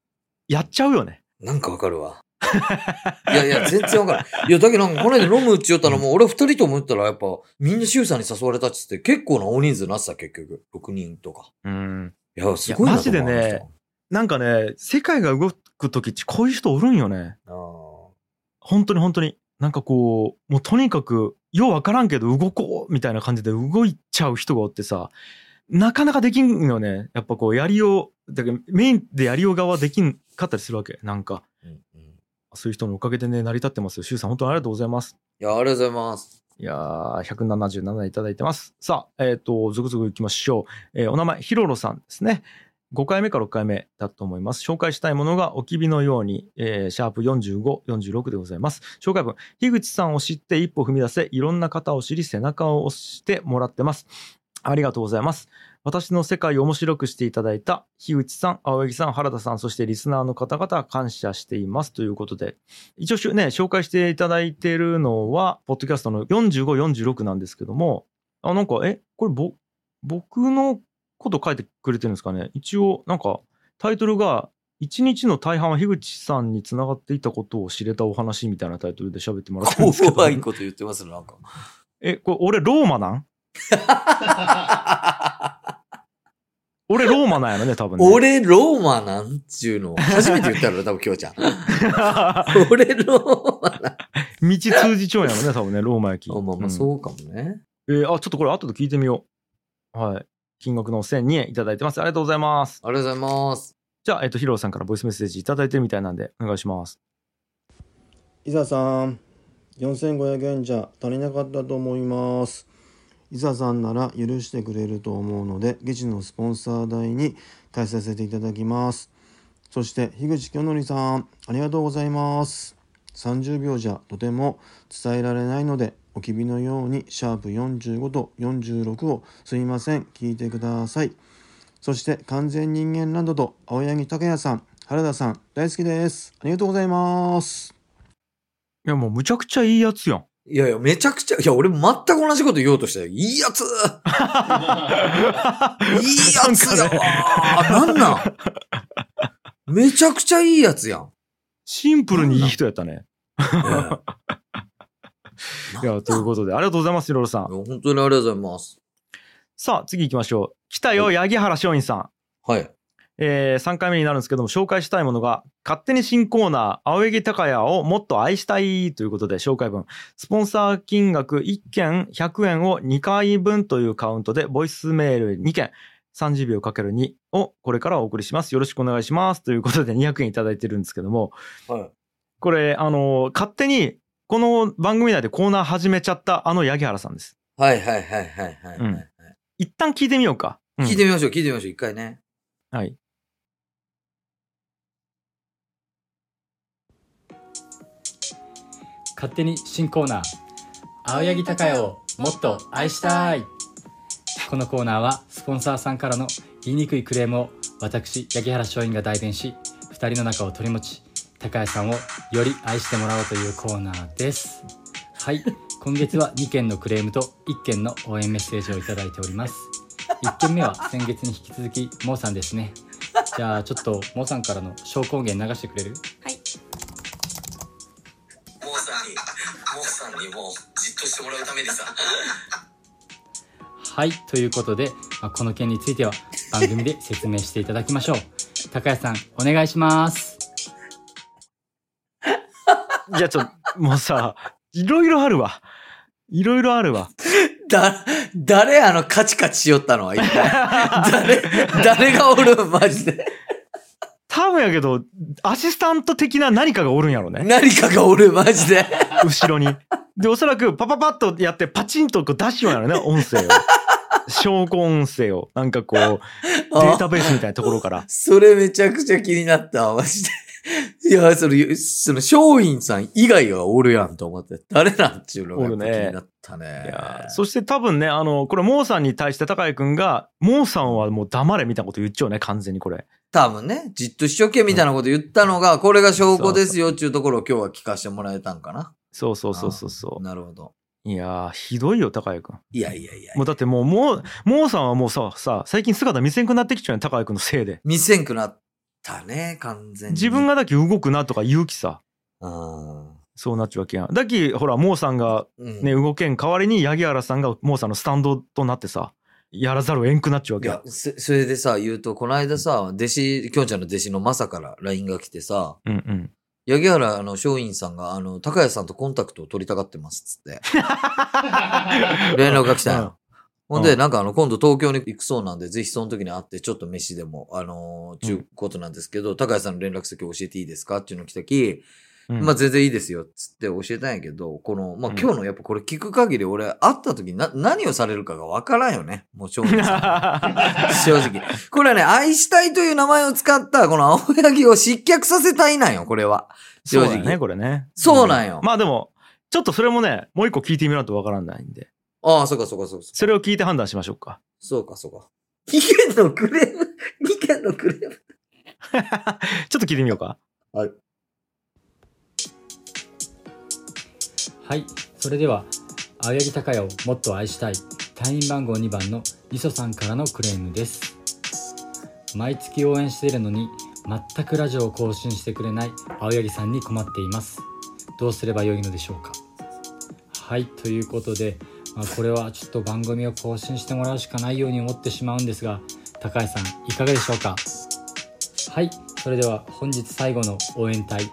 Speaker 1: やっちゃうよね。
Speaker 2: なんかわかるわ。いやいや、全然わからん。いや、だけどなんか、この間飲むうちよったらもう、俺二人とも言ったら、やっぱ、みんな周さんに誘われたっつって、結構な大人数なってた、結局。6人とか。
Speaker 1: うん。
Speaker 2: いや、すごいなと思う
Speaker 1: いやマジでね。なんかね、世界が動くときってこういう人おるんよね。
Speaker 2: あの
Speaker 1: 本当に本当に。なんかこう、もうとにかく、ようわからんけど動こうみたいな感じで動いちゃう人がおってさ、なかなかできんよね。やっぱこう、やりよう、だけどメインでやりよう側はできんかったりするわけ。なんか、
Speaker 2: 人うんうん。い
Speaker 1: そういう人のおかげでね、成り立ってますよ。シュウさん、本当にありがとうございます。
Speaker 2: や、ありがとうございます。
Speaker 1: いやー、177いただいてます。さあ、えっ、と、続々いきましょう。えーお名前、ひろろさんですね。5回目か6回目だと思います。紹介したいものが、おきびのように、えーシャープ45、46でございます。紹介文、樋口さんを知って一歩踏み出せ、いろんな方を知り、背中を押してもらってます。ありがとうございます。私の世界を面白くしていただいた樋口さん、青柳さん、原田さん、そしてリスナーの方々、感謝しています。ということで、一応しゅね、紹介していただいているのは、ポッドキャストの45、46なんですけども、あ、なんか、え、これぼ、僕のこと書いてくれてるんですかね一応、なんか、タイトルが、一日の大半は樋口さんにつながっていたことを知れたお話みたいなタイトルで喋ってもらってるんですけど。
Speaker 2: 怖いこと言ってますね、なんか。
Speaker 1: え、これ、俺、ローマなん俺ローマなんやろね、多分ね。
Speaker 2: 俺、ローマなんちゅうの。初めて言ったら多分、きょ うちゃん。俺、ローマなん。
Speaker 1: 道通じちゃうんやろね、多分ね、ローマ焼き。
Speaker 2: あまあま
Speaker 1: う
Speaker 2: あ、
Speaker 1: ん
Speaker 2: そうかもね。
Speaker 1: えーあ、ちょっとこれ後で聞いてみよう。はい。金額の1002円いただいてます。ありがとうございます。
Speaker 2: ありがとうございます。
Speaker 1: じゃあ、えっと、ヒロさんからボイスメッセージいただいてるみたいなんで、お願いします。
Speaker 4: 伊沢さん4500円じゃ足りなかったと思います伊沢さんなら許してくれると思うのでゲチのスポンサー代に返させていただきますそして樋口清則さんありがとうございます30秒じゃとても伝えられないのでおきびのようにシャープ45と46をすいません聞いてくださいそして完全人間ランドと青柳拓也さん原田さん大好きですありがとうございます
Speaker 1: いや、もうむちゃくちゃいいやつ やん。
Speaker 2: いやいや、めちゃくちゃ、いや、俺全く同じこと言おうとしたよ。いいやつい いやつやわなんなんめちゃくちゃいいやつやん。
Speaker 1: シンプルにいい人やったね。
Speaker 2: い
Speaker 1: いや、ということで、ありがとうございます、ヒロさん。
Speaker 2: 本当にありがとうございます。
Speaker 1: さあ、次行きましょう。来たよ、
Speaker 2: は
Speaker 1: 八木原松陰さん。
Speaker 2: はい。
Speaker 1: えー、3回目になるんですけども紹介したいものが勝手に新コーナー青柳高也をもっと愛したいということで紹介文スポンサー金額1件100円を2回分というカウントでボイスメール2件30秒かける2をこれからお送りしますよろしくお願いしますということで200円いただいてるんですけども
Speaker 2: はい。
Speaker 1: これあのー勝手にこの番組内でコーナー始めちゃったあの八木原さんです
Speaker 2: はいはいはいはいはい、
Speaker 1: う
Speaker 2: は
Speaker 1: ん
Speaker 2: い
Speaker 1: 一旦聞いてみようか、うん
Speaker 2: 聞いてみましょう、聞いてみましょう、一回ね。
Speaker 1: はい
Speaker 5: 勝手に新コーナー青柳高也をもっと愛したいこのコーナーはスポンサーさんからの言いにくいクレームを私八木原松陰が代弁し2人の仲を取り持ち高谷さんをより愛してもらおうというコーナーですはい今月は2件のクレームと1件の応援メッセージをいただいております1件目は先月に引き続きモーさんですねじゃあちょっとモーさんからの証拠音源流してくれる
Speaker 6: モーさんに、モーさんにもうじっとしてもらうためにさ。
Speaker 5: はい、ということで、まあこの件については番組で説明していただきましょう。高谷さん、お願いします。
Speaker 1: じゃあちょっともうさいろいろあるわいろいろあるわ
Speaker 2: だ、誰あのカチカチしよったのは一 体。誰、誰がおるマジで。
Speaker 1: 多分やけど、アシスタント的な何かがおるんやろ ね。
Speaker 2: 何かがおるマジで。
Speaker 1: 後ろに。で、おそらくパパパッとやってパチンとこう出しようやろ ね、音声を。証拠音声を。なんかこ う、データベースみたいなところから。
Speaker 2: それめちゃくちゃ気になったわ、マジで。 いや、その、その、松陰さん以外がおるやんと思って、誰なんちゅうのがやっぱ気になっ た
Speaker 1: い
Speaker 2: ね。
Speaker 1: やーそして多分ね、あの、これ、モーさんに対して高井くんが、モーさんはもう黙れみたいなこと言っちゃうね、完全にこれ。
Speaker 2: 多分ね、じっとしとけみたいなこと言ったのが、これが証拠ですよっていうところを今日は聞かせてもらえたんかな。
Speaker 1: そうそうそうそうそ
Speaker 2: なるほど。
Speaker 1: う。いやー、ひどいよ、高井くん。
Speaker 2: いやいやいや。
Speaker 1: もうだってもう、モー、モーさんはもうさ、さ、最近姿見せんくなってきちゃうね、高井くんのせいで。
Speaker 2: 見せんくなったね、完全に。
Speaker 1: 自分がだけ動くなとか言うきさ。
Speaker 2: うん。
Speaker 1: そうなっちゃうわけやん。だっき、ほら、モーさんが
Speaker 2: うん。
Speaker 1: ね、動けん代わりに、八木原さんが、もうさんのスタンドとなってさ、やらざるをえんくなっちゃうわ
Speaker 2: い
Speaker 1: け
Speaker 2: や
Speaker 1: よ。、
Speaker 2: そそれでさ、言うと、この間さ、弟子、きょんちゃんの弟子のマサから LINE が来てさ、
Speaker 1: うんうん。
Speaker 2: 八木原あの松陰さんが、あの、高谷さんとコンタクトを取りたがってま す、っつって。連絡が来たよ。
Speaker 1: うん
Speaker 2: ほんで、
Speaker 1: うん
Speaker 2: なんかあの、今度東京に行くそうなんで、ぜひその時に会って、ちょっと飯でも、あのー、ちゅうことなんですけど、高谷さんの連絡先教えていいですかっていうの来たき、
Speaker 1: うん
Speaker 2: まあ全然いいですよ、つって教えたんやけど、この、まあ
Speaker 1: うん
Speaker 2: 今日のやっぱこれ聞く限り、俺、会った時にな、何をされるかがわからんよね。もう正直 さん。正直。これはね、愛したいという名前を使った、この青柳を失脚させたいなんよ、これは。
Speaker 1: そ
Speaker 2: 正
Speaker 1: う
Speaker 2: 直
Speaker 1: だよね、これね。
Speaker 2: そうなんよ
Speaker 1: まあでも、ちょっとそれもね、もう一個聞いてみないとわからないんで、
Speaker 2: ああ、そうかそうかそうか。
Speaker 1: それを聞いて判断しましょうか。
Speaker 2: そうかそうか。2件のクレーム ?2 件のクレーム
Speaker 1: ちょっと聞いてみようか。
Speaker 5: はい、それでは、青柳高也をもっと愛したい、隊員番号2番のリソさんからのクレームです。毎月応援しているのに、全くラジオを更新してくれない青柳さんに困っています。どうすればよいのでしょうかはい、ということで、まあ、これはちょっと番組を更新してもらうしかないように思ってしまうんですが高橋さんいかがでしょうかはいそれでは本日最後の応援隊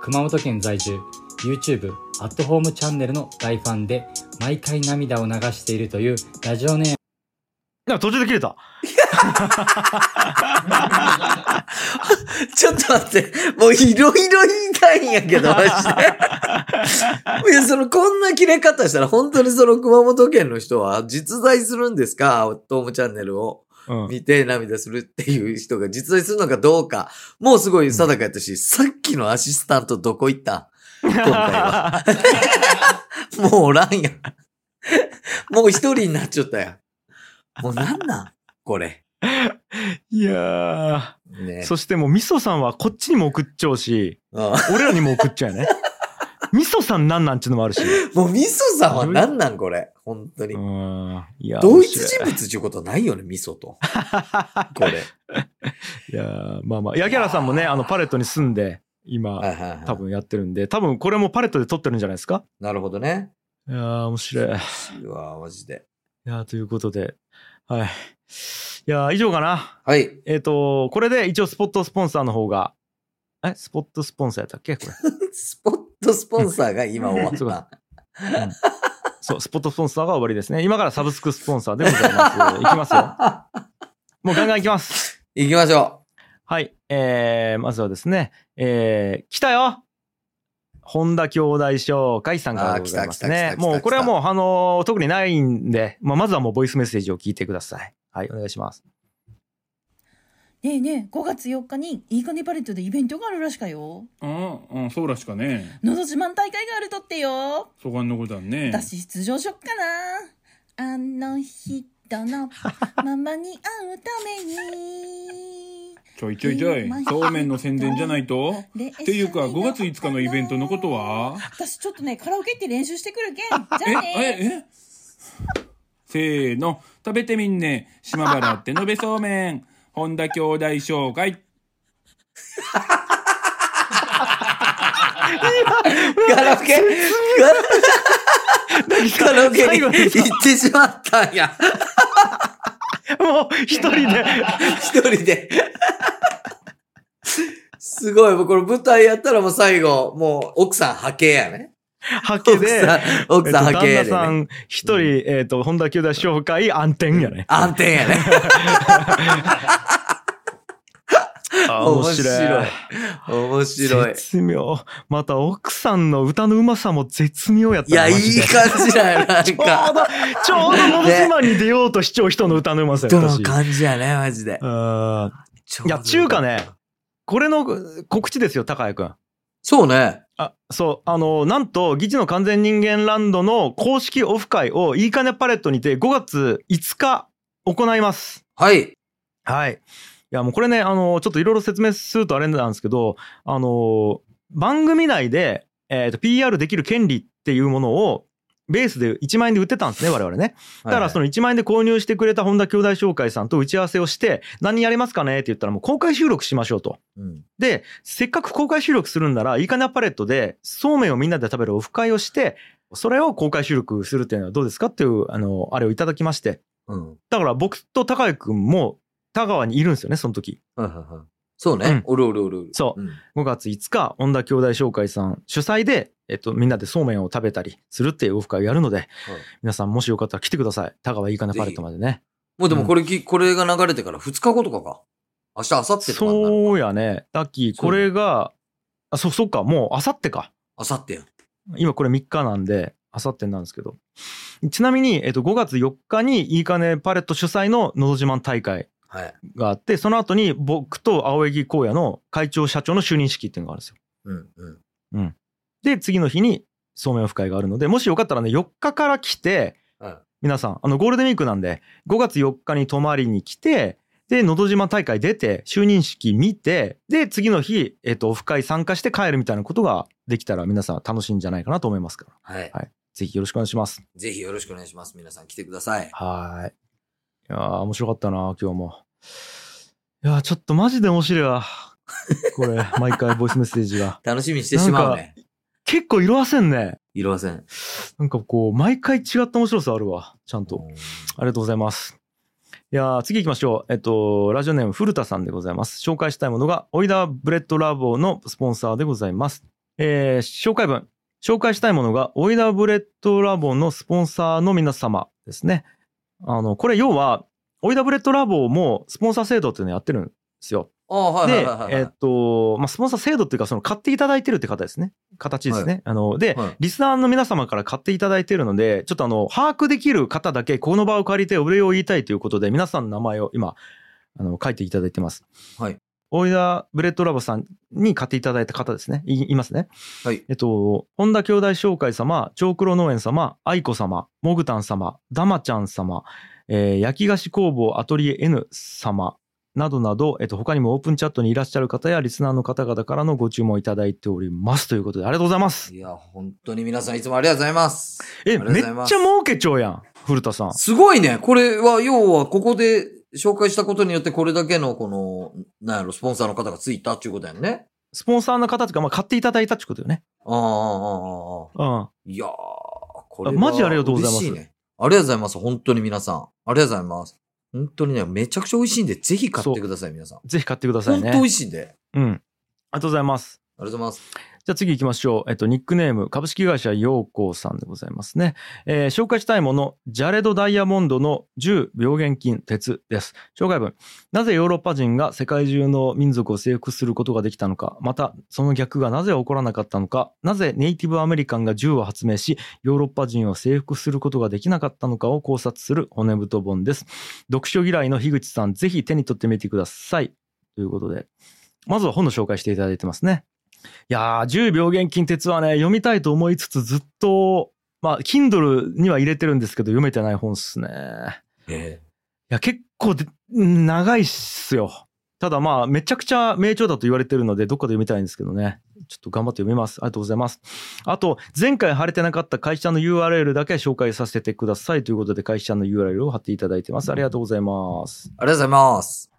Speaker 5: 熊本県在住 YouTube アットホームチャンネルの大ファンで毎回涙を流しているというラジオネーム
Speaker 1: なんか途中で切れた。
Speaker 2: ちょっと待って、もういろいろ言いたいんや けど、マジで。いや、その、こんな切れ方したら、本当にその熊本県の人は実在するんですかトームチャンネルを
Speaker 1: うん。
Speaker 2: 見て涙するっていう人が実在するのかどうか、もうすごい定かやったし、さっきのアシスタントどこ行った今回は。もうおらんやん。もう一人になっちゃったやん。もうなんなんこれ。
Speaker 1: いや
Speaker 2: ね
Speaker 1: ー。。そしてもう、みそさんはこっちにも送っちゃうし、
Speaker 2: うん
Speaker 1: 俺らにも送っちゃうよね。みそさんなんなんちゅうのもあるし。
Speaker 2: もうミソさんは何なんこれ本当に
Speaker 1: う。ん。いやー
Speaker 2: 同一
Speaker 1: 面
Speaker 2: 人
Speaker 1: 白い
Speaker 2: 物っていうことないよね、ミソと。こ れ。
Speaker 1: いやーまあまあ、ヤギャラさんもね、あの、パレットに住んで、
Speaker 2: はい
Speaker 1: 今、
Speaker 2: はいはい
Speaker 1: 多分やってるんで、多分これもパレットで撮ってるんじゃないですか
Speaker 2: なるほどね。
Speaker 1: いやー面白い。
Speaker 2: うわぁ、マジで。
Speaker 1: いやーということで、はい。いやー以上かな。
Speaker 2: はい。
Speaker 1: えっ、と、これで一応スポットスポンサーの方が、えスポットスポンサーやったっけ これ。
Speaker 2: スポットスポンサーが今終わ
Speaker 1: そう
Speaker 2: っ
Speaker 1: かそう、スポットスポンサーが終わりですね。今からサブスクスポンサーでござい ます。いきますよ。
Speaker 2: た。
Speaker 1: もうガンガンいきます。
Speaker 2: 行きましょ
Speaker 1: はい。えー、まずはですね、えー、来たよ本田兄弟紹介さんからでございます
Speaker 2: あー来た来た
Speaker 1: ね。
Speaker 2: 来た来た
Speaker 1: もうこれはもう、あのー特にないんで、まあ、まずはもうボイスメッセージを聞いてください。はい、お願いします。
Speaker 7: ねえねえ、5月4日にいいかねパレットでイベントがあるらしかよ。
Speaker 8: ああ、うん、そうらしかね。
Speaker 7: のど自慢大会があるとってよ。
Speaker 8: そがんのことだね。
Speaker 7: 私出場しよっかな。あの人のママに会うために。
Speaker 8: ちょいちょいちょい。そうめんの宣伝じゃないと。
Speaker 7: っ
Speaker 8: っていうか、5月5日のイベントのことは
Speaker 7: 私ちょっとね、カラオケ行って練習してくるけん。じ
Speaker 8: え
Speaker 7: ゃあ、
Speaker 8: え、
Speaker 7: ね。
Speaker 8: えせーの。食べてみんね。島原ってのべそうめん。本田兄弟紹介。
Speaker 2: う。カラオケカラオケに行ってしまったんや。
Speaker 1: もう一人 で。
Speaker 2: 一人で。すごい、もうこれ舞台やったらもう最後、もう奥さん派遣やね。
Speaker 1: ハケ
Speaker 2: 奥
Speaker 1: で、
Speaker 2: さん、奥さん
Speaker 1: えっと
Speaker 2: 派遣
Speaker 1: 旦那
Speaker 2: やで、
Speaker 1: さ
Speaker 2: ね。
Speaker 1: ん一人、えっ、と、本田兄弟紹介、暗転やね。
Speaker 2: 暗転やね。
Speaker 1: あー
Speaker 2: 面白い。。面白い。
Speaker 1: 絶妙。また奥さんの歌のうまさも絶妙やった
Speaker 2: いや、
Speaker 1: な。
Speaker 2: い
Speaker 1: マジで
Speaker 2: い感じだよ、なん
Speaker 1: ちょう
Speaker 2: か。
Speaker 1: ど、 ちょうど、のど自慢に出ようとしちゃう人の歌のうまさ
Speaker 2: ど
Speaker 1: やった
Speaker 2: の
Speaker 1: し。
Speaker 2: 感じやね、マジで。
Speaker 1: うん
Speaker 2: ちょう
Speaker 1: い
Speaker 2: ど
Speaker 1: や、中華ね。、これの告知ですよ、高谷くん。
Speaker 2: そうね。
Speaker 1: あ、そう、あの、なんと、議事の完全人間ランドの公式オフ会を、いいかねパレットにて5月5日行います。
Speaker 2: はい。
Speaker 1: はい。いや、もうこれね、あの、ちょっといろいろ説明するとあれなんですけど、あの、番組内で、えっ、と、PR できる権利っていうものを、ベースで1万円で売ってたんですね、我々ね。だからそ
Speaker 2: の、
Speaker 1: の1万円で購入してくれた本田兄弟紹介さんと打ち合わせをして、何やりますかねって言ったら、もう公開収録しましょうと。
Speaker 2: うん
Speaker 1: で、せっかく公開収録するんなら、いいかなパレットで、そうめんをみんなで食べるオフ会をして、それを公開収録するっていうのはどうですかっていう、あの、あれをいただきまして、
Speaker 2: うん。
Speaker 1: だから僕と高井くんも田川にいるんですよね、その時。
Speaker 2: はいはいはい。そう
Speaker 1: う
Speaker 2: ね
Speaker 1: ん。
Speaker 2: おるおるおるおる。。
Speaker 1: そうん5月5日、恩田兄弟紹介さん主催で、えっと、みんなでそうめんを食べたりするっていうオフ会をやるので、皆さんもしよかったら来てください。田川いいかなパレットまでね。
Speaker 2: もうでもこれき、これが流れてから2日後とかか。明日、明後日とかになる。
Speaker 1: そうやね。ラッキー、これが、あ、そ、そっか、もうあさってか。
Speaker 2: 明後日やん。
Speaker 1: 今これ3日なんで、あさってなんですけど。ちなみに、えっと、5月4日にいいかねパレット主催ののど自慢大会
Speaker 2: はい。
Speaker 1: があって、その後に僕と青柳光也の会長社長の就任式っていうのがあるんですよ。
Speaker 2: うんうん。
Speaker 1: で、次の日にそうめんオフ会があるので、もしよかったらね、4日から来て、
Speaker 2: うん
Speaker 1: 皆さん、あの、ゴールデンウィークなんで、5月4日に泊まりに来て、で、のど自慢大会出て、就任式見て、で、次の日、えっ、と、オフ会参加して帰るみたいなことができたら皆さん楽しいんじゃないかなと思いますから、
Speaker 2: はい。
Speaker 1: ぜひよろしくお願いします。
Speaker 2: ぜひよろしくお願いします。皆さん来てください。
Speaker 1: はーい。いやー、面白かったな、今日も。いやー、ちょっとマジで面白い わ。これ、毎回ボイスメッセージが。
Speaker 2: 楽しみにしてしまうね。
Speaker 1: 結構色あせんね。
Speaker 2: 色あせん。
Speaker 1: なんかこう、毎回違った面白さあるわ。ちゃんと。ありがとうございます。いやー次行きましょう。えっと、ラジオネーム、古田さんでございます。紹介したいものが、オイダーブレッドラボのスポンサーでございます。えー紹介文。紹介したいものが、オイダーブレッドラボのスポンサーの皆様ですね。あの、これ要は、オイダーブレッドラボもスポンサー制度っていうのやってるんですよ。
Speaker 2: ああ、はいはい
Speaker 1: で
Speaker 2: はい、はい。
Speaker 1: えっと、まあ、スポンサー制度っていうか、その買っていただいてるって方ですね。形ですね。あの、で、
Speaker 2: はい
Speaker 1: リスナーの皆様から買っていただいているので、ちょっとあの、把握できる方だけ、この場を借りてお礼を言いたいということで、皆さんの名前を今、あの、書いていただいてます。
Speaker 2: はい。
Speaker 1: 大井田ブレッドラボさんに買っていただいた方ですね。いいますね。
Speaker 2: はい。
Speaker 1: えっと、本田兄弟商会様、長黒農園様、愛子様、モグタン様、ダマちゃん様、えー焼き菓子工房アトリエ N 様、などなど、えっと、他にもオープンチャットにいらっしゃる方やリスナーの方々からのご注文いただいております。ということで、ありがとうございます。
Speaker 2: いや、本当に皆さんいつもありがとうございます。
Speaker 1: え、
Speaker 2: ありがとう
Speaker 1: めっ
Speaker 2: ございます
Speaker 1: ちゃ儲けちゃうやん、古田さん。
Speaker 2: すごいね。これは、要は、ここで紹介したことによって、これだけの、この、なんやろ、スポンサーの方がついたっていうことやんね。
Speaker 1: スポンサーの方とか、まあ、買っていただいたってことよね。
Speaker 2: ああ、ああ、ああ。
Speaker 1: うん。
Speaker 2: いやー、これは
Speaker 1: あマジありがとうございます
Speaker 2: 嬉しねありがとうございます。本当に皆さん。ありがとうございます。本当にね、めちゃくちゃ美味しいんで、ぜひ買ってください、皆さん。
Speaker 1: ぜひ買ってください
Speaker 2: 本当美
Speaker 1: ね。
Speaker 2: 味しいんで。
Speaker 1: うん。ありがとうございます。
Speaker 2: ありがとうございます。
Speaker 1: じゃあ次行きましょう。えっと、ニックネーム、株式会社陽光さんでございますね。えー紹介したいもの、ジャレド・ダイヤモンドの重病原菌鉄です。紹介文。なぜヨーロッパ人が世界中の民族を征服することができたのか、また、その逆がなぜ起こらなかったのか、なぜネイティブアメリカンが銃を発明し、ヨーロッパ人を征服することができなかったのかを考察する骨太本です。読書嫌いの樋口さん、ぜひ手に取ってみてください。ということで、まずは本の紹介していただいてますね。いやー、10秒原近鉄はね、読みたいと思いつつずっと、まあ、Kindle には入れてるんですけど、読めてない本っすね。
Speaker 2: え
Speaker 1: いや、結構で、長いっすよ。ただまあ、めちゃくちゃ名著だと言われてるので、どっかで読みたいんですけどね。ちょっと頑張って読みます。ありがとうございます。あと、前回貼れてなかった会社の URL だけ紹介させてくださいということで、会社の URL を貼っていただいてます。ありがとうございます。
Speaker 2: ありがとうございます。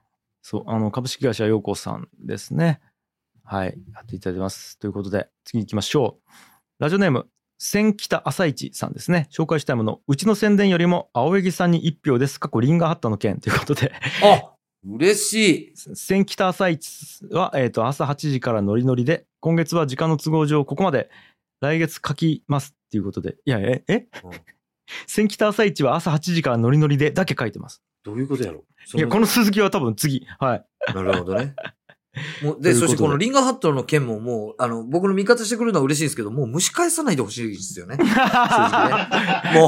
Speaker 1: そう、あの、株式会社陽子さんですね。はい、やっていただきます。ということで、次行きましょう。ラジオネーム、千北朝市さんですね。紹介したいもの、うちの宣伝よりも青柳さんに1票です。過去リンガーハッタの件ということで、
Speaker 2: あ嬉しい。
Speaker 1: 千北朝市は、えっ、と、朝8時からノリノリで、今月は時間の都合上、ここまで、来月書きますっていうことで、いや、え、え、
Speaker 2: うん
Speaker 1: 千北朝市は朝8時からノリノリでだけ書いてます。
Speaker 2: どういうことやろそ
Speaker 1: いや、この続きは多分次。はい。
Speaker 2: なるほどね。もう
Speaker 1: ということ
Speaker 2: で、
Speaker 1: で
Speaker 2: そしてこのリンガーハットの件ももう、あの、僕の味方してくれるのは嬉しいんですけど、もう蒸し返さないでほしいですよね。 直ねも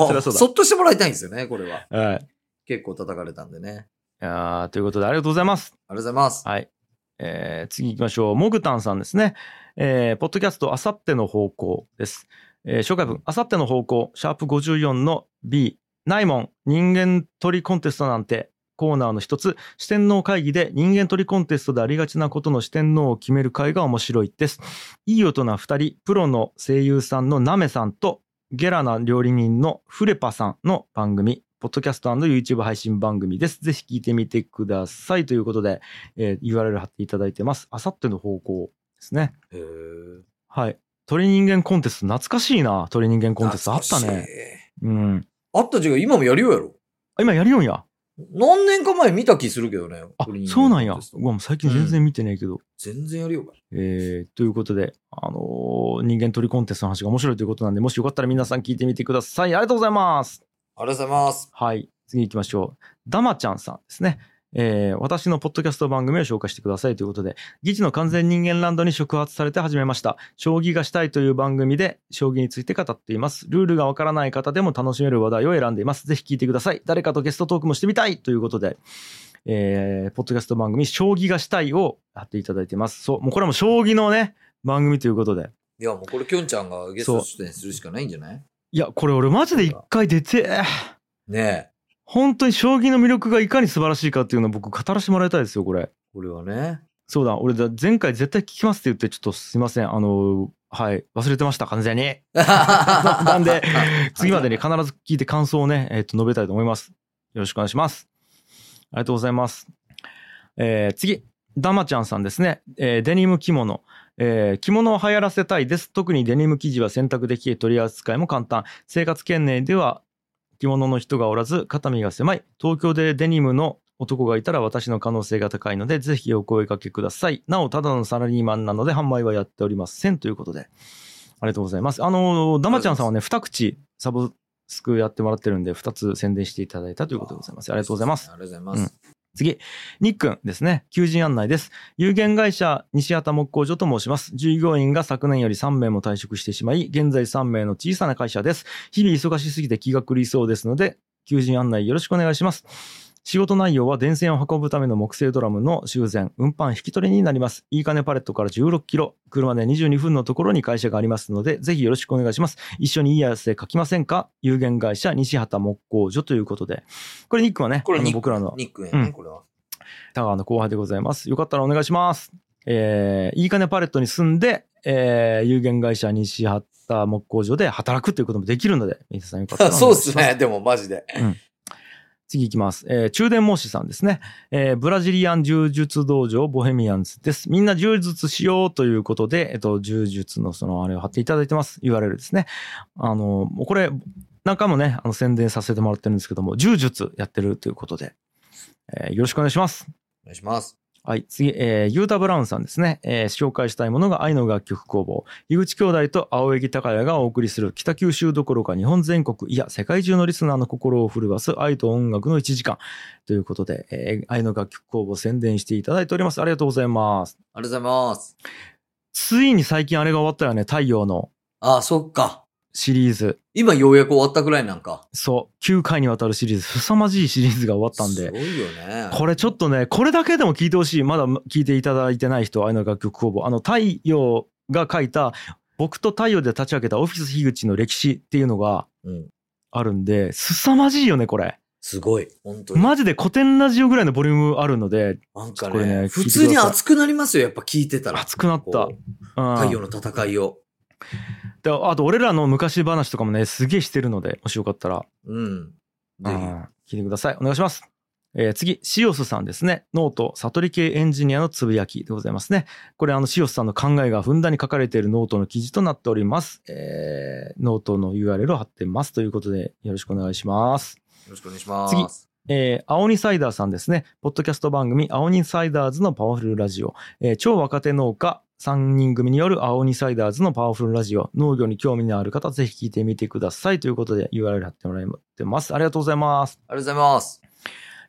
Speaker 1: そり
Speaker 2: う、
Speaker 1: ゃそうだ
Speaker 2: そっとしてもらいたいんですよね、こ れは。
Speaker 1: はい。
Speaker 2: 結構叩かれたんでね。
Speaker 1: いやーということでありがとうございます。
Speaker 2: ありがとうございます。
Speaker 1: はい。えー次行きましょう。モグタンさんですね。えーポッドキャスト、あさっての方向です。えー紹介文、あさっての方向、シャープ54の B、ないもん、人間鳥コンテストなんて、コーナーの一つ、四天王会議で人間鳥コンテストでありがちなことの四天王を決める会が面白いです。いい大人二人、プロの声優さんのナメさんと、ゲラな料理人のフレパさんの番組、ポッドキャスト &YouTube 配信番組です。ぜひ聞いてみてください。ということで、えー URL 貼っていただいてます。あさっての方向ですね。
Speaker 2: へー
Speaker 1: はい。鳥人間コンテスト、懐かしいな。鳥人間コンテストあった
Speaker 2: 懐か
Speaker 1: ね。
Speaker 2: しい。
Speaker 1: うん。
Speaker 2: あった違う、今もやるようやろ。
Speaker 1: あ今やるよんや。
Speaker 2: 何年か前見た気するけどね。
Speaker 1: あ
Speaker 2: これ、に
Speaker 1: そうなんや。
Speaker 2: コンテスト
Speaker 1: うわ、もう最近全然見てないけど。
Speaker 2: 全然やるよ。
Speaker 1: えーということで、あのー人間鳥コンテストの話が面白いということなんで、もしよかったら皆さん聞いてみてください。ありがとうございます。
Speaker 2: ありがとうございます。
Speaker 1: はい。次行きましょう。ダマちゃんさんですね。えー私のポッドキャスト番組を紹介してくださいということで、議事の完全人間ランドに触発されて始めました。将棋がしたいという番組で、将棋について語っています。ルールがわからない方でも楽しめる話題を選んでいます。ぜひ聞いてください。誰かとゲストトークもしてみたいということで、えーポッドキャスト番組、将棋がしたいをやっていただいています。そう、もうこれはもう将棋のね、番組ということで。
Speaker 2: いや、もうこれ、きょんちゃんがゲスト出演するしかないんじゃない
Speaker 1: いや、これ俺マジで一回出て、
Speaker 2: ねえ。
Speaker 1: 本当に将棋の魅力がいかに素晴らしいかっていうのを僕語らせてもらいたいですよこれ
Speaker 2: これはね。
Speaker 1: そうだ俺だ前回絶対聞きますって言ってちょっとすいませんあのはい忘れてました完全になんで次までに必ず聞いて感想をね、えっと述べたいと思いますよろしくお願いしますありがとうございますえー次ダマちゃんさんですね、えーデニム着物、ええー着物を流行らせたいです。特にデニム生地は洗濯でき、取り扱いも簡単。生活圏内では着物の人がおらず、肩身が狭い。東京でデニムの男がいたら私の可能性が高いので、ぜひお声掛けください。なお、ただのサラリーマンなので、販売はやっておりません。ということで、ありがとうございます。あのー、ダマちゃんさんはね、二口サブスクやってもらってるんで、二つ宣伝していただいたということでございます。ありがとうございます。
Speaker 2: ありがとうございます。
Speaker 1: 次、ニックンですね。求人案内です。有限会社西畑木工所と申します。従業員が昨年より3名も退職してしまい、現在3名の小さな会社です。日々忙しすぎて気が狂いそうですので、求人案内よろしくお願いします。仕事内容は電線を運ぶための木製ドラムの修繕、運搬引き取りになります。いい金パレットから16キロ、車で22分のところに会社がありますので、ぜひよろしくお願いします。一緒にいい汗かきませんか有限会社西畑木工所ということで。これニックンはね、
Speaker 2: これ
Speaker 1: あの
Speaker 2: ニックン
Speaker 1: 僕らの
Speaker 2: ニックやね、
Speaker 1: うん
Speaker 2: これは。
Speaker 1: 田川の後輩でございます。よかったらお願いします。えー、いい金パレットに住んで、えー、有限会社西畑木工所で働くということもできるので、皆さんよかったらお願いし
Speaker 2: そう
Speaker 1: ま
Speaker 2: っすね、でもマジで。
Speaker 1: 次行きます。えー中電模試さんですね。えーブラジリアン柔術道場ボヘミアンズです。みんな柔術しようということで、えっと、柔術のそのあれを貼っていただいてます。URL ですね。あの、もうこれ、何回もね、あの宣伝させてもらってるんですけども、柔術やってるということで、えーよろしくお願いします。
Speaker 2: お願いします。
Speaker 1: はい、次、えー、ユータ・ブラウンさんですね、えー紹介したいものが愛の楽曲工房。井口兄弟と青柳高也がお送りする北九州どころか日本全国、いや、世界中のリスナーの心を震わす愛と音楽の1時間。ということで、えー愛の楽曲工房宣伝していただいております。ありがとうございます。
Speaker 2: ありがとうございます。
Speaker 1: ついに最近あれが終わったよね、太陽の
Speaker 2: ああ、そっか。
Speaker 1: シリーズ。
Speaker 2: 今ようやく終わったぐらいなんか。
Speaker 1: そう、9回にわたるシリーズ、凄まじいシリーズが終わったん
Speaker 2: す
Speaker 1: で
Speaker 2: ご。いよね。
Speaker 1: これちょっとね、これだけでも聞いてほしい。まだ聞いていただいてない人は、愛の楽曲工房。あの、太陽が書いた、僕と太陽で立ち上げたオフィス樋口の歴史っていうのが
Speaker 2: うん。
Speaker 1: あるんで、凄まじいよね、これ。
Speaker 2: すごい。本当に。
Speaker 1: マジで古典ラジオぐらいのボリュームあるので、
Speaker 2: なんか
Speaker 1: これ
Speaker 2: ね
Speaker 1: ね
Speaker 2: 普通に熱くなりますよ、やっぱ聞いてたら。
Speaker 1: 熱くなった。
Speaker 2: こう
Speaker 1: うん
Speaker 2: 太陽の戦いを。
Speaker 1: であと、俺らの昔話とかもね、すげえしてるので、もしよかったら、
Speaker 2: うん。ぜ
Speaker 1: う
Speaker 2: ひ。
Speaker 1: ん聞いてください。お願いします。えー次、シオスさんですね。ノート、悟り系エンジニアのつぶやきでございますね。これ、あの、シオスさんの考えがふんだんに書かれているノートの記事となっております。えーノートの URL を貼ってます。ということで、よろしくお願いします。
Speaker 2: よろしくお願いします。
Speaker 1: えー、青鬼サイダーさんですね。ポッドキャスト番組、青鬼サイダーズのパワフルラジオ。えー超若手農家3人組による青鬼サイダーズのパワフルラジオ。農業に興味のある方、ぜひ聞いてみてください。ということで、URL 貼ってもらってます。ありがとうございます。
Speaker 2: ありがとうござ います。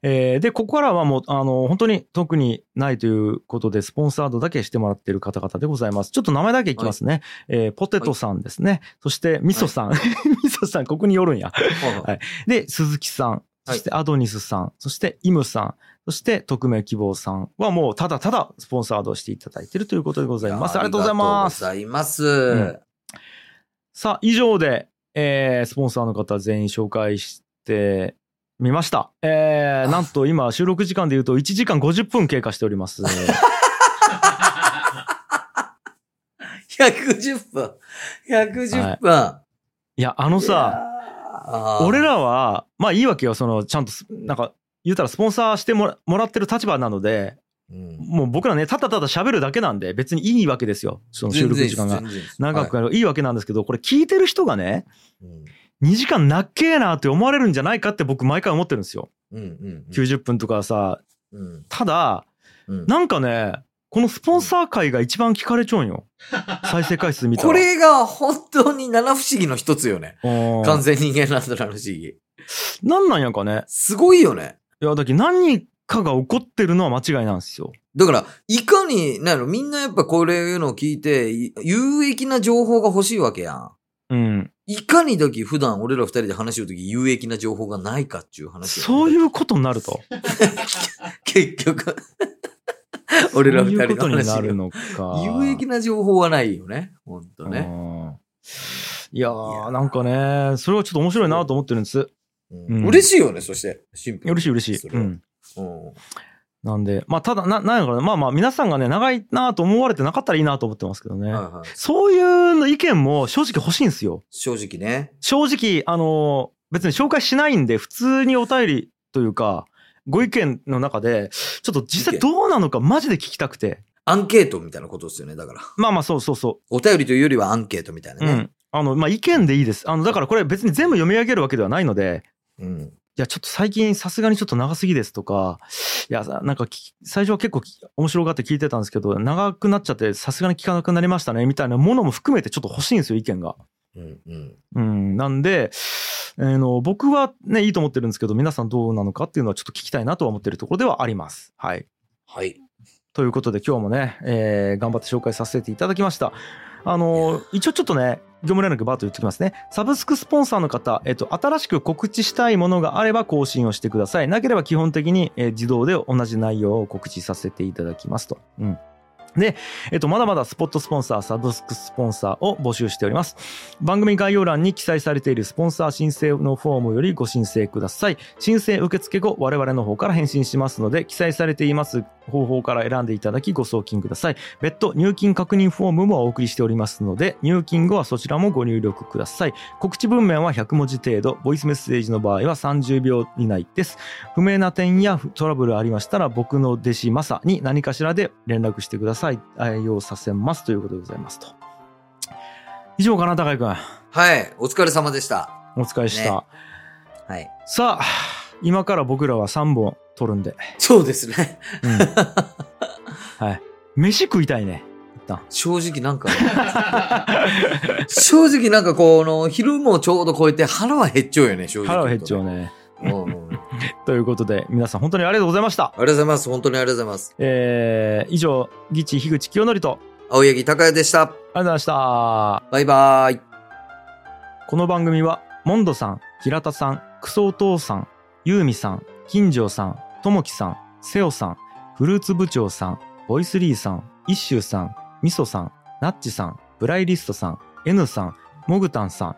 Speaker 1: えーで、ここからはもう、あの、本当に特にないということで、スポンサードだけしてもらってる方々でございます。ちょっと名前だけいきますね。えーポテトさんですね。そして、みそ さん。みそさん、ここによるんや。
Speaker 2: はい
Speaker 1: はいで、鈴木さん。そして、アドニスさん。そして、イムさん。そして、匿名希望さんはもう、ただただ、スポンサードしていただいてるということでございます。ありがとうございます。
Speaker 2: ありがとうございます。
Speaker 1: んさあ、以上で、えースポンサーの方全員紹介してみました。えーなんと今、収録時間で言うと1時間50分経過しております。
Speaker 2: 110分。110分。
Speaker 1: いや、あのさ、
Speaker 2: さ
Speaker 1: 俺らは、まあいいわけよ、その、ちゃんと、なんか、言うたらスポンサーしてもらもらってる立場なので、もう僕らね、ただただ喋るだけなんで、別にいいわけですよ、その収録時間が。長く
Speaker 2: は
Speaker 1: やるいいわけなんですけど、これ聞いてる人がね、
Speaker 2: いうん
Speaker 1: 2時間なっけえなって思われるんじゃないかって僕毎回思ってるんですよ。
Speaker 2: うんうんうん
Speaker 1: 90分とかさ、
Speaker 2: うん
Speaker 1: ただ、
Speaker 2: うん
Speaker 1: なんかね、このスポンサー回が一番聞かれちゃうん よ。再生回数見たら。
Speaker 2: これが本当に七不思議の一つよね。
Speaker 1: うん
Speaker 2: 完全人間なんだ七不思議。
Speaker 1: なんなんやかね。
Speaker 2: すごいよね。
Speaker 1: いや、だけど何かが起こってるのは間違いなんですよ。
Speaker 2: だから、いかに、なの、みんなやっぱこれのを聞いて、い有益な情報が欲しいわけやん。
Speaker 1: うん。
Speaker 2: いかに時普段俺ら二人で話してる時有益な情報がないかっていう話よね、
Speaker 1: そういうことになると。
Speaker 2: 結局。 俺ら
Speaker 1: そう
Speaker 2: 二
Speaker 1: いう
Speaker 2: 人
Speaker 1: こ
Speaker 2: の
Speaker 1: とに
Speaker 2: 話
Speaker 1: な
Speaker 2: が
Speaker 1: るのか。
Speaker 2: 有益な情報はないよね。ほんとね。
Speaker 1: ね。いやー
Speaker 2: いやー
Speaker 1: なんかね、それはちょっと面白いなと思ってるんです。
Speaker 2: うん
Speaker 1: うん
Speaker 2: 嬉しいよね、そして。シンプルに
Speaker 1: 嬉しい嬉しい。
Speaker 2: それ
Speaker 1: う
Speaker 2: は
Speaker 1: ん。
Speaker 2: うん
Speaker 1: なんで、まあ、ただ、な、なんやろうね。まあまあ、皆さんがね、長いなと思われてなかったらいいなと思ってますけどね。
Speaker 2: はいはい
Speaker 1: そういうの意見も正直欲しいんですよ。
Speaker 2: 正直ね。
Speaker 1: 正直、あのー別に紹介しないんで、普通にお便りというか、ご意見の中で、ちょっと実
Speaker 2: 意見
Speaker 1: 際どうなのかマジで聞きたくて。
Speaker 2: アンケートみたいなことですよね。だから。
Speaker 1: まあまあ、そうそうそ
Speaker 2: お便りというよりはアンケートみたいな
Speaker 1: う。う
Speaker 2: ね。
Speaker 1: ん。あの、まあ意見でいいです。あの、だからこれ別に全部読み上げるわけではないので、
Speaker 2: うん。
Speaker 1: いや、ちょっと最近さすがにちょっと長すぎですとか、いや、さなんかき最初は結構き面白がって聞いてたんですけど、長くなっちゃってさすがに聞かなくなりましたねみたいなものも含めてちょっと欲しいんですよ、意見が。
Speaker 2: うん。うん。
Speaker 1: うん、なんで、えーの僕はね、いいと思ってるんですけど、皆さんどうなのかっていうのはちょっと聞きたいなとは思ってるところではあります。はい。
Speaker 2: はい。
Speaker 1: ということで今日もね、えー頑張って紹介させていただきました。あのー一応ちょっとね、業務連絡バーッと言っておきますね。サブスクスポンサーの方、えっと、新しく告知したいものがあれば更新をしてください。なければ基本的に、えー自動で同じ内容を告知させていただきますと。うん。で、えっと、まだまだスポットスポンサー、サブスクスポンサーを募集しております。番組概要欄に記載されているスポンサー申請のフォームよりご申請ください。申請受付後、我々の方から返信しますので、記載されています方法から選んでいただきご送金ください。別途、入金確認フォームもお送りしておりますので、入金後はそちらもご入力ください。告知文面は100文字程度、ボイスメッセージの場合は30秒以内です。不明な点やトラブルありましたら、僕の弟子マサに何かしらで連絡してください。愛用させますということでございますと。以上かな、高井くん。
Speaker 2: はい。お疲れ様でした。
Speaker 1: お疲れした。
Speaker 2: ねはい。
Speaker 1: さあ、今から僕らは3本取るんで。
Speaker 2: そうですね。
Speaker 1: うん、はい。飯食いたいね。一旦。
Speaker 2: 正直な んか、正直なんかこの、昼もちょうど超えて腹は減っちゃうよね、正直。
Speaker 1: 腹は減っちゃうね。
Speaker 2: うんうん。ありが
Speaker 1: ということで、皆さん本当にありがとうございました。
Speaker 2: とうございます。本当にありがとうございます。
Speaker 1: えー、以上、ギチ、樋口清則と、
Speaker 2: 青柳高也でした。
Speaker 1: ありがとうございました。
Speaker 2: バイバーイ。
Speaker 1: この番組は、モンドさん、平田さん、クソお父さん、ユーミさん、金城さん、ともきさん、セオさん、フルーツ部長さん、ボイスリーさん、イッシューさん、ミソさん、ナッチさん、ブライリストさん、N さん、モグタンさん、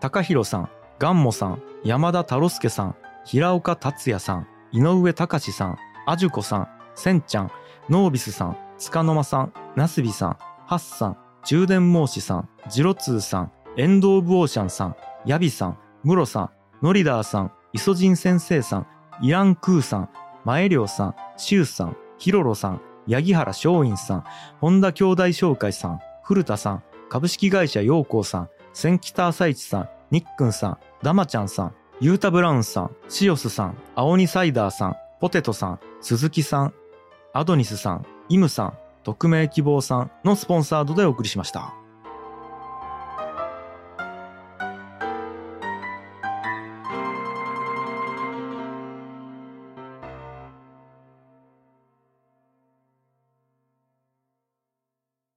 Speaker 1: タカヒロさん、ガンモさん、山田太郎介さん、平岡達也さん、井上隆さん、アジュコさん、センちゃん、ノービスさん、つかの間さん、ナスビさん、ハッさん、充電申しさん、ジロツーさん、エンド・オブ・オーシャンさん、ヤビさん、ムロさん、ノリダーさん、イソジン先生さん、イラン・クーさん、マエリョウさん、シュウさん、ヒロロさん、八木原松陰さん、本田兄弟紹介さん、古田さん、株式会社陽光さん、千北朝市さん、にっくんさん、ダマちゃんさん、ゆうたブラウンさん、シオスさん、青にサイダーさん、ポテトさん、鈴木さん、アドニスさん、イムさん、匿名希望さんのスポンサードでお送りしました。